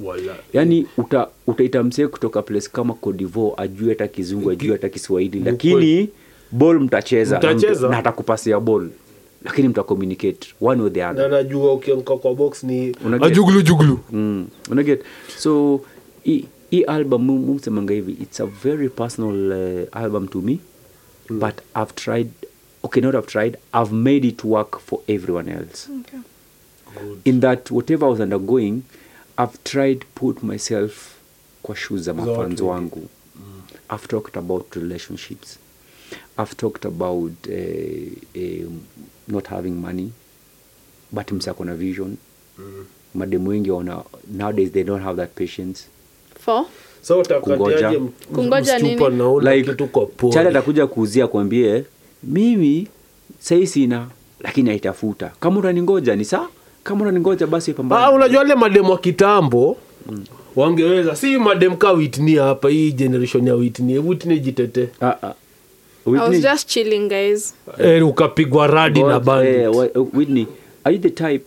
[SPEAKER 3] wala
[SPEAKER 4] yani Yaani uta, utaita msee kutoka place kama Cote d'Ivoire ajue hata kizungu ajue hata kiswahili lakini ball mtacheza na mta-
[SPEAKER 3] Mtacheza.
[SPEAKER 4] na atakupasia ball lakini mtacommunicate one or the
[SPEAKER 3] na
[SPEAKER 4] other
[SPEAKER 3] najua ukianguka kwa box ni
[SPEAKER 4] Unaget-
[SPEAKER 3] ajuglu juglu
[SPEAKER 4] mm. unaget so hii hii album mu- mu msemanga hivi it's a very personal uh, album to me mm. but i've tried okay not i've tried i've made it work for everyone else
[SPEAKER 2] Okay.
[SPEAKER 4] in that whatever I was undergoing I've tried put myself kwa shoes za
[SPEAKER 3] watu Mm.
[SPEAKER 4] mafanzi
[SPEAKER 3] wengine.
[SPEAKER 4] wangu I've talked about relationships I've talked about uh, um, not having money but msako na vision
[SPEAKER 3] Mm.
[SPEAKER 4] mademu wengi wana nowadays they don't have that patience
[SPEAKER 2] for
[SPEAKER 3] sa utakatiaje
[SPEAKER 4] Kungoja.
[SPEAKER 3] m-
[SPEAKER 2] Kungoja
[SPEAKER 3] mstupa
[SPEAKER 2] nini?
[SPEAKER 3] naona kitu kwa pole.
[SPEAKER 4] chale atakuja kuuzia kuambie mimi sahii sina lakini aitafuta kama utaningoja ni saa kama utaningoja basi pambana
[SPEAKER 3] Ah, unajua le mademu wa kitambo wangeweza si mademu ka Whitney hapa hii generation ya Whitney Whitney jitete
[SPEAKER 4] Ah, ah.
[SPEAKER 2] I was
[SPEAKER 4] Whitney,
[SPEAKER 2] just chilling guys
[SPEAKER 3] eh, ukapigwa radi na
[SPEAKER 4] God, eh,
[SPEAKER 3] bandi
[SPEAKER 4] wa- Whitney, are you the type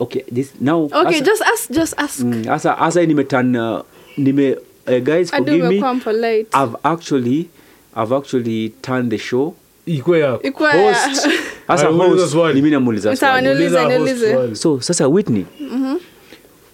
[SPEAKER 4] okay this now
[SPEAKER 2] okay
[SPEAKER 4] asa-
[SPEAKER 2] just ask just ask
[SPEAKER 4] mm, asa asa nimetan uh, nime uh, guys
[SPEAKER 2] hadi
[SPEAKER 4] forgive me
[SPEAKER 2] umekuwa polite
[SPEAKER 3] Ah,
[SPEAKER 4] I've actually I've actually turned the show
[SPEAKER 3] ikwe yako
[SPEAKER 2] ikuwa
[SPEAKER 4] host asa
[SPEAKER 3] Ah, uliza
[SPEAKER 4] host
[SPEAKER 3] swali.
[SPEAKER 4] ni mimi namuuliza
[SPEAKER 2] Sawa,
[SPEAKER 4] swali
[SPEAKER 2] niulize. Niuliza,
[SPEAKER 3] Uliza host
[SPEAKER 2] niulize.
[SPEAKER 3] swali.
[SPEAKER 4] so sasa Whitney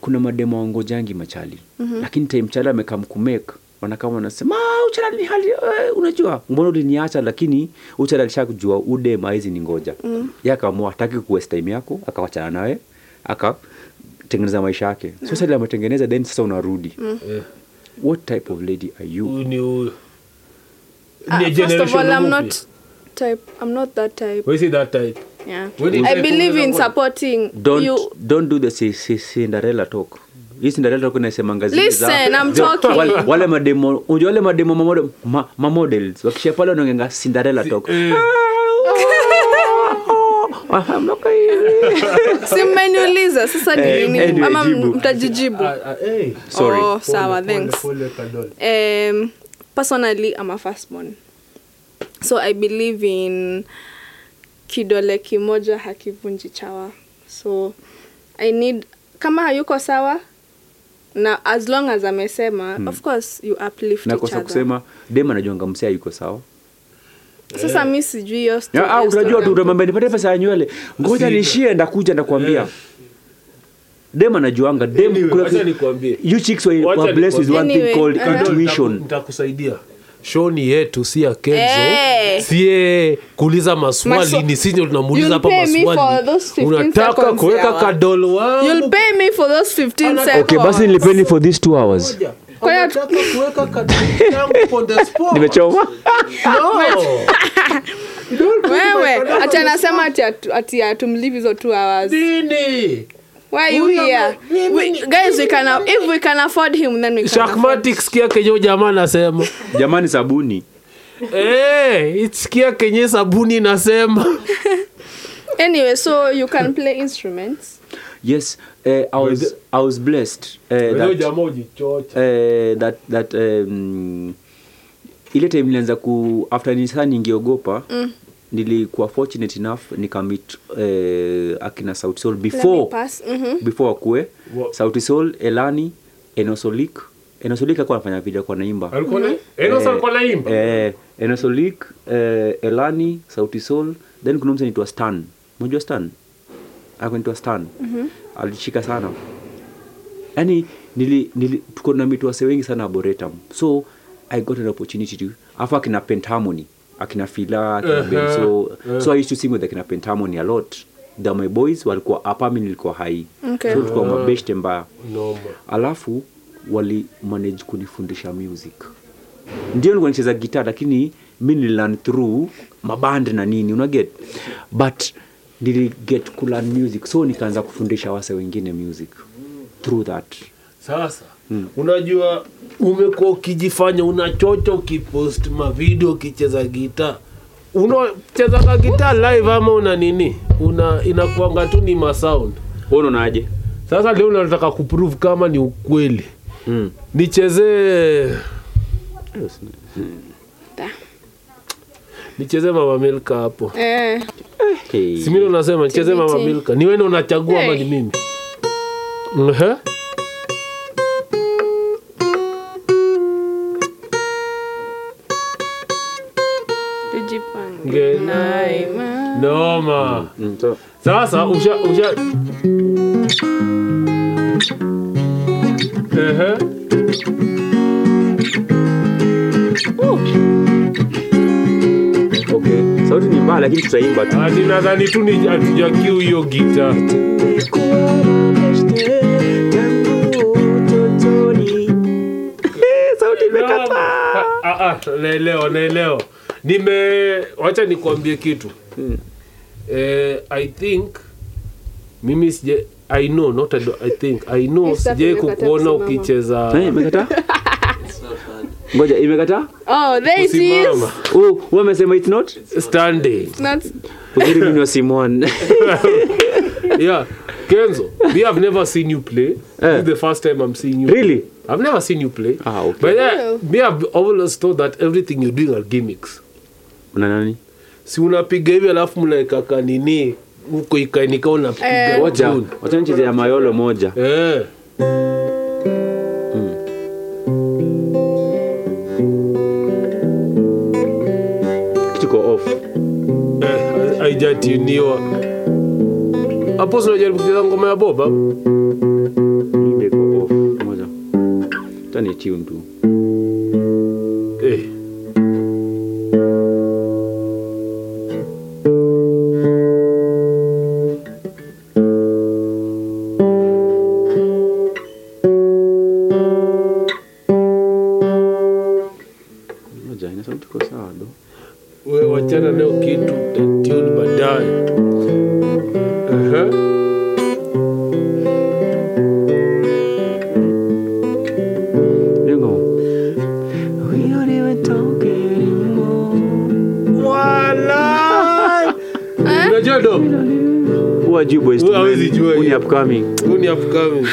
[SPEAKER 4] kuna mademo wangojangi machali lakini time chali amekamkumeka wanakama wanasema "Ah, uchala ni hali eh, unajua mbona uliniacha lakini uchala alishakujua ude maizi ni ngoja mm. yakaamua hataki kuwaste time yako akawachana nawe akatengeneza maisha yake so sasa ile ametengeneza then sasa unarudi
[SPEAKER 3] Eh,
[SPEAKER 4] what type of lady are you
[SPEAKER 3] huyu ni huyu
[SPEAKER 2] Ah,
[SPEAKER 3] Ni
[SPEAKER 2] first of
[SPEAKER 3] generation
[SPEAKER 2] all i'm
[SPEAKER 3] mpya.
[SPEAKER 2] not type i'm not that type
[SPEAKER 3] We see that type
[SPEAKER 2] yeah
[SPEAKER 3] When you
[SPEAKER 2] i
[SPEAKER 3] type
[SPEAKER 2] believe in
[SPEAKER 3] unaweza-
[SPEAKER 2] supporting
[SPEAKER 4] don't
[SPEAKER 2] you
[SPEAKER 4] don't do the si- si- Cinderella talk. Hii Cinderella talk inasemanga zile
[SPEAKER 2] Listen,
[SPEAKER 4] za-
[SPEAKER 2] I'm
[SPEAKER 4] za-
[SPEAKER 2] talking.
[SPEAKER 4] Wale, wale mademo, unajua wale mademo ma, model- ma, ma models wakisha pale wanaongea Cinderella talk.
[SPEAKER 3] eh.
[SPEAKER 4] Ah, I'm not going.
[SPEAKER 2] si mmeniuliza sasa ni
[SPEAKER 4] Eh,
[SPEAKER 2] nini
[SPEAKER 4] anyway,
[SPEAKER 2] ama
[SPEAKER 4] jibu.
[SPEAKER 2] mtajijibu
[SPEAKER 3] Ah, ah, eh.
[SPEAKER 4] Sorry.
[SPEAKER 2] oh sawa
[SPEAKER 3] Pole,
[SPEAKER 2] thanks
[SPEAKER 3] pole, pole,
[SPEAKER 2] um, personally i'm a firstborn so i believe in kidole kimoja hakivunji chawa so i need kama hayuko sawa na as long as amesema hmm. of course you uplift each
[SPEAKER 4] Nakosa
[SPEAKER 2] other.
[SPEAKER 4] kusema dem anajuanga msea yuko sawa. Eh.
[SPEAKER 2] sasa mi sijui hiyo sto-
[SPEAKER 4] Ah,
[SPEAKER 2] hiyo
[SPEAKER 4] utajua
[SPEAKER 2] story
[SPEAKER 4] tu
[SPEAKER 2] yangu.
[SPEAKER 4] utamwambia nipatie pesa ya nywele. Ngoja
[SPEAKER 3] Usi-
[SPEAKER 4] nishie ndakuja ndakwambia.
[SPEAKER 3] Eh.
[SPEAKER 4] Dem anajuanga dem
[SPEAKER 3] Anyway,
[SPEAKER 4] kuna-
[SPEAKER 3] wacha nikwambie.
[SPEAKER 4] You chicks were,
[SPEAKER 3] Wacha
[SPEAKER 4] were blessed with one thing
[SPEAKER 2] nikwambie.
[SPEAKER 4] called
[SPEAKER 2] Anyway, uh-huh.
[SPEAKER 3] pole.
[SPEAKER 4] intuition.
[SPEAKER 3] ntakusaidia show ni yetu si ya kenzo
[SPEAKER 2] Eh.
[SPEAKER 3] siye kuuliza maswali
[SPEAKER 2] Maso-
[SPEAKER 3] ni sinye tunamuuliza
[SPEAKER 2] You'll
[SPEAKER 3] hapa
[SPEAKER 2] pay me for
[SPEAKER 3] maswali
[SPEAKER 2] those 15
[SPEAKER 3] unataka
[SPEAKER 2] seconds
[SPEAKER 3] kuweka
[SPEAKER 2] yawa.
[SPEAKER 3] kadolo wangu
[SPEAKER 2] you'll pay me for those 15
[SPEAKER 3] Okay,
[SPEAKER 2] seconds
[SPEAKER 4] Okay, basi nilipeni for these two hours.
[SPEAKER 3] Ngoja.
[SPEAKER 2] Kwa hiyo-
[SPEAKER 3] Unataka kuweka kadolo yangu on the spot?
[SPEAKER 4] Nimechoma.
[SPEAKER 3] No.
[SPEAKER 2] wewe ati anasema ati atu- ati atumlive hizo two hours
[SPEAKER 3] Dini.
[SPEAKER 2] Why are you
[SPEAKER 3] Huyo
[SPEAKER 2] here?
[SPEAKER 3] ma- mimi
[SPEAKER 2] We,
[SPEAKER 3] ni-
[SPEAKER 2] guys, we can a- if we can afford him, then we can afford.
[SPEAKER 3] Shakmatic sikia kenye jamaa anasema
[SPEAKER 4] Jamani sabuni.
[SPEAKER 3] Eh, sikia kenye sabuni inasema
[SPEAKER 2] Anyway, so you can play instruments.
[SPEAKER 4] Yes, uh, I was
[SPEAKER 3] Wede-
[SPEAKER 4] I was blessed uh, that
[SPEAKER 3] ujichocha
[SPEAKER 4] uh, that that um, ile time nilianza ku after nisa ningiogopa mm. nilikuwa fortunate enough nikamit uh, akina Sauti Sol
[SPEAKER 2] Let me
[SPEAKER 4] before
[SPEAKER 2] pass. Mhm.
[SPEAKER 4] before wakue
[SPEAKER 3] Wa-
[SPEAKER 4] Sauti Sol, Elani, Enosolik. Enosolik alikuwa anafanya video kwa naimba.
[SPEAKER 3] Eh,
[SPEAKER 4] Eh, Enosolik, eh, Elani, Sauti Sol, then kuna mtu anaitwa Stan. Unajua Stan? Alikuwa anaitwa Stan. Alishika sana. Yaani nili, nili tuko na mitwase wengi sana Arboretum. So I got an opportunity to afu akina Pentamony, akina Fila, akina
[SPEAKER 3] Ehe,
[SPEAKER 4] Benzo.
[SPEAKER 3] eh.
[SPEAKER 4] So I used to sing with akina Pentamony a lot. The my boys walikuwa hapa mimi nilikuwa hai.
[SPEAKER 2] Okay.
[SPEAKER 4] So
[SPEAKER 3] Ah.
[SPEAKER 4] tulikuwa mabeshte mbaya alafu wali manage kunifundisha music ndio nilikuwa nicheza gitaa lakini mi nililan through maband na nini unaget but niliget kulan music so nikaanza kufundisha wase wengine music through that
[SPEAKER 3] sasa unajua umekuwa ukijifanya unachocha ukipost mavideo ukicheza gita unachezaga gita live ama una nini una inakuanga tu ni masound
[SPEAKER 4] unaonaje
[SPEAKER 3] sasa leo nataka kuprove kama ni ukweli
[SPEAKER 4] Hmm.
[SPEAKER 3] mm. nichezee
[SPEAKER 2] Da.
[SPEAKER 3] nichezee mama milka hapo
[SPEAKER 2] Eh,
[SPEAKER 4] hey.
[SPEAKER 3] simini unasema nicheze
[SPEAKER 2] TBT.
[SPEAKER 3] mama milka ni wene unachagua ama ni
[SPEAKER 2] Hey.
[SPEAKER 3] mimi Ehe.
[SPEAKER 2] did you nipange
[SPEAKER 3] Nge-
[SPEAKER 2] naye ma-
[SPEAKER 3] noma
[SPEAKER 4] Mm, so,
[SPEAKER 3] sasa usha usha Ehe.
[SPEAKER 4] okay. sauti ni mbaya lakini tutaimba tu
[SPEAKER 3] Ati nadhani tu ni hatujakiu hiyo gita
[SPEAKER 4] Eh, sauti imekataa
[SPEAKER 3] Ah, ah, ah, naelewa naelewa nime wacha nikuambie kitu
[SPEAKER 2] Hmm.
[SPEAKER 3] eh, i think mimi sije i know not I, do, i think i know
[SPEAKER 2] Mr.
[SPEAKER 3] sijai
[SPEAKER 2] Fimeka
[SPEAKER 3] kukuona
[SPEAKER 2] atakusimama.
[SPEAKER 4] Eh,
[SPEAKER 3] ukicheza
[SPEAKER 4] imekataa ngoja imekataa
[SPEAKER 2] oh there it is
[SPEAKER 3] kusimama
[SPEAKER 4] Oh, wewe umesema it's not
[SPEAKER 3] standing
[SPEAKER 2] Not-
[SPEAKER 4] uzuri mimi ni wa Simon
[SPEAKER 3] yeah kenzo we have never seen you play this
[SPEAKER 4] Eh.
[SPEAKER 3] is the first time i'm seeing you
[SPEAKER 4] Really?
[SPEAKER 3] i've never seen you play
[SPEAKER 4] Ah, okay.
[SPEAKER 3] but yeah, me i've always thought that everything you're doing are gimmicks
[SPEAKER 4] una nani
[SPEAKER 3] si unapiga hivi alafu mnaekaka nini huko ikainika unapiga
[SPEAKER 2] Eh.
[SPEAKER 4] wacha
[SPEAKER 3] tune.
[SPEAKER 4] wacha nicheze ya mayolo moja
[SPEAKER 3] Eh.
[SPEAKER 4] kitu ko off
[SPEAKER 3] Eh, haijatiniwa hapo, si unajaribu kucheza ngoma ya boba
[SPEAKER 4] Ile iko off moja tani tune tu
[SPEAKER 3] eh.
[SPEAKER 4] moja ina sauti kwa sawa do
[SPEAKER 3] We wachana nayo kitu tatune baadaye. Ehe.
[SPEAKER 4] yengo
[SPEAKER 3] Walai! Unajua do
[SPEAKER 4] huwa juu boys
[SPEAKER 3] Huwa hawezi jua
[SPEAKER 4] Who ni
[SPEAKER 3] hiyo.
[SPEAKER 4] upcoming
[SPEAKER 3] Huyu ni upcoming.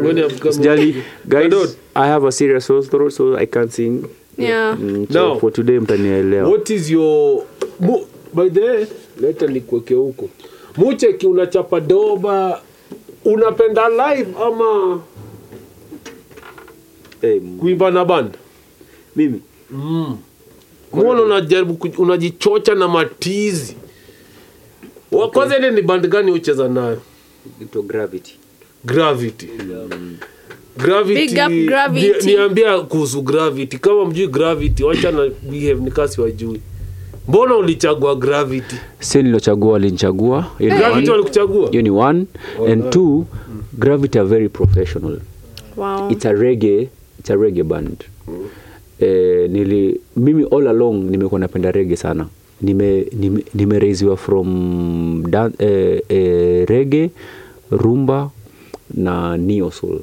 [SPEAKER 3] Huyu ni upcoming.
[SPEAKER 4] sijali
[SPEAKER 3] Pardon.
[SPEAKER 4] guys I have a serious sore throat so I can't sing
[SPEAKER 2] yeah
[SPEAKER 4] Mm,
[SPEAKER 3] No.
[SPEAKER 4] so for today mtanielewa
[SPEAKER 3] What is your Mu... by the way, leta nikuweke huko Mucheki, unachapa doba unapenda live ama
[SPEAKER 4] Eh, m-
[SPEAKER 3] kuimba na banda?
[SPEAKER 4] mimi
[SPEAKER 3] mbona unajaribu ku- unajichocha na matizi Wa- kwanza ile ni band gani ucheza nayo
[SPEAKER 4] into gravity
[SPEAKER 3] gravity Gravity-
[SPEAKER 2] Big up
[SPEAKER 3] ni-
[SPEAKER 2] Gravity.
[SPEAKER 3] niambia kuhusu gravity kama mjui gravity wacha na behave nikasi wajui mbona ulichagua gravity
[SPEAKER 4] si nilochagua walinichagua hiyo ni
[SPEAKER 3] gravity
[SPEAKER 4] one.
[SPEAKER 3] walikuchagua
[SPEAKER 4] hiyo ni one and two gravity are very professional
[SPEAKER 2] wow
[SPEAKER 4] it's a reggae it's a reggae band eh, nili mimi all along nimekuwa napenda reggae sana nime nime- nimeraiziwa nime from dan, eh, eh, reggae rumba na neo soul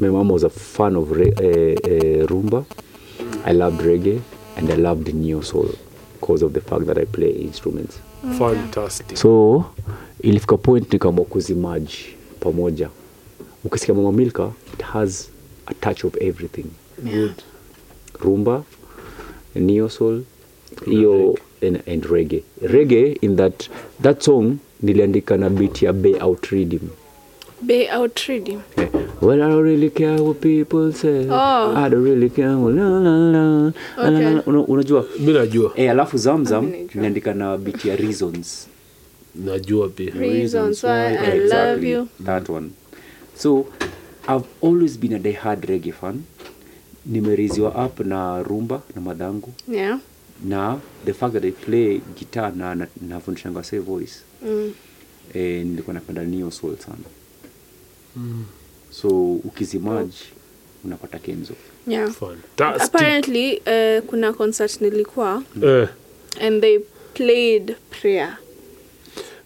[SPEAKER 4] my mom was a fan of re, eh, eh, rumba i loved reggae and i loved neo soul because of the fact that i play instruments
[SPEAKER 3] fantastic
[SPEAKER 4] so ilifika point nikaamua kuzimaji pamoja ukisikia mama milka it has a touch of everything
[SPEAKER 3] good
[SPEAKER 4] rumba neosol hiyo and, and rege rege in that that song niliandika na bit ya bay out reading
[SPEAKER 2] be out reading
[SPEAKER 4] Yeah. Well, I don't really care what people say.
[SPEAKER 2] Oh.
[SPEAKER 4] I don't really care what la la la. La, la, la.
[SPEAKER 2] Okay.
[SPEAKER 4] Una- Unajua?
[SPEAKER 3] mi najua
[SPEAKER 4] Eh, alafu Zamzam
[SPEAKER 2] Mimi najua.
[SPEAKER 4] niandika na bit ya Reasons.
[SPEAKER 3] najua pia
[SPEAKER 2] reasons why i
[SPEAKER 4] Exactly,
[SPEAKER 2] love you
[SPEAKER 4] that one so i've always been a diehard reggae fan nimeriziwa up na rumba na madhangu
[SPEAKER 2] yeah
[SPEAKER 4] na the fact that i play guitar na na- nafundishanga say voice
[SPEAKER 2] Mm.
[SPEAKER 4] eh, nilikuwa napenda neo soul sana
[SPEAKER 3] Mm.
[SPEAKER 4] so ukizimaji unapata kenzo
[SPEAKER 2] yeah
[SPEAKER 3] fantastic
[SPEAKER 2] apparently eh, kuna concert nilikuwa
[SPEAKER 3] eh.
[SPEAKER 2] and they played prayer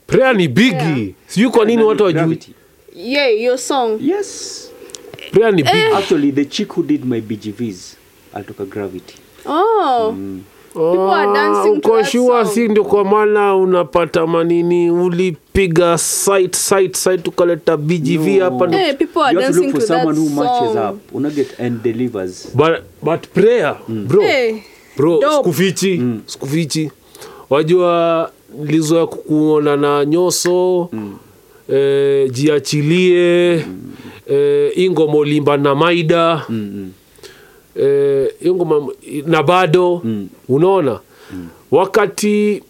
[SPEAKER 3] prayer ni bigi sijui kwa nini watu wajui
[SPEAKER 4] Gravity.
[SPEAKER 2] yeah your song
[SPEAKER 4] yes
[SPEAKER 3] prayer ni
[SPEAKER 2] Eh,
[SPEAKER 3] bigi
[SPEAKER 4] actually the chick who did my bgvs alitoka gravity
[SPEAKER 2] oh are dancing to that
[SPEAKER 3] ukoshua
[SPEAKER 2] song.
[SPEAKER 3] Ah, si ndio kwa maana unapata manini ulipiga site site site ukaleta bgv
[SPEAKER 4] No.
[SPEAKER 3] hapa
[SPEAKER 2] Eh,
[SPEAKER 3] na-
[SPEAKER 2] people are
[SPEAKER 4] you have
[SPEAKER 2] dancing
[SPEAKER 4] to look for
[SPEAKER 2] to that
[SPEAKER 4] someone who matches
[SPEAKER 2] song.
[SPEAKER 4] up unaget and delivers
[SPEAKER 3] but, but prayer bro,
[SPEAKER 2] Eh,
[SPEAKER 3] bro
[SPEAKER 2] dope.
[SPEAKER 3] sikufichi sikufichi wajua nilizoya kukuona na nyoso eh, jiachilie eh, ingoma ulimba na maida mm. eh, hiyo ngoma na bado mm. unaona wakati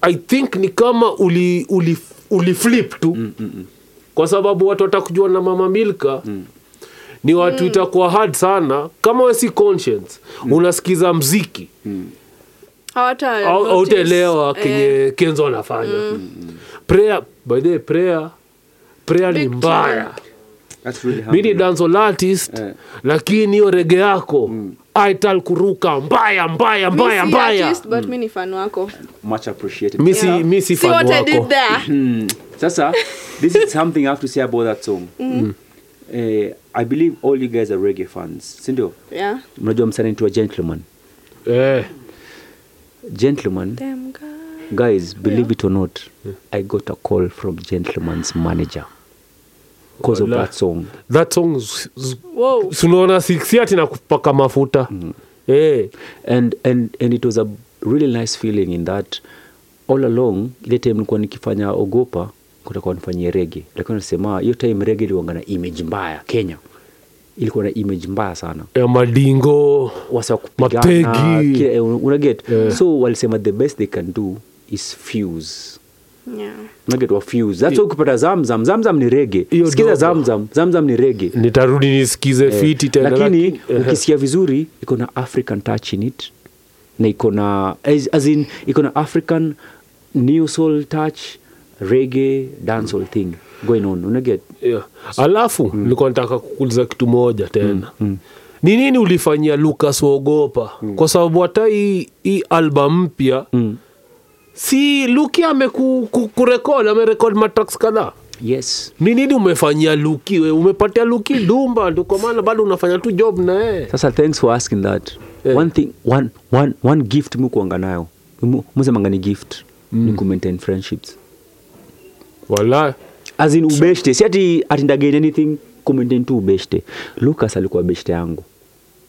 [SPEAKER 3] i think ni kama uli, uli, uli flip tu mm, mm, mm. kwa sababu watu watakujua na mama milka mm ni watu mm. itakuwa hard sana kama we si conscience mm. unasikiza mziki
[SPEAKER 2] hawata
[SPEAKER 3] au-
[SPEAKER 2] Mm. notice. Eh,
[SPEAKER 3] hautaelewa
[SPEAKER 2] Mm.
[SPEAKER 3] kenye kenzo anafanya prayer by the way, prayer prayer ni
[SPEAKER 2] Big
[SPEAKER 3] mbaya
[SPEAKER 4] That's really
[SPEAKER 3] mi ni
[SPEAKER 4] humbling.
[SPEAKER 3] dancehall artist
[SPEAKER 4] Eh.
[SPEAKER 3] lakini hiyo rege yako aital kuruka mbaya mbaya
[SPEAKER 2] Mm. mi
[SPEAKER 3] mbaya
[SPEAKER 2] si
[SPEAKER 3] mbaya
[SPEAKER 2] artist,
[SPEAKER 4] Mm.
[SPEAKER 2] but mi ni fan wako
[SPEAKER 4] Much appreciated.
[SPEAKER 3] mi si-
[SPEAKER 2] Yeah.
[SPEAKER 3] mi si
[SPEAKER 2] See
[SPEAKER 3] fan
[SPEAKER 2] what I did
[SPEAKER 3] wako
[SPEAKER 2] there?
[SPEAKER 4] Mm. Sasa, this is something I have to say about that song. Eh, I believe all you guys are reggae fans, si ndio?
[SPEAKER 2] Yeah.
[SPEAKER 4] Mnajua msanii anaitwa gentleman.
[SPEAKER 3] Eh,
[SPEAKER 4] Gentleman,
[SPEAKER 2] Them guys.
[SPEAKER 4] guys, believe it or not, I got a call from gentleman's manager because of
[SPEAKER 3] Wala.
[SPEAKER 4] that song.
[SPEAKER 3] that song s- s-
[SPEAKER 2] Wow.
[SPEAKER 3] si unaona siksiati na kupaka mafuta
[SPEAKER 2] Mm.
[SPEAKER 3] Eh,
[SPEAKER 4] and and and it was a really nice feeling in that all along ile time nilikuwa nikifanya ogopa kutakuwa nifanyie rege lakini nasema hiyo time rege ilikuwa na image mbaya kenya ilikuwa na image mbaya sana
[SPEAKER 3] ya madingo
[SPEAKER 4] wasa kupigana,
[SPEAKER 3] Mategi.
[SPEAKER 4] kila- eh, una get so walisema the best they can do is fuse
[SPEAKER 2] Yeah.
[SPEAKER 4] unaget wa fuse that's why ukipata zamzam zamzam ni rege
[SPEAKER 3] Hiyo
[SPEAKER 4] sikiza
[SPEAKER 3] dogo.
[SPEAKER 4] zamzam zamzam ni rege
[SPEAKER 3] nitarudi nisikize
[SPEAKER 4] Eh,
[SPEAKER 3] fiti tena
[SPEAKER 4] lakini
[SPEAKER 3] laki- eh,
[SPEAKER 4] ukisikia vizuri iko na african touch in it na iko na as, as in iko na african new soul touch reggae dancehall thing going on unaget
[SPEAKER 3] yeah. alafu nilikuwa nataka kukuliza kitu moja tena ni nini ulifanyia lukas uogopa kwa sababu hata hii hii album mpya
[SPEAKER 4] mm.
[SPEAKER 3] si luki amekurekod amerekod matraks kadhaa
[SPEAKER 4] yes
[SPEAKER 3] ni nini umefanyia luki we umepatia luki dumba ndio kwa maana bado unafanya tu job na yeye
[SPEAKER 4] sasa thanks for asking that
[SPEAKER 3] Eh.
[SPEAKER 4] one thing one, one, one gift mukuanga nayo Mu- musemanga ni gift ni ku maintain friendships
[SPEAKER 3] wala
[SPEAKER 4] as in ubeshte si ati atindagain anything commenting tu ubeshte lucas alikuwa beshte yangu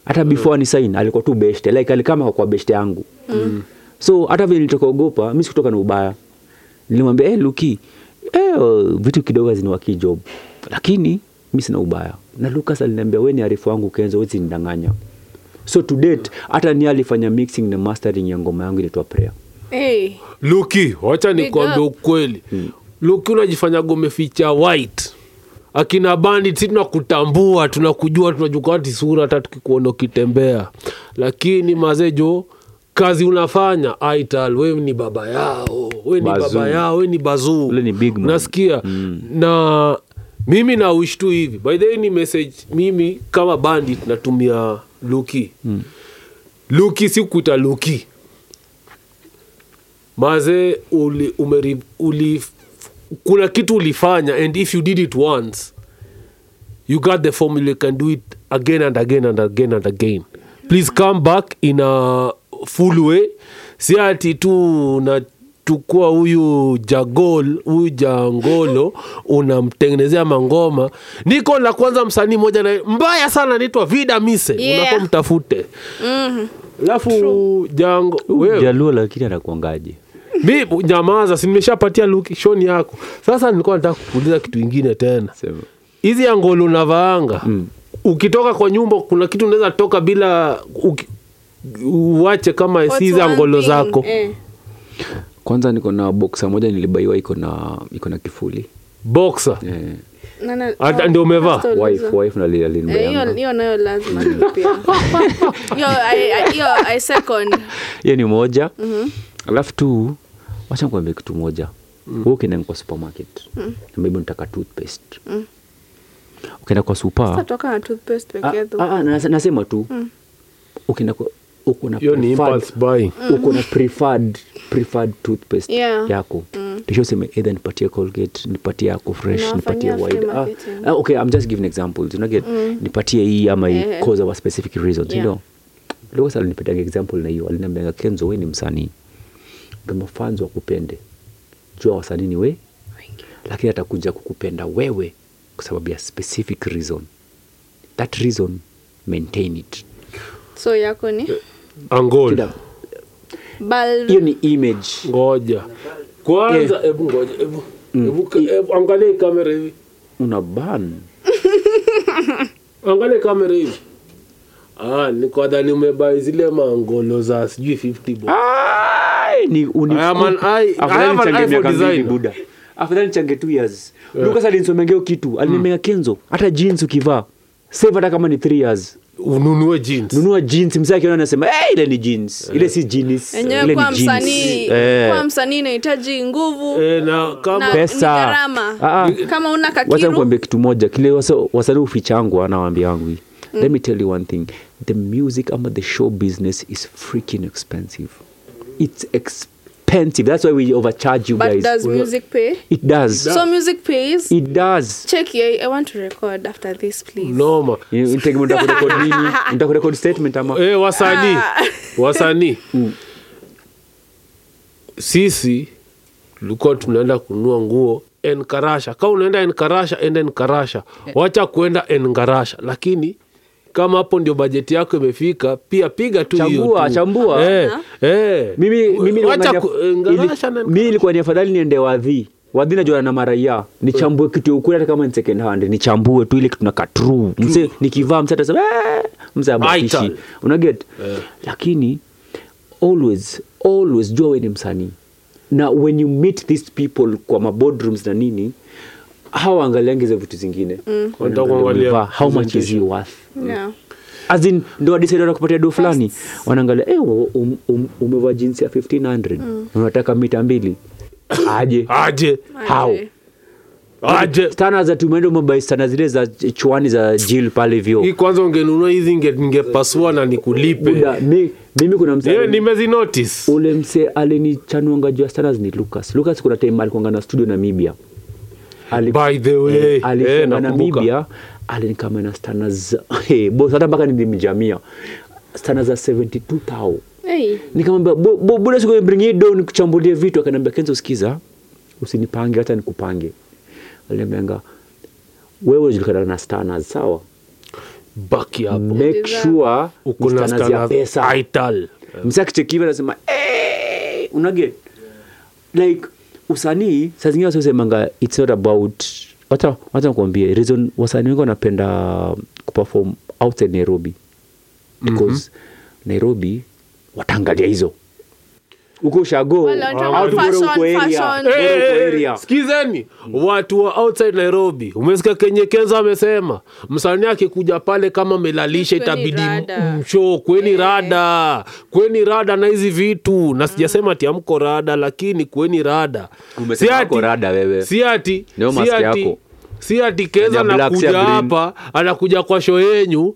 [SPEAKER 4] hata before ni sign alikuwa tu beshte like alikama kwa beshte yangu mm. so hata vile nilitoka ogopa mi sikutoka na ubaya nilimwambia hey, luki eh, uh, vitu kidogo ziniwaki job lakini mi sina ubaya na lucas aliniambia we ni arifu wangu kenzo wezi nidanganya so to date hata ni alifanya mixing na mastering ya ngoma yangu inaitwa prayer
[SPEAKER 2] Hey.
[SPEAKER 3] luki wacha
[SPEAKER 2] Big
[SPEAKER 3] nikuambia
[SPEAKER 2] up.
[SPEAKER 3] ukweli
[SPEAKER 4] Hmm.
[SPEAKER 3] luki unajifanya gomeficha white akina bandit si tunakutambua tunakujua tunajukati sura hata tukikuona ukitembea lakini mazejo kazi unafanya aital we ni baba yao we ni
[SPEAKER 4] Bazoo.
[SPEAKER 3] baba yao we ni bazuu
[SPEAKER 4] Ule ni big man. Hmm.
[SPEAKER 3] nasikia na mimi na wish tu hivi by the way ni message mimi kama bandit natumia luki
[SPEAKER 4] Hmm.
[SPEAKER 3] luki si kuita luki maze uli, umeri, uli, kuna kitu ulifanya and if you did it once you got the formula you can do it again and again and again and again please come back in a full way si ati tu unachukua huyu jagol huyu jangolo unamtengenezea mangoma niko la kwanza msanii moja na mbaya sana naitwa vida mise
[SPEAKER 2] Yeah.
[SPEAKER 3] yeah. mtafute alafu jango wewe
[SPEAKER 4] jaluo lakini anakuangaje
[SPEAKER 3] mi nyamaza si nimeshapatia luki shoni yako sasa nilikuwa nataka kukuuliza kitu ingine tena
[SPEAKER 4] Sema.
[SPEAKER 3] hizi angolo unavaanga mm. ukitoka kwa nyumba kuna kitu unaweza toka bila uki, uwache
[SPEAKER 4] Eh,
[SPEAKER 3] kama si hizi
[SPEAKER 2] What's one
[SPEAKER 3] angolo
[SPEAKER 2] thing?
[SPEAKER 3] zako
[SPEAKER 2] Eh.
[SPEAKER 4] kwanza niko na boksa moja nilibaiwa iko na iko na kifuli
[SPEAKER 3] boxer
[SPEAKER 4] eh,
[SPEAKER 2] Na- na- um,
[SPEAKER 3] Hata ndio umevaa?
[SPEAKER 2] Pastor
[SPEAKER 4] wife
[SPEAKER 2] Luza.
[SPEAKER 4] wife nali-
[SPEAKER 2] Eh, hiyo-
[SPEAKER 4] alinibayanga.
[SPEAKER 2] hiyo nayo lazima pia hiyo I- I- hiyo i second
[SPEAKER 4] Ah. hiyo ni moja alafu tu wacha nikuambia kitu moja mm. ukienda kwa supermarket mm. maybe nitaka toothpaste mm. ukienda kwa super
[SPEAKER 2] Satoka na toothpaste
[SPEAKER 4] Ah,
[SPEAKER 2] pekee tu.
[SPEAKER 4] ah, ah, nas- nasema tu ukienda kwa- uko na
[SPEAKER 3] hiyo ni
[SPEAKER 4] preferred-
[SPEAKER 3] impulse buy
[SPEAKER 4] Mm. uko na preferred, preferred toothpaste
[SPEAKER 2] Yeah. Mm.
[SPEAKER 4] yako kisha useme either nipatie colgate nipatie yako fresh nipatie
[SPEAKER 2] Unawafanyia free
[SPEAKER 4] wide ah,
[SPEAKER 2] marketing. Mm.
[SPEAKER 4] ah, okay i'm just giving examples una get nipatie hii ama hii
[SPEAKER 2] Eh.
[SPEAKER 4] cause of a specific reason you
[SPEAKER 2] Yeah.
[SPEAKER 4] know Lucas alinipetaga example na hiyo aliniambiaga kenzo we ni msanii kama fans wakupende jua wasanii ni we lakini atakuja kukupenda wewe kwa sababu ya specific reason that reason maintain it
[SPEAKER 2] so yako ni
[SPEAKER 3] angolo
[SPEAKER 4] Kila-
[SPEAKER 2] Bal-
[SPEAKER 4] Eh, hiyo ni image
[SPEAKER 3] ngoja kwanza hebu ngoja hebu hebu ka- hebu angalia hii kamera hivi
[SPEAKER 4] una ban
[SPEAKER 3] angalia kamera hivi Ah, nilikuwa dhani umebai zile mangolo za sijui 50
[SPEAKER 4] Ah.
[SPEAKER 3] bob.
[SPEAKER 4] Ai, ni uni-
[SPEAKER 3] I am an eye- I am
[SPEAKER 4] Afadhali
[SPEAKER 3] an
[SPEAKER 4] nichange
[SPEAKER 3] eye for
[SPEAKER 4] miaka mbili,
[SPEAKER 3] design.
[SPEAKER 4] buda afadhali nichange two years lukas alinisomengeo kitu
[SPEAKER 3] Mm.
[SPEAKER 4] alinimea kenzo hata jeans ukivaa save hata kama ni three years
[SPEAKER 3] Ununue jeans.
[SPEAKER 4] nunua jeans mzee akiona anasema "Eh, ile ni jeans ile si jeans ile
[SPEAKER 2] enyewe
[SPEAKER 4] ni
[SPEAKER 2] kwa
[SPEAKER 4] jeans."
[SPEAKER 2] msanii
[SPEAKER 4] Eh,
[SPEAKER 2] kwa msanii inahitaji nguvu
[SPEAKER 3] Eh, na kama
[SPEAKER 2] na
[SPEAKER 4] Pesa.
[SPEAKER 2] ni gharama
[SPEAKER 4] Ah, ah.
[SPEAKER 2] kama una
[SPEAKER 4] wacha
[SPEAKER 2] kakiru
[SPEAKER 4] nikuambia kitu moja kile wasa- wasanii ufichangwa anawaambiangu hii
[SPEAKER 2] Mm.
[SPEAKER 4] let me tell you one thing the music ama the show business is freaking expensive it's expensive that's why we overcharge you
[SPEAKER 2] but
[SPEAKER 4] guys
[SPEAKER 2] does music pay
[SPEAKER 4] it does
[SPEAKER 2] so music pays
[SPEAKER 4] it does
[SPEAKER 2] check here i want to record after this please
[SPEAKER 3] noma.
[SPEAKER 4] You- nitegemea mtakurekod nini mtakurekod statement ama
[SPEAKER 3] Eh, wasanii. Wasanii. Sisi tulikuwa tunaenda kununua nguo enkarasha. Kama unaenda enkarasha, enda enkarasha. Wacha kuenda enkarasha. Lakini kama hapo ndio bajeti yako imefika, pia piga tu hiyo
[SPEAKER 4] Chambua,
[SPEAKER 3] tu.
[SPEAKER 4] chambua.
[SPEAKER 3] Eh, eh.
[SPEAKER 4] mimi mimi nilikuwa
[SPEAKER 3] wacha
[SPEAKER 4] nania-
[SPEAKER 3] ku, eh,
[SPEAKER 4] ili-
[SPEAKER 3] enkarasha na
[SPEAKER 4] mimi ilikuwa ni afadhali niende wadhi wadhi najua na maraya
[SPEAKER 3] Eh.
[SPEAKER 4] nichambue kitu ya ukweli hata kama ni second hand nichambue tu ile kitu naka true mse nikivaa mse atasema "Eh," mse abakishi
[SPEAKER 3] Vital.
[SPEAKER 4] una get
[SPEAKER 3] Eh.
[SPEAKER 4] lakini always always jua wewe ni msanii na when you meet these people kwa maboardrooms na nini hawa angaliangi za vitu zingine
[SPEAKER 3] Wanataka kuangalia
[SPEAKER 4] Wamevaa, how much is he worth
[SPEAKER 2] yeah.
[SPEAKER 4] As in, ndo wadisaidi wanakupatia do fulani wanaangalia eh, um, um, umevaa jinsi ya 1500 unataka mita mbili aje
[SPEAKER 3] aje
[SPEAKER 4] how
[SPEAKER 3] aje
[SPEAKER 4] stana za tumeenda umebai stana zile za chuani za jil pale
[SPEAKER 3] hii
[SPEAKER 4] vyo
[SPEAKER 3] kwanza ungenunua hizi nge- ningepasua na nikulipe
[SPEAKER 4] Buda, mi, mimi kuna
[SPEAKER 3] yeye
[SPEAKER 4] msee
[SPEAKER 3] nimezinotice
[SPEAKER 4] ule msee alinichanuanga juu ya stars ni lucas lucas kuna time alikuanga na studio namibia Ali-
[SPEAKER 3] By the way,
[SPEAKER 4] Eh,
[SPEAKER 3] eh,
[SPEAKER 4] alifika
[SPEAKER 3] nakumbuka.
[SPEAKER 4] namibia alinikama na stana za hey, boss hata mpaka nilimjamia stana za 72000
[SPEAKER 2] hey.
[SPEAKER 4] nikamwambia "Bo- bo- bora siku bringie do nikuchambulie vitu akaniambia kenzo sikiza usinipange hata nikupange aliniambianga wewe ujulikana na stanas sawa
[SPEAKER 3] baki hapo
[SPEAKER 4] make sure
[SPEAKER 3] uko na
[SPEAKER 4] stanas ya
[SPEAKER 3] stana
[SPEAKER 4] pesa
[SPEAKER 3] ital
[SPEAKER 4] msakichekiva anasema "Eh, unage like usanii saa zingine wasiosemanga its not about hata hata nikuambie reason wasanii wengi wanapenda kuperform outside nairobi because nairobi wataangalia hizo uko ushago
[SPEAKER 2] Wale watu wa
[SPEAKER 4] watu bora
[SPEAKER 2] fashion,
[SPEAKER 4] uko area,
[SPEAKER 2] fashion.
[SPEAKER 4] bora
[SPEAKER 2] Eh,
[SPEAKER 4] uko area.
[SPEAKER 3] skizeni watu wa outside nairobi umesikia kenye kenzo amesema msanii akikuja pale kama melalisha
[SPEAKER 2] Kweni
[SPEAKER 3] itabidi
[SPEAKER 2] rada.
[SPEAKER 3] msho kweni rada kweni rada na hizi vitu na sijasema ati amko rada lakini kweni rada
[SPEAKER 4] Umesema
[SPEAKER 3] Si
[SPEAKER 4] ako
[SPEAKER 3] ati-
[SPEAKER 4] rada wewe.
[SPEAKER 3] si ati
[SPEAKER 4] Leo
[SPEAKER 3] si
[SPEAKER 4] mask
[SPEAKER 3] ati-
[SPEAKER 4] yako.
[SPEAKER 3] si ati kenzo
[SPEAKER 4] Ya black, si ya
[SPEAKER 3] anakuja
[SPEAKER 4] green.
[SPEAKER 3] hapa anakuja kwa sho yenyu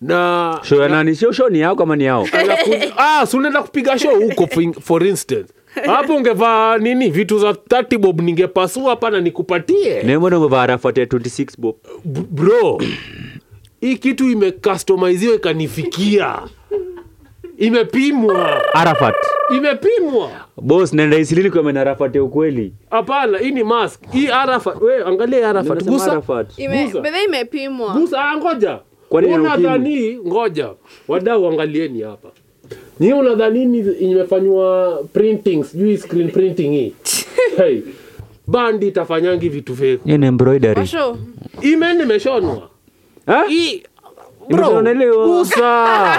[SPEAKER 3] na
[SPEAKER 4] show ya nani sio show ni yao kama ni yao
[SPEAKER 3] Anakuja- ah, si unaenda kupiga show huko for- for instance hapo ungevaa nini vitu za 30 bob ningepasua hapa na nikupatie
[SPEAKER 4] nemona umevaa rafatia 26 bob
[SPEAKER 3] B- bro hii kitu imecustomiziwa ikanifikia imepimwa
[SPEAKER 4] arafat
[SPEAKER 3] imepimwa
[SPEAKER 4] bos nenda isilini kwa mena rafat ya ukweli
[SPEAKER 3] hapana hii ni mask hii arafat we angalia hii arafat
[SPEAKER 4] Nasema
[SPEAKER 3] gusa
[SPEAKER 4] Arafat.
[SPEAKER 2] Ime,
[SPEAKER 3] Guza.
[SPEAKER 2] bedhe imepimwa
[SPEAKER 3] gusa ah, ngoja
[SPEAKER 4] Kwa nini
[SPEAKER 3] unadhani ngoja wadau angalieni hapa nyie unadhanini imefanywa printing sijui screen printing hii hey. bandi itafanyangi vitu feku
[SPEAKER 4] ni embroidery
[SPEAKER 2] sho
[SPEAKER 3] ime nimeshonwa
[SPEAKER 4] Ah?
[SPEAKER 3] Hii- bro,
[SPEAKER 4] Imeshonelewa.
[SPEAKER 3] gusa.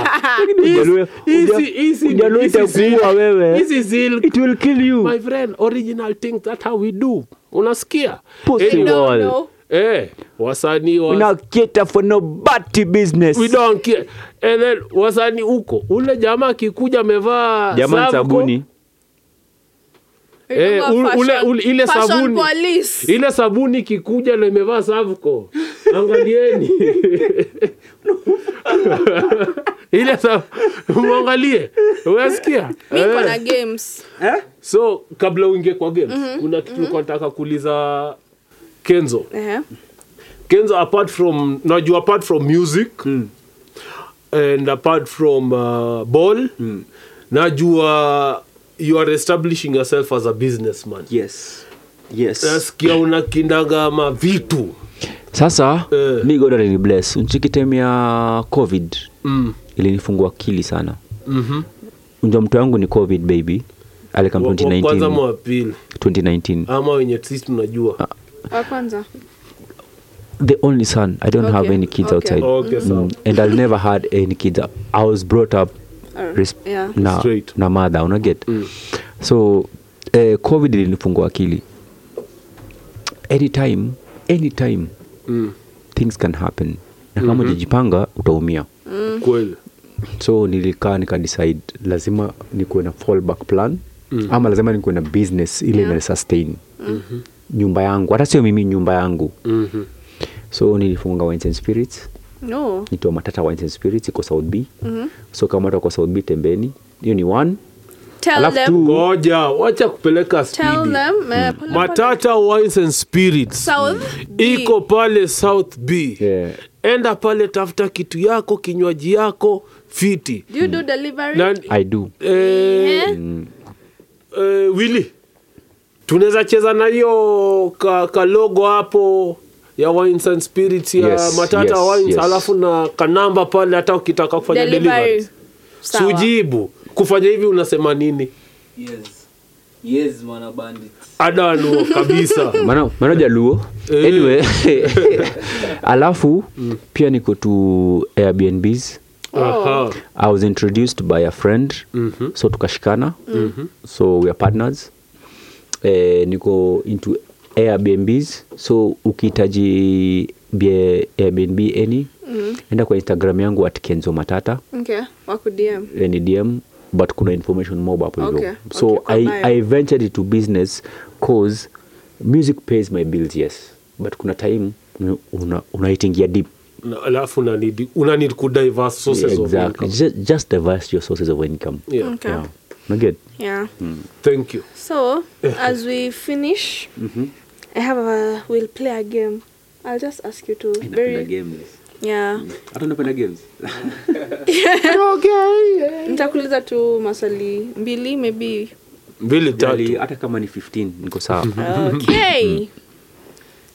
[SPEAKER 4] Ujaluo-
[SPEAKER 3] Hizi-
[SPEAKER 4] uja-
[SPEAKER 3] hizi-
[SPEAKER 4] ujaluo
[SPEAKER 3] hizi
[SPEAKER 4] itakuua
[SPEAKER 3] silk.
[SPEAKER 4] wewe.
[SPEAKER 3] Hizi silk.
[SPEAKER 4] It will kill you.
[SPEAKER 3] My friend, original thing, that how we do unasikia
[SPEAKER 4] Pussy
[SPEAKER 3] Anyway,
[SPEAKER 4] wall.
[SPEAKER 2] don't know
[SPEAKER 3] eh, wasanii
[SPEAKER 4] We
[SPEAKER 3] wa
[SPEAKER 4] not cater for no dirty business.
[SPEAKER 3] we don't care. And then wasani huko ule jamaa akikuja amevaa Savco,
[SPEAKER 4] Jamani sabuni.
[SPEAKER 3] Eh,
[SPEAKER 2] Ilikuwa
[SPEAKER 3] ul- ule-
[SPEAKER 2] fashion-
[SPEAKER 3] ule- ile
[SPEAKER 2] fashion
[SPEAKER 3] sabuni. Eh.
[SPEAKER 2] police.
[SPEAKER 3] ile sabuni ikikuja na imevaa savko angalieni ile sa- mwangalie wasikia
[SPEAKER 2] Mi niko na
[SPEAKER 3] eh.
[SPEAKER 2] games
[SPEAKER 3] so kabla uingie kwa games
[SPEAKER 2] Mhm.
[SPEAKER 3] kuna kitu nilikuwa nataka kuuliza kenzo
[SPEAKER 2] Ehe.
[SPEAKER 3] Kenzo, apart from najua apart from music
[SPEAKER 4] Hmm.
[SPEAKER 3] and apart from uh, ball
[SPEAKER 4] Hmm.
[SPEAKER 3] najua you are establishing yourself as a businessman
[SPEAKER 4] Yes. Yes.
[SPEAKER 3] nasikia unakindaga ma vitu
[SPEAKER 4] sasa
[SPEAKER 3] Eh.
[SPEAKER 4] mi god alinibless nchiki time ya covid
[SPEAKER 3] mm.
[SPEAKER 4] ilinifungua akili sana
[SPEAKER 3] mm
[SPEAKER 4] unja mtu wangu ni covid baby alikam
[SPEAKER 3] kwanza Ah.
[SPEAKER 4] 2019,
[SPEAKER 3] mawapili
[SPEAKER 4] 2019. Ah,
[SPEAKER 3] ama wenye sisi tunajua
[SPEAKER 2] wa kwanza
[SPEAKER 4] the only son. I don't have
[SPEAKER 2] Okay,
[SPEAKER 4] any kids
[SPEAKER 2] okay.
[SPEAKER 4] outside, Mm.
[SPEAKER 3] Okay, sawa.
[SPEAKER 4] and I'll never had any kids. I was brought up
[SPEAKER 2] Alright,
[SPEAKER 4] res-
[SPEAKER 2] Oh, yeah.
[SPEAKER 4] na,
[SPEAKER 3] Straight. Mm.
[SPEAKER 4] na mother, unaget so eh, covid ilinifungua akili anytime anytime
[SPEAKER 3] Mm. Mm-hmm.
[SPEAKER 4] things can happen na kama ujajipanga utaumia
[SPEAKER 2] Hmm.
[SPEAKER 3] kweli
[SPEAKER 4] so nilikaa nikadecide lazima nikuwe na fallback plan mm. ama lazima nikuwe na business ile yeah. sustain mm-hmm. nyumba yangu hata sio mimi nyumba yangu
[SPEAKER 3] Mhm.
[SPEAKER 4] so nilifunga wines and spirits
[SPEAKER 2] no
[SPEAKER 4] nitoa matata wines and spirits iko south b mm-hmm. so kama watu wako south b tembeni hiyo ni one
[SPEAKER 2] tell
[SPEAKER 4] alafu
[SPEAKER 2] them
[SPEAKER 4] two
[SPEAKER 3] ngoja wacha kupeleka
[SPEAKER 2] tell
[SPEAKER 3] spidi
[SPEAKER 2] them eh, pole-
[SPEAKER 3] matata wines and spirits
[SPEAKER 2] South B.
[SPEAKER 3] iko pale south b
[SPEAKER 4] Yeah.
[SPEAKER 3] enda pale tafuta kitu yako kinywaji yako fiti
[SPEAKER 2] Do you do delivery?
[SPEAKER 3] na,
[SPEAKER 4] i do
[SPEAKER 3] eh,
[SPEAKER 2] Eh?
[SPEAKER 3] eh, wili tunaweza cheza na hiyo ka, ka logo hapo ya wines and spirits ya
[SPEAKER 4] Yes,
[SPEAKER 3] matata
[SPEAKER 4] yes,
[SPEAKER 3] wines
[SPEAKER 4] yes.
[SPEAKER 3] alafu na kanamba pale hata ukitaka kufanya
[SPEAKER 2] Delivery.
[SPEAKER 3] delivery
[SPEAKER 2] Sawa.
[SPEAKER 3] sujibu kufanya hivi unasema nini
[SPEAKER 7] yes yes mwana bandit
[SPEAKER 3] adanuo kabisa
[SPEAKER 4] Mana- mana jaluo
[SPEAKER 3] Eh.
[SPEAKER 4] anyway alafu pia niko tu airbnbs
[SPEAKER 2] Oh.
[SPEAKER 3] Aha.
[SPEAKER 4] i was introduced by a friend
[SPEAKER 3] Mhm.
[SPEAKER 4] so tukashikana so we are partners eh, niko into airbnbs so ukihitaji bie- airbnb any enda kwa instagram yangu at kenzo matata
[SPEAKER 2] Okay, wakudm
[SPEAKER 4] eh, ni dm but kuna information mob hapo hivyo
[SPEAKER 2] Okay,
[SPEAKER 4] so
[SPEAKER 2] okay, kwa
[SPEAKER 4] I,
[SPEAKER 2] bio.
[SPEAKER 4] i ventured into business cause music pays my bills yes but kuna time una- unaitingia una deep
[SPEAKER 3] Na- alafu unanidi unanidi kudivers sources of
[SPEAKER 4] exactly.
[SPEAKER 3] income
[SPEAKER 4] just, just divest your sources of income
[SPEAKER 3] yeah.
[SPEAKER 2] Okay.
[SPEAKER 4] yeah. Not good.
[SPEAKER 2] yeah
[SPEAKER 3] thank you
[SPEAKER 2] so as we finish i have a we'll play a game i'll just ask you to
[SPEAKER 4] Very-
[SPEAKER 2] very yeah
[SPEAKER 4] I don't open the games.
[SPEAKER 2] nitakuuliza tu maswali mbili maybe
[SPEAKER 3] mbili
[SPEAKER 4] Jali,
[SPEAKER 3] tatu
[SPEAKER 4] hata kama ni 15 niko sawa Mm.
[SPEAKER 2] okay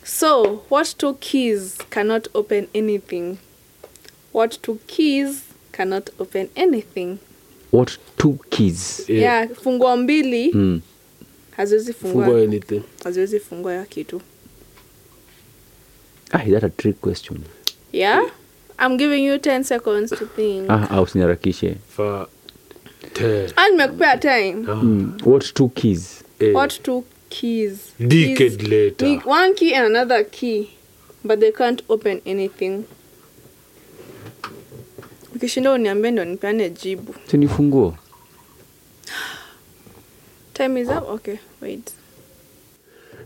[SPEAKER 2] so what two keys cannot open anything what two keys cannot open anything
[SPEAKER 4] what two kids
[SPEAKER 3] Eh.
[SPEAKER 2] yeah fungua mbili
[SPEAKER 4] mm.
[SPEAKER 2] haziwezi
[SPEAKER 3] fungua
[SPEAKER 2] fungua
[SPEAKER 3] anything
[SPEAKER 2] haziwezi fungua ya kitu
[SPEAKER 4] ah, is that a trick question
[SPEAKER 2] yeah i'm giving you 10 seconds to think
[SPEAKER 4] ah, ah, usiniharakishe
[SPEAKER 3] fa te
[SPEAKER 2] and nimekupea time
[SPEAKER 4] mm. what two kids
[SPEAKER 3] eh,
[SPEAKER 2] what two keys
[SPEAKER 3] decade
[SPEAKER 2] Keys.
[SPEAKER 3] later
[SPEAKER 2] We- one key and another key but they can't open anything ukishinda uniambie ndo nipeane jibu
[SPEAKER 4] sinifunguo
[SPEAKER 2] time is up okay wait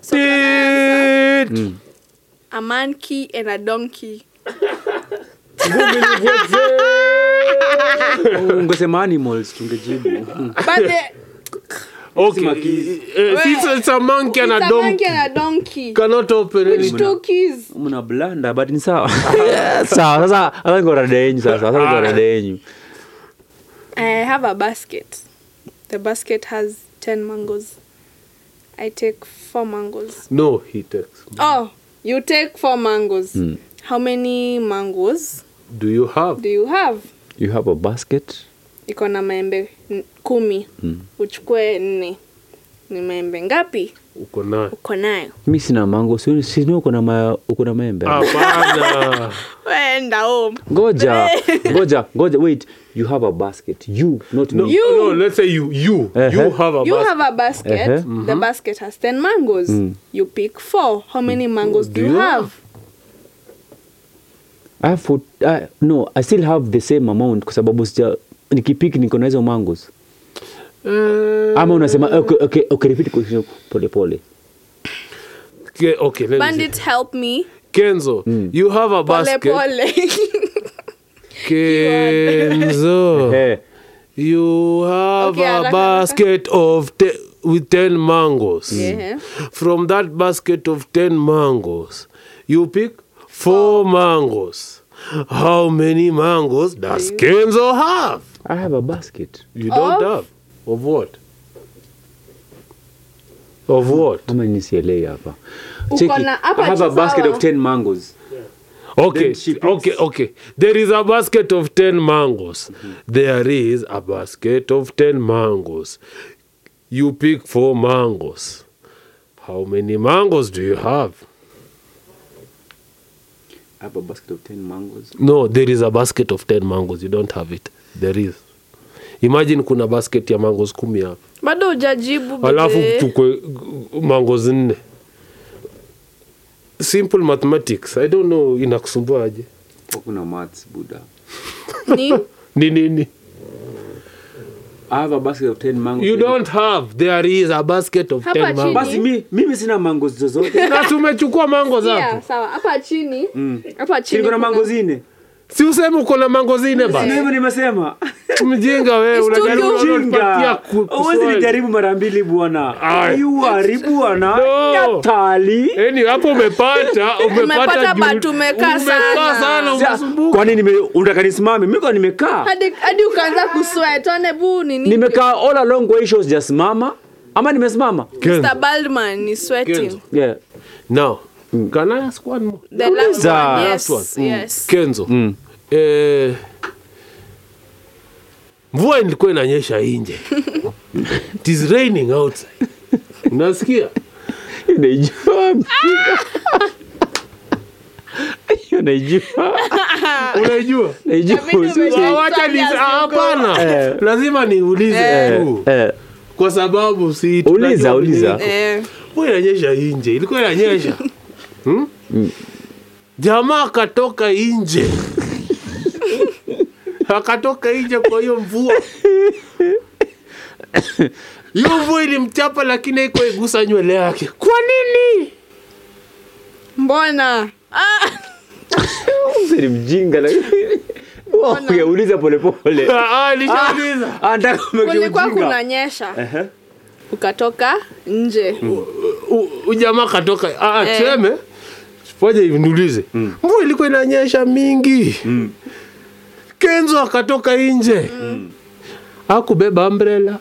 [SPEAKER 2] so
[SPEAKER 3] Tit.
[SPEAKER 2] a man key and a donkey
[SPEAKER 4] ungesema Oh, animals tungejibu
[SPEAKER 2] but the,
[SPEAKER 3] Okay. Eh,
[SPEAKER 2] Wait.
[SPEAKER 3] it's- it's a monkey and
[SPEAKER 2] it's
[SPEAKER 3] a
[SPEAKER 2] a monkey
[SPEAKER 3] donkey.
[SPEAKER 2] and a donkey
[SPEAKER 3] Cannot open
[SPEAKER 2] which
[SPEAKER 3] anything.
[SPEAKER 2] two keys
[SPEAKER 4] mna blanda but ni sawa sawa sasa sasa niko rada yenyu sasa sasa niko rada yenyu
[SPEAKER 2] I have a basket. The basket has 10 mangoes. I take 4 mangoes.
[SPEAKER 3] No, he takes.
[SPEAKER 2] Oh, you take 4 mangoes.
[SPEAKER 3] Hmm.
[SPEAKER 4] Mm.
[SPEAKER 2] How many mangoes
[SPEAKER 3] Do you have?
[SPEAKER 2] do you have?
[SPEAKER 4] you have a basket
[SPEAKER 2] Iko na maembe n- kumi. Mm. Uchukue nne. Ni maembe ngapi
[SPEAKER 3] Uko nayo.
[SPEAKER 2] uko nayo?
[SPEAKER 4] mi sina mango si- sini uko na ma- uko na maembe
[SPEAKER 3] Hapana.
[SPEAKER 2] Wenda home.
[SPEAKER 4] ngoja ngoja ngoja wait you have a basket you not
[SPEAKER 3] No,
[SPEAKER 4] me
[SPEAKER 2] You-
[SPEAKER 3] no, let's say you you you
[SPEAKER 4] Uh-huh.
[SPEAKER 3] have a
[SPEAKER 2] You
[SPEAKER 3] bas-
[SPEAKER 2] have a basket.
[SPEAKER 4] Eh, eh.
[SPEAKER 2] The basket has 10 mangoes. You pick 4. How many mangoes Hmm. do
[SPEAKER 3] Do
[SPEAKER 2] you
[SPEAKER 3] you
[SPEAKER 2] have?
[SPEAKER 4] I have food, I, no i still have the same amount kwa sababu sija nikipik niko na hizo mangos ama unasema okay, okay, okay, repeat question polepole
[SPEAKER 3] Okay, Eh, okay, let me see.
[SPEAKER 2] Bandits help me.
[SPEAKER 3] Kenzo, you have a
[SPEAKER 2] Pole
[SPEAKER 3] basket.
[SPEAKER 2] pole.
[SPEAKER 3] Kenzo,
[SPEAKER 4] Eh,
[SPEAKER 3] you have
[SPEAKER 2] Okay,
[SPEAKER 3] a
[SPEAKER 2] haraka,
[SPEAKER 3] basket of te- with 10 mangoes.
[SPEAKER 2] Yeah.
[SPEAKER 3] From that basket of 10 mangoes, you pick four mangoes. How many mangoes does Kenzo have?
[SPEAKER 4] i have a basket
[SPEAKER 3] You don't have. Of what? Of what?
[SPEAKER 4] ama nisielei hapa
[SPEAKER 2] Uko
[SPEAKER 4] Cheki,
[SPEAKER 2] na- hapa
[SPEAKER 4] i have a
[SPEAKER 2] tu
[SPEAKER 4] basket
[SPEAKER 2] sawa.
[SPEAKER 4] of 10 mangos
[SPEAKER 3] Okay,
[SPEAKER 4] Then she picks-
[SPEAKER 3] okay, okay. There is a basket of 10 mangoes.
[SPEAKER 4] Mm-hmm.
[SPEAKER 3] There is a basket of 10 mangoes. You pick four mangoes. How many mangoes do you have?
[SPEAKER 4] I have a basket of 10 mangoes.
[SPEAKER 3] no there is a basket of 10 mangoes you don't have it there is imagine kuna basket ya mangoes kumi hapa
[SPEAKER 2] bado hujajibu
[SPEAKER 3] alafu
[SPEAKER 2] bidhe.
[SPEAKER 3] chukwe mangoes nne simple mathematics i don't know inakusumbuaje
[SPEAKER 4] Hakuna maths, Buddha.
[SPEAKER 2] ni
[SPEAKER 3] ni nini
[SPEAKER 4] I have a basket of 10 mangoes.
[SPEAKER 3] you don't have there is a basket of
[SPEAKER 2] Hapa
[SPEAKER 3] 10
[SPEAKER 2] chini.
[SPEAKER 3] mangoes
[SPEAKER 4] Basi mi, mimi sina mangoes zozote.
[SPEAKER 3] na tumechukua mango
[SPEAKER 2] yeah,
[SPEAKER 3] zako
[SPEAKER 2] sawa hapa chini hapa chini
[SPEAKER 4] Chini kuna
[SPEAKER 2] kuna-
[SPEAKER 4] mango zine.
[SPEAKER 3] si useme uko na mango zine
[SPEAKER 4] Ndio
[SPEAKER 3] basi
[SPEAKER 4] hivyo nimesema.
[SPEAKER 3] mjinga wewe
[SPEAKER 2] It's too
[SPEAKER 3] unajaribu
[SPEAKER 2] good.
[SPEAKER 3] unanipatia
[SPEAKER 4] Chinga.
[SPEAKER 3] ku-
[SPEAKER 4] Uwezi
[SPEAKER 3] kuswali.
[SPEAKER 4] nijaribu mara mbili bwana.
[SPEAKER 3] Ai.
[SPEAKER 4] Ayu haribu bwana.
[SPEAKER 3] No.
[SPEAKER 4] Ya tali.
[SPEAKER 3] Yaani hapo umepata umepata
[SPEAKER 2] Umepata
[SPEAKER 3] juu-
[SPEAKER 2] but umekaa sana.
[SPEAKER 3] sana unasumbuka.
[SPEAKER 4] Kwani nime unataka nisimame? Mimi kwa nimekaa.
[SPEAKER 2] hadi hadi ukaanza kusweat one bu nini
[SPEAKER 4] Nimekaa all along kwa issues just mama. Ama nimesimama?
[SPEAKER 2] Mr. Baldman is sweating
[SPEAKER 3] Kenzo.
[SPEAKER 4] Yeah.
[SPEAKER 3] Now,
[SPEAKER 4] Mm.
[SPEAKER 3] can I ask one more?
[SPEAKER 2] the last
[SPEAKER 4] Uliza.
[SPEAKER 2] one yes
[SPEAKER 3] Last one. Mm.
[SPEAKER 2] yes
[SPEAKER 3] Kenzo. Eh, mvua ilikuwa inanyesha nje. It is raining outside. Unasikia?
[SPEAKER 4] Hiyo naijua. Ah! Hiyo naijua.
[SPEAKER 2] Ah.
[SPEAKER 3] Unaijua?
[SPEAKER 4] Naijua.
[SPEAKER 3] Ah, Wacha ni ah, hapana.
[SPEAKER 4] Eh.
[SPEAKER 3] Lazima niulize tu.
[SPEAKER 4] Eh.
[SPEAKER 3] Kwa sababu si
[SPEAKER 4] Uliza, uliza.
[SPEAKER 2] eh
[SPEAKER 3] Mvua inanyesha nje. Ilikuwa inanyesha. Hmm? Jamaa akatoka nje. akatoka nje kwa hiyo mvua. hiyo mvua ilimchapa lakini haikuwa igusa nywele yake. Kwa nini?
[SPEAKER 2] mbona ah
[SPEAKER 4] Sasa ni mjinga lakini Wow, yauliza polepole.
[SPEAKER 3] Ah, nishauliza.
[SPEAKER 4] Ah, nataka kumekeujiga.
[SPEAKER 2] kulikuwa kunanyesha
[SPEAKER 4] Ehe. Mm.
[SPEAKER 2] ukatoka nje
[SPEAKER 3] U- u- Jamaa akatoka. Ah,
[SPEAKER 2] Eh.
[SPEAKER 3] cheme. Fanya hivi niulize. Mvua ilikuwa inanyesha mingi. Kenzo akatoka nje. Hakubeba umbrella.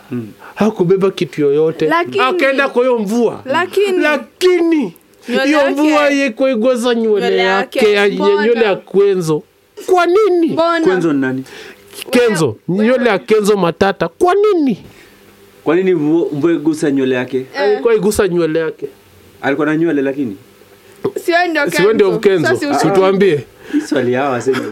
[SPEAKER 3] Hakubeba kitu yoyote.
[SPEAKER 2] Lakini-
[SPEAKER 3] Akaenda kwa hiyo mvua.
[SPEAKER 2] Lakini-
[SPEAKER 3] lakini
[SPEAKER 2] Nywele
[SPEAKER 3] hiyo
[SPEAKER 2] yake-
[SPEAKER 3] mvua ikoigoza nywele
[SPEAKER 2] Nywele yake,
[SPEAKER 3] yake ya-
[SPEAKER 2] mbona?
[SPEAKER 3] nywele ya Kenzo. Kwa nini?
[SPEAKER 2] mbona
[SPEAKER 4] Kwenzo ni nani?
[SPEAKER 3] Kenzo, nywele ya Kenzo matata. Kwa nini?
[SPEAKER 4] Kwa nini mvo- mvua igusa nywele yake?
[SPEAKER 2] Eh.
[SPEAKER 3] Alikuwa igusa nywele yake.
[SPEAKER 4] Alikuwa na nywele lakini.
[SPEAKER 2] siwe ndio
[SPEAKER 3] Siwe ndio Ah. Kenzo.
[SPEAKER 2] Sasa usi-
[SPEAKER 3] Situambie.
[SPEAKER 4] Hii swali hawa sema.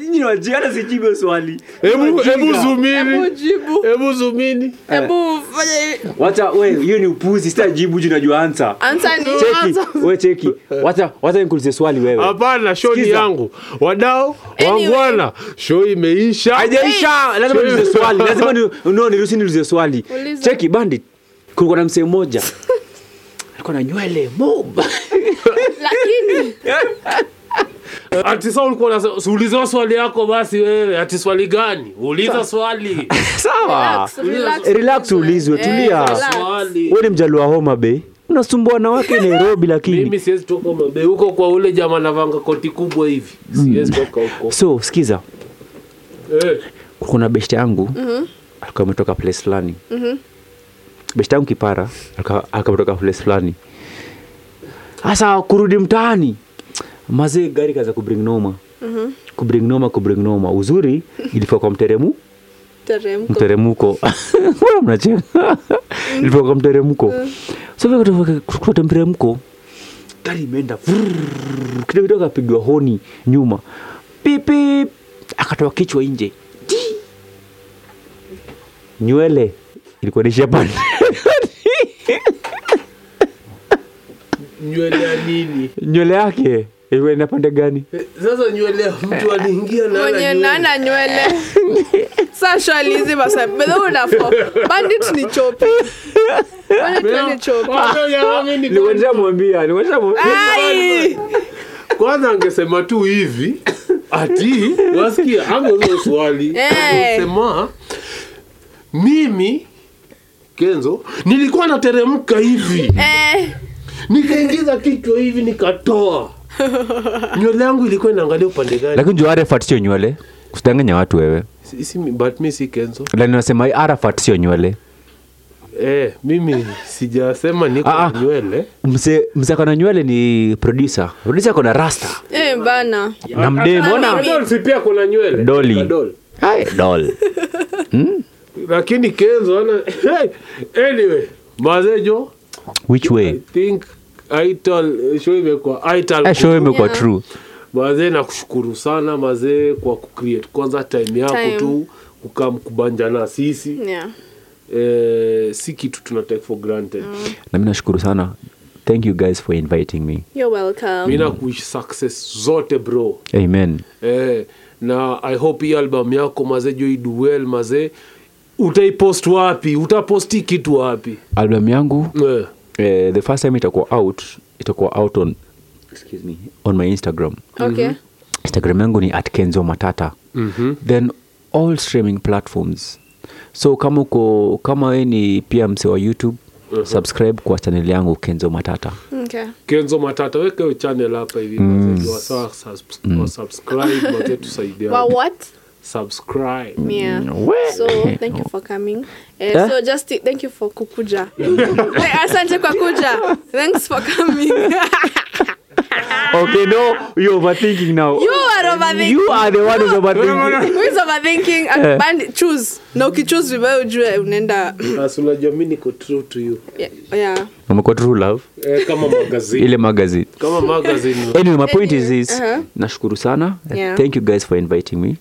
[SPEAKER 4] Nyinyi wajiana sijibe swali.
[SPEAKER 3] Hebu hebu
[SPEAKER 4] Wajinga.
[SPEAKER 2] hebu
[SPEAKER 3] zumini.
[SPEAKER 2] jibu
[SPEAKER 3] Hebu zumini.
[SPEAKER 2] hebu fanya
[SPEAKER 4] Wacha we, hiyo ni upuzi, sitajibu juu najua answer.
[SPEAKER 2] answer ni
[SPEAKER 4] Cheki, we cheki. Wacha wacha nikuulize swali wewe.
[SPEAKER 3] Hapana, show ni
[SPEAKER 4] Sikiza.
[SPEAKER 3] yangu. Wadau
[SPEAKER 2] Anyway.
[SPEAKER 3] wangwana, show imeisha.
[SPEAKER 4] Hajaisha, lazima niulize swali. Lazima ni no, niruhusi niulize swali.
[SPEAKER 2] Uliza.
[SPEAKER 4] Cheki bandit. Kulikuwa na msee mmoja. Alikuwa na nywele moba.
[SPEAKER 2] lakini
[SPEAKER 3] Ati sasa ulikuwa unasema usiulize swali yako basi wewe, ati swali gani? Uliza swali.
[SPEAKER 4] Sawa.
[SPEAKER 2] relax, relax.
[SPEAKER 4] Ah. Relax ulizwe,
[SPEAKER 2] Eh,
[SPEAKER 4] tulia.
[SPEAKER 2] relax.
[SPEAKER 3] Swali.
[SPEAKER 4] Wewe ni mjalua Homa Bay. Unasumbua na wake Nairobi lakini.
[SPEAKER 3] Mimi siwezi toka mabe huko kwa ule jamaa navanga koti kubwa hivi. Siwezi toka huko.
[SPEAKER 4] So, sikiza.
[SPEAKER 3] Eh,
[SPEAKER 4] kuna beshte yangu alikuwa ametoka place fulani beshte yangu kipara alikuwa alikuwa ametoka place fulani hasa kurudi mtaani mazee gari kaza kubring noma kubring noma kubring noma uzuri ilifika kwa mteremu
[SPEAKER 2] teremko
[SPEAKER 4] mteremko Mbona mnacheka ilifika kwa mteremko so vile kutoka- kutoka mteremko gari imeenda vrrrr, kidogo kidogo akapigwa honi nyuma pipi akatoa kichwa nje Ti! nywele ilikuwa ni shepherd.
[SPEAKER 3] nywele ya nini?
[SPEAKER 4] nywele yake ilikuwa ina pande gani
[SPEAKER 3] Eh, Sasa nywele ya mtu aliingia na ana
[SPEAKER 2] mwenye
[SPEAKER 3] nywele.
[SPEAKER 2] nana nywele sasha lizi basa bedho unafo bandit ni chopi bandit ni chopi
[SPEAKER 3] Wacha jamani ni
[SPEAKER 4] Nilikuwa nishamwambia, nilikuwa nishamwambia.
[SPEAKER 2] ai
[SPEAKER 3] kwanza angesema tu hivi ati wasikia angeuza swali
[SPEAKER 2] Eh.
[SPEAKER 3] sema mimi kenzo nilikuwa nateremka hivi
[SPEAKER 2] eh
[SPEAKER 3] nikaingiza kichwa hivi nikatoa nywele yangu ilikuwa inaangalia upande gani
[SPEAKER 4] lakini juu arafat sio nywele usidanganya watu wewe
[SPEAKER 3] Si- si- but mi si kenzo
[SPEAKER 4] lakini nasema arafat sio nywele
[SPEAKER 3] eh, mimi sijasema niko
[SPEAKER 4] Ah, ah.
[SPEAKER 3] na nywele
[SPEAKER 4] mse mse kona nywele ni producer producer kona rasta
[SPEAKER 2] eh bana
[SPEAKER 4] na mdemo
[SPEAKER 2] Mbona?
[SPEAKER 3] Adolf pia kuna nywele
[SPEAKER 4] Dolly.
[SPEAKER 3] Adolf.
[SPEAKER 4] Hai, doll.
[SPEAKER 3] lakini kenzo ana anyway mazejo
[SPEAKER 4] which
[SPEAKER 3] I
[SPEAKER 4] way
[SPEAKER 3] think Ital- show imekuwa Ital
[SPEAKER 4] Eh, show
[SPEAKER 3] kutu.
[SPEAKER 4] imekuwa
[SPEAKER 2] Yeah.
[SPEAKER 4] true
[SPEAKER 3] mazee nakushukuru sana mazee kwa kucreate kwanza time yako
[SPEAKER 2] Time. Mm.
[SPEAKER 3] tu kukam kubanja na sisi
[SPEAKER 2] yeah.
[SPEAKER 3] eh, si kitu tuna take for granted
[SPEAKER 4] na mi nashukuru sana thank you guys for inviting me
[SPEAKER 2] You're welcome.
[SPEAKER 3] mi nakuishi success zote bro
[SPEAKER 4] amen
[SPEAKER 3] eh, na i hope hii album yako mazee jo iduel mazee utaipost wapi utaposti kitu wapi
[SPEAKER 4] album yangu
[SPEAKER 3] eh,
[SPEAKER 4] eh, the first time itakuwa out itakuwa out on excuse me on my instagram
[SPEAKER 2] okay.
[SPEAKER 3] Mm-hmm.
[SPEAKER 4] instagram yangu ni at kenzo matata mm-hmm. then all streaming platforms so kama uko kama we ni pia mse wa youtube uh-huh. subscribe kwa chaneli yangu kenzo matata
[SPEAKER 2] Okay.
[SPEAKER 3] kenzo matata weke channel hapa hivi mm. wasaa wasubscribe mazee
[SPEAKER 2] Well,
[SPEAKER 3] tusaidia
[SPEAKER 2] what?
[SPEAKER 3] subscribe
[SPEAKER 2] Yeah. So thank you for coming. Eh,
[SPEAKER 4] Eh?
[SPEAKER 2] So just thank you for kukuja. Eh, Asante kwa kuja. Thanks for coming.
[SPEAKER 4] okay no you're overthinking now
[SPEAKER 2] You are overthinking.
[SPEAKER 4] you are Eh. the one who's overthinking
[SPEAKER 2] Who is overthinking? Akubandi choose. Na ukichoose vibaya ujue unaenda
[SPEAKER 3] As Ah, unajua mi niko true to you
[SPEAKER 2] yeah. yeah.
[SPEAKER 4] umekuwa true love
[SPEAKER 3] eh, kama magazine
[SPEAKER 4] ile magazine
[SPEAKER 3] kama magazine
[SPEAKER 4] anyway my point is this
[SPEAKER 2] Uh-huh.
[SPEAKER 4] nashukuru sana
[SPEAKER 2] Yeah. Mm-hmm.
[SPEAKER 4] thank you guys for inviting me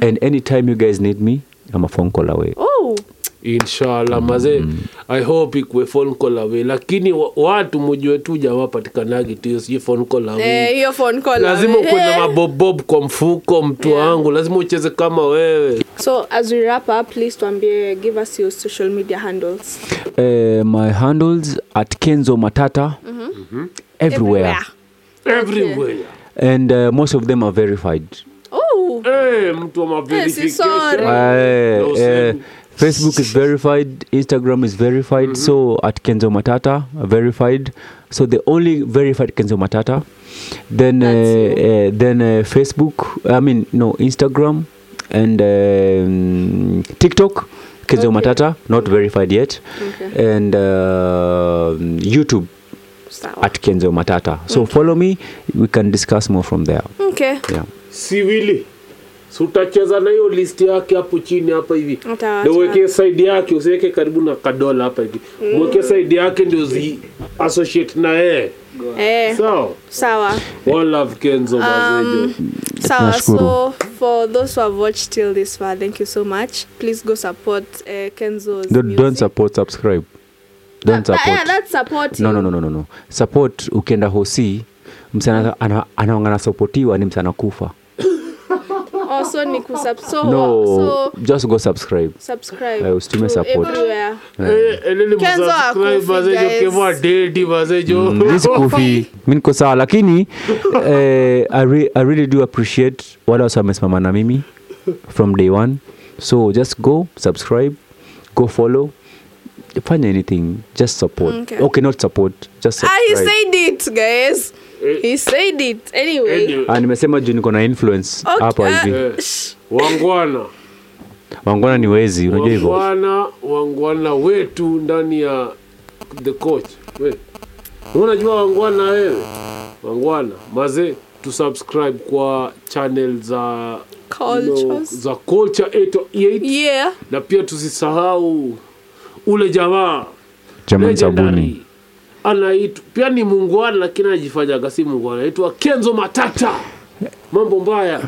[SPEAKER 4] and anytime you guys need me i'm a phone call away
[SPEAKER 2] Oh,
[SPEAKER 3] inshallah mazee i hope ikuwe phone call away lakini wa- watu mujue tu jawapatikanagi tuyo sijui phone call
[SPEAKER 2] eh,
[SPEAKER 3] away
[SPEAKER 2] hiyo phone call.
[SPEAKER 3] lazima
[SPEAKER 2] awe.
[SPEAKER 3] ukuwe na
[SPEAKER 2] Eh.
[SPEAKER 3] mabobob kwa mfuko mtu wangu lazima ucheze kama wewe
[SPEAKER 2] So as we wrap up, please tuambie give us your social media handles.
[SPEAKER 4] uh, my handles at kenzo matata
[SPEAKER 2] Mm-hmm.
[SPEAKER 4] everywhere,
[SPEAKER 3] everywhere
[SPEAKER 4] and uh, most of them are verified
[SPEAKER 2] Oh,
[SPEAKER 3] Eh, mtu wa
[SPEAKER 2] si sorry.
[SPEAKER 3] maverification
[SPEAKER 4] Eh,
[SPEAKER 3] No
[SPEAKER 4] eh,
[SPEAKER 3] sin.
[SPEAKER 4] facebook is verified instagram is verified
[SPEAKER 2] Mm-hmm.
[SPEAKER 4] so at kenzo matata uh, verified so the only verified kenzo matata then uh, uh, then uh, facebook i mean no instagram and um, tiktok kenzo matata not verified yet
[SPEAKER 2] Okay.
[SPEAKER 4] and uh, youtube
[SPEAKER 2] sawa.
[SPEAKER 4] at kenzo matata so follow me we can discuss more from there
[SPEAKER 2] Okay.
[SPEAKER 4] yeah
[SPEAKER 3] si wili si utacheza na hiyo list yake hapo chini hapa hivi
[SPEAKER 2] Utaacha.
[SPEAKER 3] Ndio uweke side yake usiweke karibu na kadola hapa hivi uweke side yake ndio zi associate na yeye
[SPEAKER 2] Eh,
[SPEAKER 3] sawa
[SPEAKER 2] sawa.
[SPEAKER 3] all love kenzo
[SPEAKER 2] Um,
[SPEAKER 3] mazejo
[SPEAKER 2] Sawa.
[SPEAKER 4] Nashukuru.
[SPEAKER 2] So for those who have watched till this far, thank you so much. Please go support uh, Kenzo's
[SPEAKER 4] don't,
[SPEAKER 2] music.
[SPEAKER 4] don't support subscribe don't
[SPEAKER 2] That-
[SPEAKER 4] support
[SPEAKER 2] yeah, that's supporting.
[SPEAKER 4] no, no, no, no, no, no. support ukienda hosi msana ana- anaongana sapotiwa ni msana kufa
[SPEAKER 2] Also, ni kusub so
[SPEAKER 4] no
[SPEAKER 2] Oh, so
[SPEAKER 4] just go subscribe
[SPEAKER 2] subscribe.
[SPEAKER 4] Eh, usitume
[SPEAKER 2] to
[SPEAKER 4] support.
[SPEAKER 2] everywhere. eh, Kenzo hakufi, guys.
[SPEAKER 3] elelimasubscribe deti mazejo
[SPEAKER 4] msikufi mi niko sawa lakini eh, I, re, i really do appreciate wale wasi wamesimama na mimi from day one so just go subscribe go follow fanya anything just support
[SPEAKER 2] Okay.
[SPEAKER 4] okay, not support just
[SPEAKER 2] Ah, he
[SPEAKER 4] subscribe.
[SPEAKER 2] said it, guys. He said it. Anyway.
[SPEAKER 3] Anyway,
[SPEAKER 4] Ah, nimesema juu niko na influence
[SPEAKER 2] Okay.
[SPEAKER 4] hapa hivi
[SPEAKER 3] Eh, wangwana
[SPEAKER 4] wangwana ni wezi unajua hivyo
[SPEAKER 3] wangwana wangwana wetu ndani ya the coach we unajua wangwana wewe wangwana maze tusubscribe kwa channel za
[SPEAKER 2] Cultures.
[SPEAKER 3] no, za culture 808
[SPEAKER 2] Yeah.
[SPEAKER 3] na pia tusisahau ule jamaa
[SPEAKER 4] jamani sabuni
[SPEAKER 3] legendary anaitwa pia ni mungwana lakini anajifanyaga si mungwana anaitwa kenzo matata mambo mbaya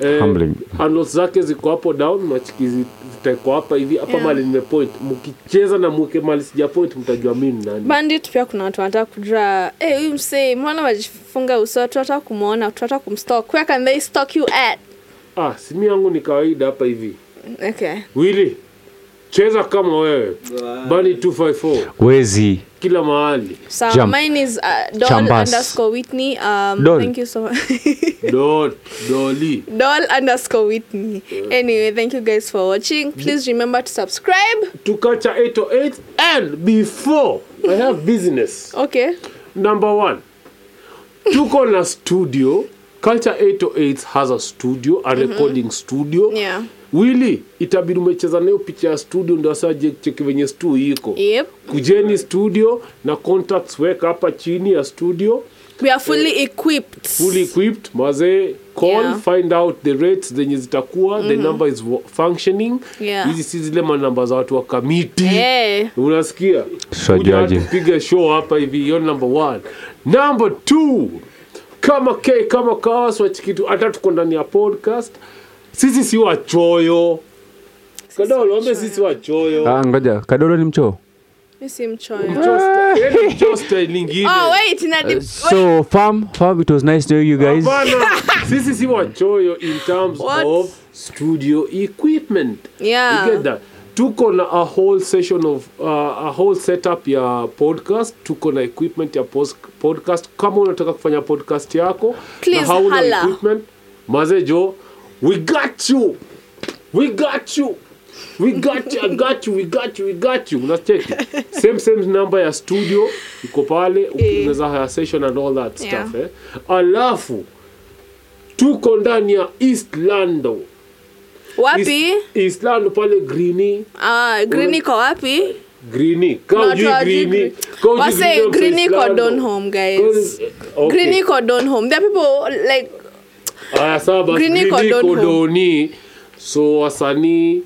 [SPEAKER 3] eh,
[SPEAKER 4] Humbling.
[SPEAKER 3] handles zake ziko hapo down machikizi zitaekwa hapa hivi hapa
[SPEAKER 2] Yeah.
[SPEAKER 3] mali nimepoint mkicheza na mweke mali sija point mtajua mimi ni nani
[SPEAKER 2] bandit pia kuna watu wanataka kujua hey, huyu msee mwana wajifunga uso tunataka kumwona tunataka kumstok where can they stalk you at
[SPEAKER 3] ah simu yangu ni kawaida hapa hivi
[SPEAKER 2] okay
[SPEAKER 3] wili cheza kama wewe bani 254
[SPEAKER 4] wezi
[SPEAKER 3] kila mahali
[SPEAKER 2] so
[SPEAKER 4] Jump.
[SPEAKER 2] mine is uh, doll
[SPEAKER 4] Chambas.
[SPEAKER 2] underscore whitney um
[SPEAKER 4] Doll.
[SPEAKER 2] thank you so much
[SPEAKER 3] dot doli
[SPEAKER 2] doll underscore whitney anyway thank you guys for watching please remember to subscribe
[SPEAKER 3] to culture 808 and before i have business
[SPEAKER 2] okay
[SPEAKER 3] number one tuko na studio culture 808 has a studio a recording studio
[SPEAKER 2] Mhm. Yeah.
[SPEAKER 3] wili itabidi umecheza nayo picha ya studio ndo asaje cheki venye stu iko
[SPEAKER 2] yep
[SPEAKER 3] kujeni studio na contacts weka hapa chini ya studio
[SPEAKER 2] we are fully equipped
[SPEAKER 3] fully equipped mazee call
[SPEAKER 2] Yeah. Mhm.
[SPEAKER 3] find out the rates zenye zitakuwa the number is wo- functioning
[SPEAKER 2] Yeah.
[SPEAKER 3] hizi si zile manamba za watu wa kamiti
[SPEAKER 2] Eh.
[SPEAKER 3] unasikia
[SPEAKER 4] Tutajuaje?
[SPEAKER 3] Kuja watu piga show hapa hivi hiyo ni number one number two kama k kama kawa swachikitu hata tuko ndani ya podcast sisi si wachoyo kadolombe sisi wachoyo
[SPEAKER 4] Ah, ngoja kadolo ni mchoo
[SPEAKER 2] Mi si mchoyo
[SPEAKER 3] Mchoo sta- yaani mchoo style ingine
[SPEAKER 2] oh wait ina
[SPEAKER 3] Uh,
[SPEAKER 2] dip- wait.
[SPEAKER 4] so fam fam it was nice knowing you guys
[SPEAKER 3] Hapana, sisi si wachoyo in terms
[SPEAKER 2] What?
[SPEAKER 3] of studio equipment
[SPEAKER 2] Yeah.
[SPEAKER 3] you get that tuko na a whole session of uh, a whole setup ya podcast tuko na equipment ya pos- podcast kama unataka kufanya podcast yako
[SPEAKER 2] Please,
[SPEAKER 3] na hauna
[SPEAKER 2] hala.
[SPEAKER 3] equipment mazejo we got you we got you we got you, I got you, we got you, we got you. Unacheki. Same same number ya studio iko pale, unaweza haya session and all that
[SPEAKER 2] Eh. Yeah.
[SPEAKER 3] stuff eh. Alafu tuko ndani ya East Lando.
[SPEAKER 2] wapi
[SPEAKER 3] East, East Lando pale Greeny,
[SPEAKER 2] Ah, green iko wapi
[SPEAKER 3] Greeny. Kama
[SPEAKER 2] Watu
[SPEAKER 3] hujui
[SPEAKER 2] hawajui
[SPEAKER 3] Greeny.
[SPEAKER 2] Green-
[SPEAKER 3] kama hujui
[SPEAKER 2] Wase,
[SPEAKER 3] Oh, Greeny,
[SPEAKER 2] Green
[SPEAKER 3] East
[SPEAKER 2] iko
[SPEAKER 3] Lando.
[SPEAKER 2] Donholm, guys.
[SPEAKER 3] Because- eh, okay.
[SPEAKER 2] green iko Donholm. There are people like
[SPEAKER 3] Aya, sawa basi,
[SPEAKER 2] Green iko
[SPEAKER 3] Green iko
[SPEAKER 2] Donholm.
[SPEAKER 3] doni so wasanii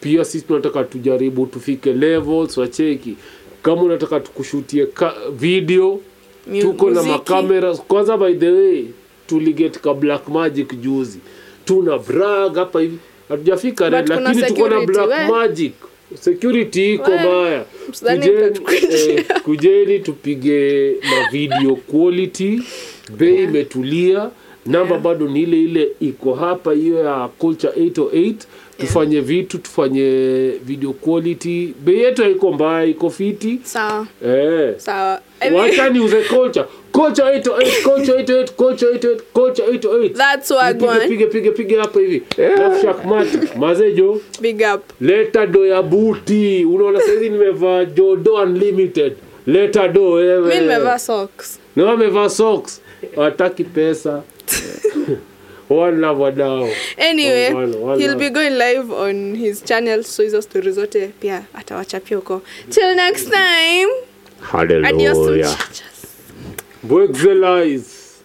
[SPEAKER 3] pia sisi tunataka tujaribu tufike levels wacheki kama unataka tukushutie ka- video
[SPEAKER 2] Mu-
[SPEAKER 3] tuko na
[SPEAKER 2] muziki.
[SPEAKER 3] makamera kwanza by the way tuliget ka black magic juzi tuna brag hapa hivi hatujafika red
[SPEAKER 2] But kuna
[SPEAKER 3] lakini tuko na
[SPEAKER 2] security,
[SPEAKER 3] black
[SPEAKER 2] we.
[SPEAKER 3] magic security iko
[SPEAKER 2] We.
[SPEAKER 3] maya
[SPEAKER 2] Msidhani
[SPEAKER 3] Kujeni-
[SPEAKER 2] mtatukuja.
[SPEAKER 3] eh, kujeni tupige na video quality bei imetulia namba bado ni ile ile iko hapa hiyo ya culture 808 tufanye vitu tufanye video quality bei yetu haiko mbaya iko fiti
[SPEAKER 2] sawa
[SPEAKER 3] eh.
[SPEAKER 2] sawa I mean,
[SPEAKER 3] wacha niuze culture culture 808 culture 808 culture 808 culture 808
[SPEAKER 2] That's wagwan.
[SPEAKER 3] Nipige, pige pige pige hapa hivi nafshakmati mazejo
[SPEAKER 2] big up.
[SPEAKER 3] leta do ya buti unaona saizi nimevaa jodo unlimited leta do
[SPEAKER 2] Mi
[SPEAKER 3] wewe
[SPEAKER 2] nimevaa socks.
[SPEAKER 3] na amevaa socks wataki pesa wana wadao
[SPEAKER 2] Anyway,
[SPEAKER 3] Oh, Wala, wala.
[SPEAKER 2] he'll be going live on his channel so hizo stories zote pia atawachapia huko. Till next time. Adios mchachas.
[SPEAKER 3] break the lies